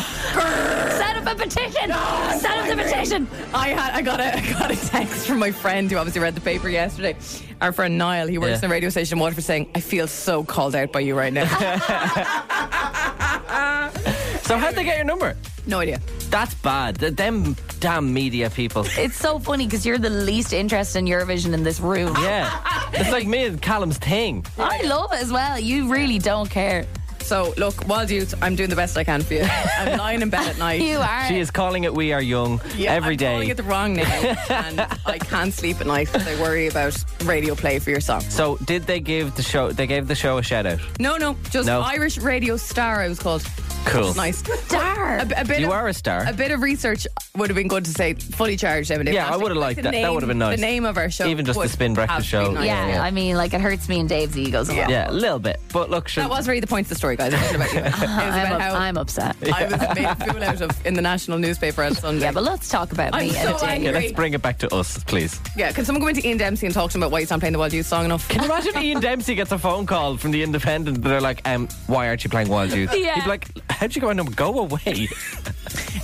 [SPEAKER 6] Set
[SPEAKER 4] up a petition.
[SPEAKER 6] Set up the petition. I had I got a I got a text from my friend who obviously read the paper yesterday. Our friend Niall, he works
[SPEAKER 17] Yeah.
[SPEAKER 6] in a radio station in Waterford, saying, I feel so called out by you right now.
[SPEAKER 5] So how'd they get your number?
[SPEAKER 6] No idea.
[SPEAKER 5] That's bad. Th- Them damn media people.
[SPEAKER 4] It's so funny because you're the least interested in Eurovision in this room.
[SPEAKER 5] Yeah. It's like me and Callum's thing.
[SPEAKER 4] I love it as well. You really don't care.
[SPEAKER 6] So look, Wild Youth, I'm doing the best I can for you. I'm lying in bed at night.
[SPEAKER 4] You are.
[SPEAKER 5] She is calling it We Are Young
[SPEAKER 6] Yeah,
[SPEAKER 5] every
[SPEAKER 6] I'm
[SPEAKER 5] day.
[SPEAKER 6] calling it the wrong name, and I can't sleep at night because I worry about radio play for your song.
[SPEAKER 5] so did they give the show they gave the show a shout out?
[SPEAKER 6] No, no, just
[SPEAKER 5] No.
[SPEAKER 6] Irish radio star. I was called.
[SPEAKER 5] Cool.
[SPEAKER 6] Which is nice. Star. A, a bit
[SPEAKER 5] You
[SPEAKER 6] of,
[SPEAKER 5] are a star.
[SPEAKER 6] A bit of research would have been good to say. Fully charged, Emily.
[SPEAKER 5] Yeah, I would have liked
[SPEAKER 6] The
[SPEAKER 5] that. That
[SPEAKER 6] name-
[SPEAKER 5] would have been nice.
[SPEAKER 6] The name of our show,
[SPEAKER 5] Even just the
[SPEAKER 6] would
[SPEAKER 5] Spin Breakfast
[SPEAKER 6] have been
[SPEAKER 5] Show.
[SPEAKER 6] nice.
[SPEAKER 5] Yeah, yeah.
[SPEAKER 4] I mean, like it hurts me and Dave's egos a lot.
[SPEAKER 5] Yeah, a little bit. But look, sure.
[SPEAKER 6] That was really the point of the story, guys. It wasn't about you. It was
[SPEAKER 4] I'm,
[SPEAKER 6] about
[SPEAKER 4] up-
[SPEAKER 6] how
[SPEAKER 4] I'm upset.
[SPEAKER 6] I was made a fool out of in the national newspaper on Sunday. Yeah,
[SPEAKER 4] but let's talk about
[SPEAKER 6] I'm
[SPEAKER 4] me
[SPEAKER 6] so
[SPEAKER 4] editing.
[SPEAKER 6] angry.
[SPEAKER 5] Okay, let's bring it back to us, please.
[SPEAKER 6] Yeah, can someone go into Ian Dempsey and talk to him about why he's not playing the Wild Youth song enough?
[SPEAKER 5] Can you imagine Ian Dempsey gets a phone call from the Independent? They're like, um, "Why aren't you playing Wild Youth?"
[SPEAKER 4] Yeah.
[SPEAKER 5] He'd be like, "How'd you go? No, go away."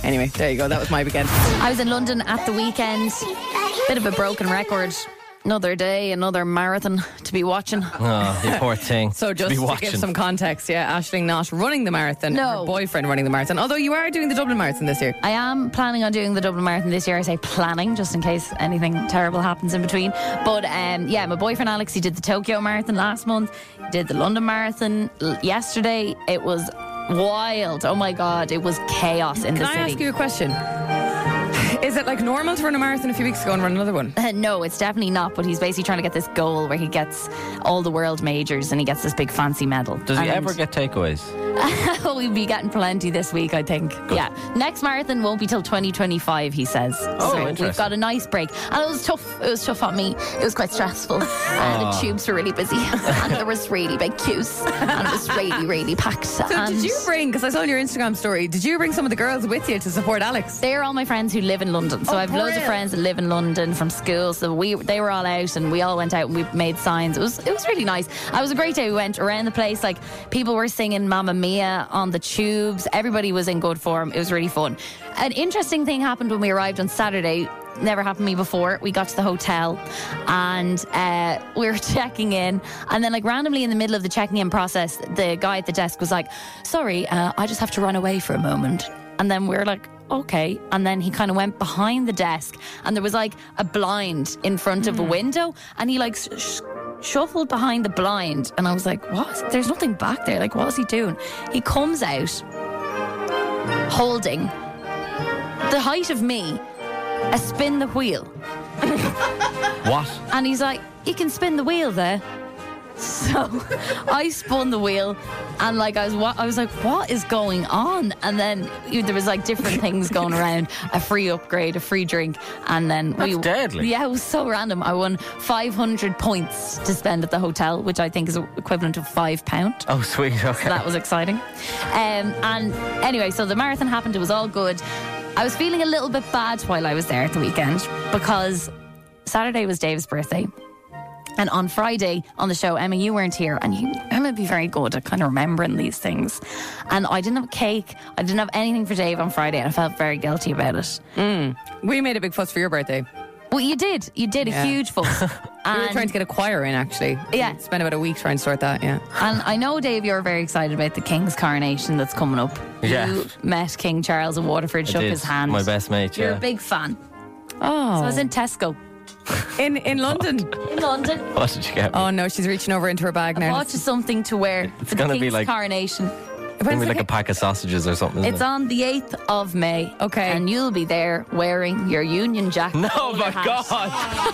[SPEAKER 6] anyway, there you go. That was my weekend.
[SPEAKER 4] I was in London at the weekend. Bit of a broken record. Another day, another marathon to be watching.
[SPEAKER 5] Oh, you poor thing.
[SPEAKER 6] So just
[SPEAKER 5] be
[SPEAKER 6] to
[SPEAKER 5] watching.
[SPEAKER 6] give some context, yeah, Ashling not running the marathon, her boyfriend running the marathon. Although you are doing the Dublin Marathon this year.
[SPEAKER 4] I am planning on doing the Dublin Marathon this year. I say planning just in case anything terrible happens in between. But um, yeah, my boyfriend Alex, he did the Tokyo Marathon last month, he did the London Marathon l- yesterday. It was wild. Oh my God, it was chaos in
[SPEAKER 6] Can
[SPEAKER 4] the
[SPEAKER 6] I
[SPEAKER 4] city.
[SPEAKER 6] ask you a question? Is it like normal to run a marathon a few weeks ago and run another one?
[SPEAKER 4] Uh, no, it's definitely not. But he's basically trying to get this goal where he gets all the world majors and he gets this big fancy medal.
[SPEAKER 5] Does he
[SPEAKER 4] And-
[SPEAKER 5] ever get takeaways?
[SPEAKER 4] We'll be getting plenty this week, I think. Yeah. Next marathon won't be till 2025, he says.
[SPEAKER 5] Oh,
[SPEAKER 4] so
[SPEAKER 5] interesting.
[SPEAKER 4] we've got a nice break. And it was tough. It was tough on me. It was quite stressful. and the
[SPEAKER 5] Aw.
[SPEAKER 4] tubes were really busy. and there was really big queues. And it was really, really packed.
[SPEAKER 6] So did you bring? Because I saw on your Instagram story. Did you bring some of the girls with you to support Alex?
[SPEAKER 4] They're all my friends who live in London. So
[SPEAKER 6] Oh,
[SPEAKER 4] I've loads of
[SPEAKER 6] brilliant.
[SPEAKER 4] friends that live in London from school. So we they were all out and we all went out and we made signs. It was it was really nice. It was a great day. We went around the place, like people were singing Mamma Mia on the tubes. Everybody was in good form. It was really fun. An interesting thing happened when we arrived on Saturday. Never happened to me before. We got to the hotel and uh, we were checking in. And then, like, randomly in the middle of the checking in process, the guy at the desk was like, Sorry, uh, I just have to run away for a moment. And then we were like, okay. And then he kind of went behind the desk, and there was like a blind in front of a window, and he like sh- sh- shuffled behind the blind. And I was like, what? There's nothing back there. Like, what is he doing? He comes out holding the height of me, a spin the wheel.
[SPEAKER 5] What?
[SPEAKER 4] And he's like, you can spin the wheel there. So I spun the wheel, and like I was, wa- I was like, what is going on? And then you, there was like different things going around: a free upgrade, a free drink, and then we
[SPEAKER 5] That's deadly.
[SPEAKER 4] Yeah, it was so random. I won 500 points to spend at the hotel, which I think is equivalent to five pound.
[SPEAKER 5] Oh, sweet. Okay.
[SPEAKER 4] So that was exciting. Um, and anyway, so the marathon happened. It was all good. I was feeling a little bit bad while I was there at the weekend because Saturday was Dave's birthday. And on Friday on the show, Emma, you weren't here, and you, Emma would be very good at kind of remembering these things. And I didn't have cake, I didn't have anything for Dave on Friday, and I felt very guilty about it.
[SPEAKER 6] We made a big fuss for your birthday.
[SPEAKER 4] Well, you did. You did
[SPEAKER 6] Yeah.
[SPEAKER 4] a huge fuss.
[SPEAKER 6] we were trying to get a choir in, actually. Yeah. Spent about a week trying to sort that, yeah.
[SPEAKER 4] And I know, Dave, you're very excited about the King's coronation that's coming up.
[SPEAKER 5] Yeah.
[SPEAKER 4] You met King Charles in Waterford,
[SPEAKER 5] I
[SPEAKER 4] shook
[SPEAKER 5] did.
[SPEAKER 4] his hand.
[SPEAKER 5] My best mate,
[SPEAKER 4] You're
[SPEAKER 5] yeah.
[SPEAKER 4] a big fan.
[SPEAKER 6] Oh.
[SPEAKER 4] So I was in Tesco.
[SPEAKER 6] In in London.
[SPEAKER 4] in London.
[SPEAKER 5] What did you get?
[SPEAKER 6] Oh, no, she's reaching over into her bag now.
[SPEAKER 4] Bought you something to wear for the
[SPEAKER 5] gonna
[SPEAKER 4] King's
[SPEAKER 5] be like-
[SPEAKER 4] coronation.
[SPEAKER 5] Maybe like a pack of sausages or something. isn't
[SPEAKER 4] It's
[SPEAKER 5] it?
[SPEAKER 4] on the 8th of May. Okay. And you'll be there wearing your Union Jack.
[SPEAKER 5] Oh my god!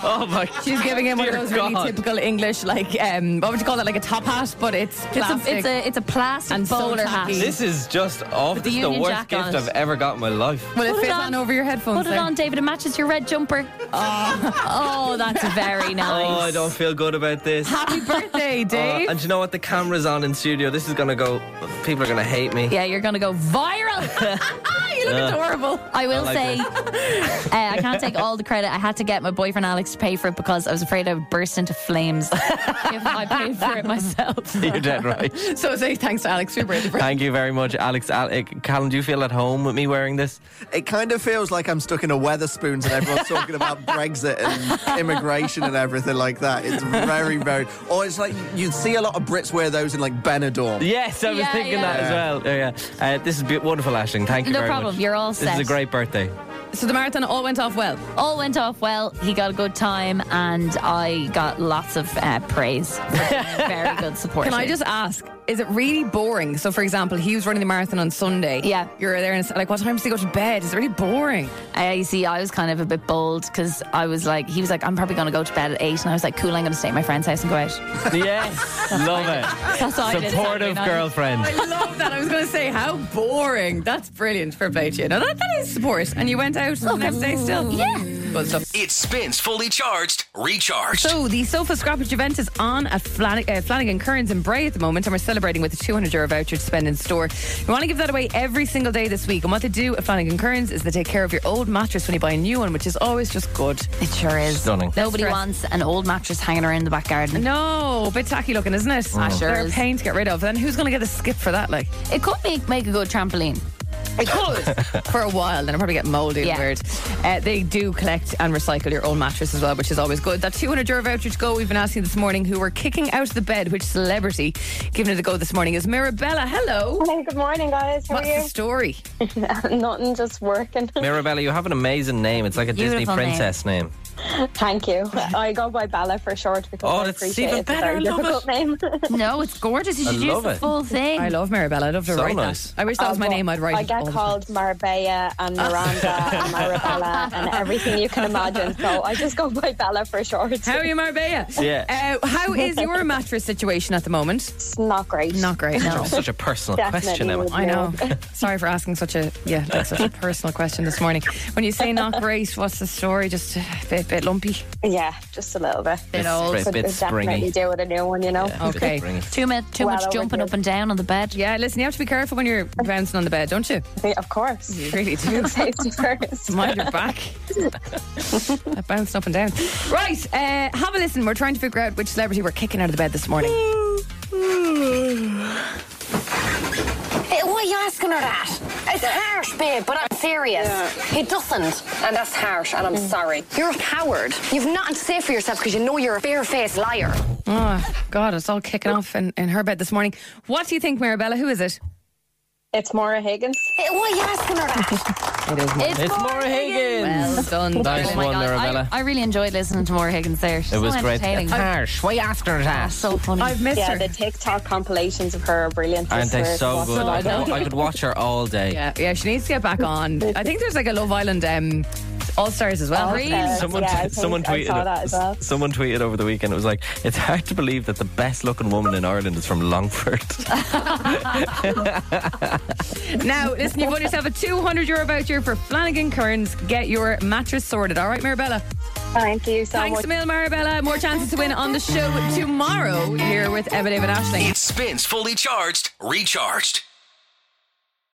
[SPEAKER 5] Oh my!
[SPEAKER 6] She's giving him one of
[SPEAKER 5] dear
[SPEAKER 6] those
[SPEAKER 5] God.
[SPEAKER 6] really typical English, like um, what would you call that? Like a top hat, but it's
[SPEAKER 4] It's a,
[SPEAKER 6] plastic.
[SPEAKER 4] it's a it's a plastic
[SPEAKER 6] And so
[SPEAKER 4] bowler hat.
[SPEAKER 6] tacky.
[SPEAKER 5] This is just off.
[SPEAKER 4] the
[SPEAKER 5] This is the
[SPEAKER 4] Union
[SPEAKER 5] worst
[SPEAKER 4] Jack on
[SPEAKER 5] gift
[SPEAKER 4] it.
[SPEAKER 5] I've ever got in my life.
[SPEAKER 6] Well, it
[SPEAKER 4] Put it
[SPEAKER 6] fits
[SPEAKER 4] on.
[SPEAKER 6] on. over your headphones.
[SPEAKER 4] Put it
[SPEAKER 6] there.
[SPEAKER 4] on, David. It matches your red jumper. Oh, that's very nice.
[SPEAKER 5] Oh, I don't feel good about this.
[SPEAKER 6] Happy birthday,
[SPEAKER 5] Oh,
[SPEAKER 6] Dave.
[SPEAKER 5] and you know what? The camera's on in studio. This is gonna go. People are gonna hate me.
[SPEAKER 4] Yeah, you're gonna go viral. Ah, you
[SPEAKER 5] look Yeah.
[SPEAKER 4] adorable. I will
[SPEAKER 5] I like
[SPEAKER 4] say, uh, I can't take all the credit. I had to get my boyfriend Alex to pay for it because I was afraid I would burst into flames if I paid for it myself.
[SPEAKER 5] You're dead right.
[SPEAKER 6] So say thanks to Alex for birthday.
[SPEAKER 5] Thank you very much, Alex. Al- uh, Callum, do you feel at home with me wearing this?
[SPEAKER 7] It kind of feels like I'm stuck in a Weatherspoons and everyone's talking about Brexit and immigration and everything like that. It's very, very. Or it's like you'd see a lot of Brits wear those in like Benidorm.
[SPEAKER 5] Yes, I was
[SPEAKER 4] Yeah,
[SPEAKER 5] thinking that
[SPEAKER 4] yeah.
[SPEAKER 5] as well. Yeah, yeah. Uh, this is be- wonderful, Ashling. Thank you
[SPEAKER 4] No
[SPEAKER 5] very
[SPEAKER 4] problem.
[SPEAKER 5] much.
[SPEAKER 4] You're all
[SPEAKER 5] This
[SPEAKER 4] set.
[SPEAKER 5] is a great birthday.
[SPEAKER 6] So the marathon all went off well.
[SPEAKER 4] All went off well. He got a good time, and I got lots of uh, praise. for being Very good support.
[SPEAKER 6] Can I just ask, is it really boring? So, for example, he was running the marathon on Sunday. Yeah. You're there and it's like, what time does he go to bed? Is it really boring?
[SPEAKER 4] I see. I was kind of a bit bold because I was like, he was like, I'm probably going to go to bed at eight, and I was like, cool, I'm going to stay at my friend's house and go out.
[SPEAKER 5] Yes, love it.
[SPEAKER 4] That's what I did
[SPEAKER 5] Supportive
[SPEAKER 4] Saturday night.
[SPEAKER 5] girlfriend.
[SPEAKER 6] I love that. I was going to say, how boring. That's brilliant for play to you. Now, that, that is support. And you went out the next day still.
[SPEAKER 4] Yeah.
[SPEAKER 6] Good stuff.
[SPEAKER 2] It spins fully charged, recharged.
[SPEAKER 6] So the sofa scrap at event is on at Flan- uh, Flanagan Kearns and Bray at the moment, and we're celebrating with a 200 euro voucher to spend in store. We want to give that away every single day this week. And what they do at Flanagan Kearns is they take care of your old mattress when you buy a new one, which is always just good.
[SPEAKER 4] It sure is.
[SPEAKER 5] Stunning.
[SPEAKER 4] Nobody wants an old mattress hanging around the back garden.
[SPEAKER 6] No, a bit tacky looking, isn't
[SPEAKER 5] Oh.
[SPEAKER 6] it?
[SPEAKER 4] Ah, sure
[SPEAKER 6] They're a
[SPEAKER 4] is.
[SPEAKER 6] pain to get rid of. Then who's going to get a skip for that? Like
[SPEAKER 4] It could make make a good trampoline.
[SPEAKER 6] it could for a while. Then it probably get mouldy and
[SPEAKER 4] Yeah.
[SPEAKER 6] weird. Uh, they do collect and recycle your own mattress as well, which is always good. That 200 euro voucher to go. We've been asking this morning who were kicking out of the bed. Which celebrity giving it a go this morning is Mirabella. Hello.
[SPEAKER 17] Hey, good morning, guys. How
[SPEAKER 6] What's
[SPEAKER 17] are you?
[SPEAKER 6] the story?
[SPEAKER 17] Nothing, just working.
[SPEAKER 5] Mirabella, you have an amazing name. It's like a
[SPEAKER 17] Beautiful
[SPEAKER 5] Disney
[SPEAKER 17] name.
[SPEAKER 5] princess name.
[SPEAKER 17] Thank you. I go by Bella for short because
[SPEAKER 5] Oh,
[SPEAKER 17] I
[SPEAKER 5] that's
[SPEAKER 17] appreciate
[SPEAKER 5] even
[SPEAKER 17] it's a
[SPEAKER 5] better.
[SPEAKER 17] very
[SPEAKER 5] I love
[SPEAKER 17] difficult name.
[SPEAKER 4] no, it's gorgeous.
[SPEAKER 5] You I should use love the it. full
[SPEAKER 4] thing.
[SPEAKER 6] I love Mirabella. I'd love to
[SPEAKER 5] So
[SPEAKER 6] write
[SPEAKER 5] nice.
[SPEAKER 6] that. I wish that
[SPEAKER 8] Uh,
[SPEAKER 6] was my
[SPEAKER 17] Oh,
[SPEAKER 6] name. I'd write
[SPEAKER 17] I
[SPEAKER 6] it
[SPEAKER 17] get
[SPEAKER 6] all the time.
[SPEAKER 17] called Marbella and Miranda and Marabella and everything you can imagine. So I just go by Bella for short.
[SPEAKER 6] How are you, Marbella?
[SPEAKER 5] Yeah.
[SPEAKER 6] Uh, how is your mattress situation at the moment?
[SPEAKER 17] It's not great.
[SPEAKER 6] Not great. No.
[SPEAKER 5] Such a personal question, Emma.
[SPEAKER 6] I know. Sorry for asking such a yeah, like such a personal question this morning. When you say not great, what's the story? Just a bit, bit lumpy.
[SPEAKER 17] Yeah, just a little bit.
[SPEAKER 6] Bit old.
[SPEAKER 17] Could
[SPEAKER 6] Bit
[SPEAKER 17] definitely
[SPEAKER 6] springy.
[SPEAKER 17] deal with a new one, you know.
[SPEAKER 6] Okay.
[SPEAKER 4] Too much, too
[SPEAKER 17] Well
[SPEAKER 4] much jumping
[SPEAKER 17] overdue.
[SPEAKER 4] up and down on the bed.
[SPEAKER 6] Yeah, listen, you have to be careful when you're bouncing on the bed, don't you?
[SPEAKER 17] Of course.
[SPEAKER 6] You really do.
[SPEAKER 17] Food safety first.
[SPEAKER 6] Mind your back. That bounced up and down. Right, uh, have a listen. We're trying to figure out which celebrity we're kicking out of the bed this morning.
[SPEAKER 18] Hey, why are you asking her that? It's harsh, babe, but I'm serious. He doesn't, and that's harsh, and I'm
[SPEAKER 13] Mm.
[SPEAKER 18] sorry. You're a coward. You've nothing to say for yourself because you know you're a barefaced liar.
[SPEAKER 6] Oh, God, it's all kicking off in, in her bed this morning. What do you think, Mirabella? Who is it?
[SPEAKER 17] It's Maura Higgins.
[SPEAKER 18] Hey, why are you asking her that?
[SPEAKER 6] It is
[SPEAKER 4] It's It's Maura Maura Higgins. Higgins.
[SPEAKER 6] Well done.
[SPEAKER 5] Nice
[SPEAKER 4] Oh my
[SPEAKER 5] one,
[SPEAKER 4] God,
[SPEAKER 5] Mirabella.
[SPEAKER 4] I, I really enjoyed listening to Maura Higgins there. She's
[SPEAKER 5] It was
[SPEAKER 4] so
[SPEAKER 5] great.
[SPEAKER 4] entertaining.
[SPEAKER 5] Harsh. Why after that?
[SPEAKER 4] So funny.
[SPEAKER 6] I've missed
[SPEAKER 17] yeah, the TikTok compilations of her are brilliant. I
[SPEAKER 5] Aren't they
[SPEAKER 17] swear.
[SPEAKER 5] so good? I, could, I could watch her all day.
[SPEAKER 6] Yeah, yeah, she needs to get back on. I think there's like a Love Island um, All Stars as well.
[SPEAKER 5] Someone, someone tweeted. it- Someone tweeted over the weekend. It was like, it's hard to believe that the best-looking woman in Ireland is from Longford.
[SPEAKER 6] Now, listen, you've won yourself a 200 euro voucher for Flanagan Kearns. Get your mattress sorted. All right, Mirabella?
[SPEAKER 17] Thank you so
[SPEAKER 6] Thanks
[SPEAKER 17] much.
[SPEAKER 6] a mil, Mirabella. More chances to win on the show tomorrow here with Emma David Ashling.
[SPEAKER 2] It spins fully charged, recharged.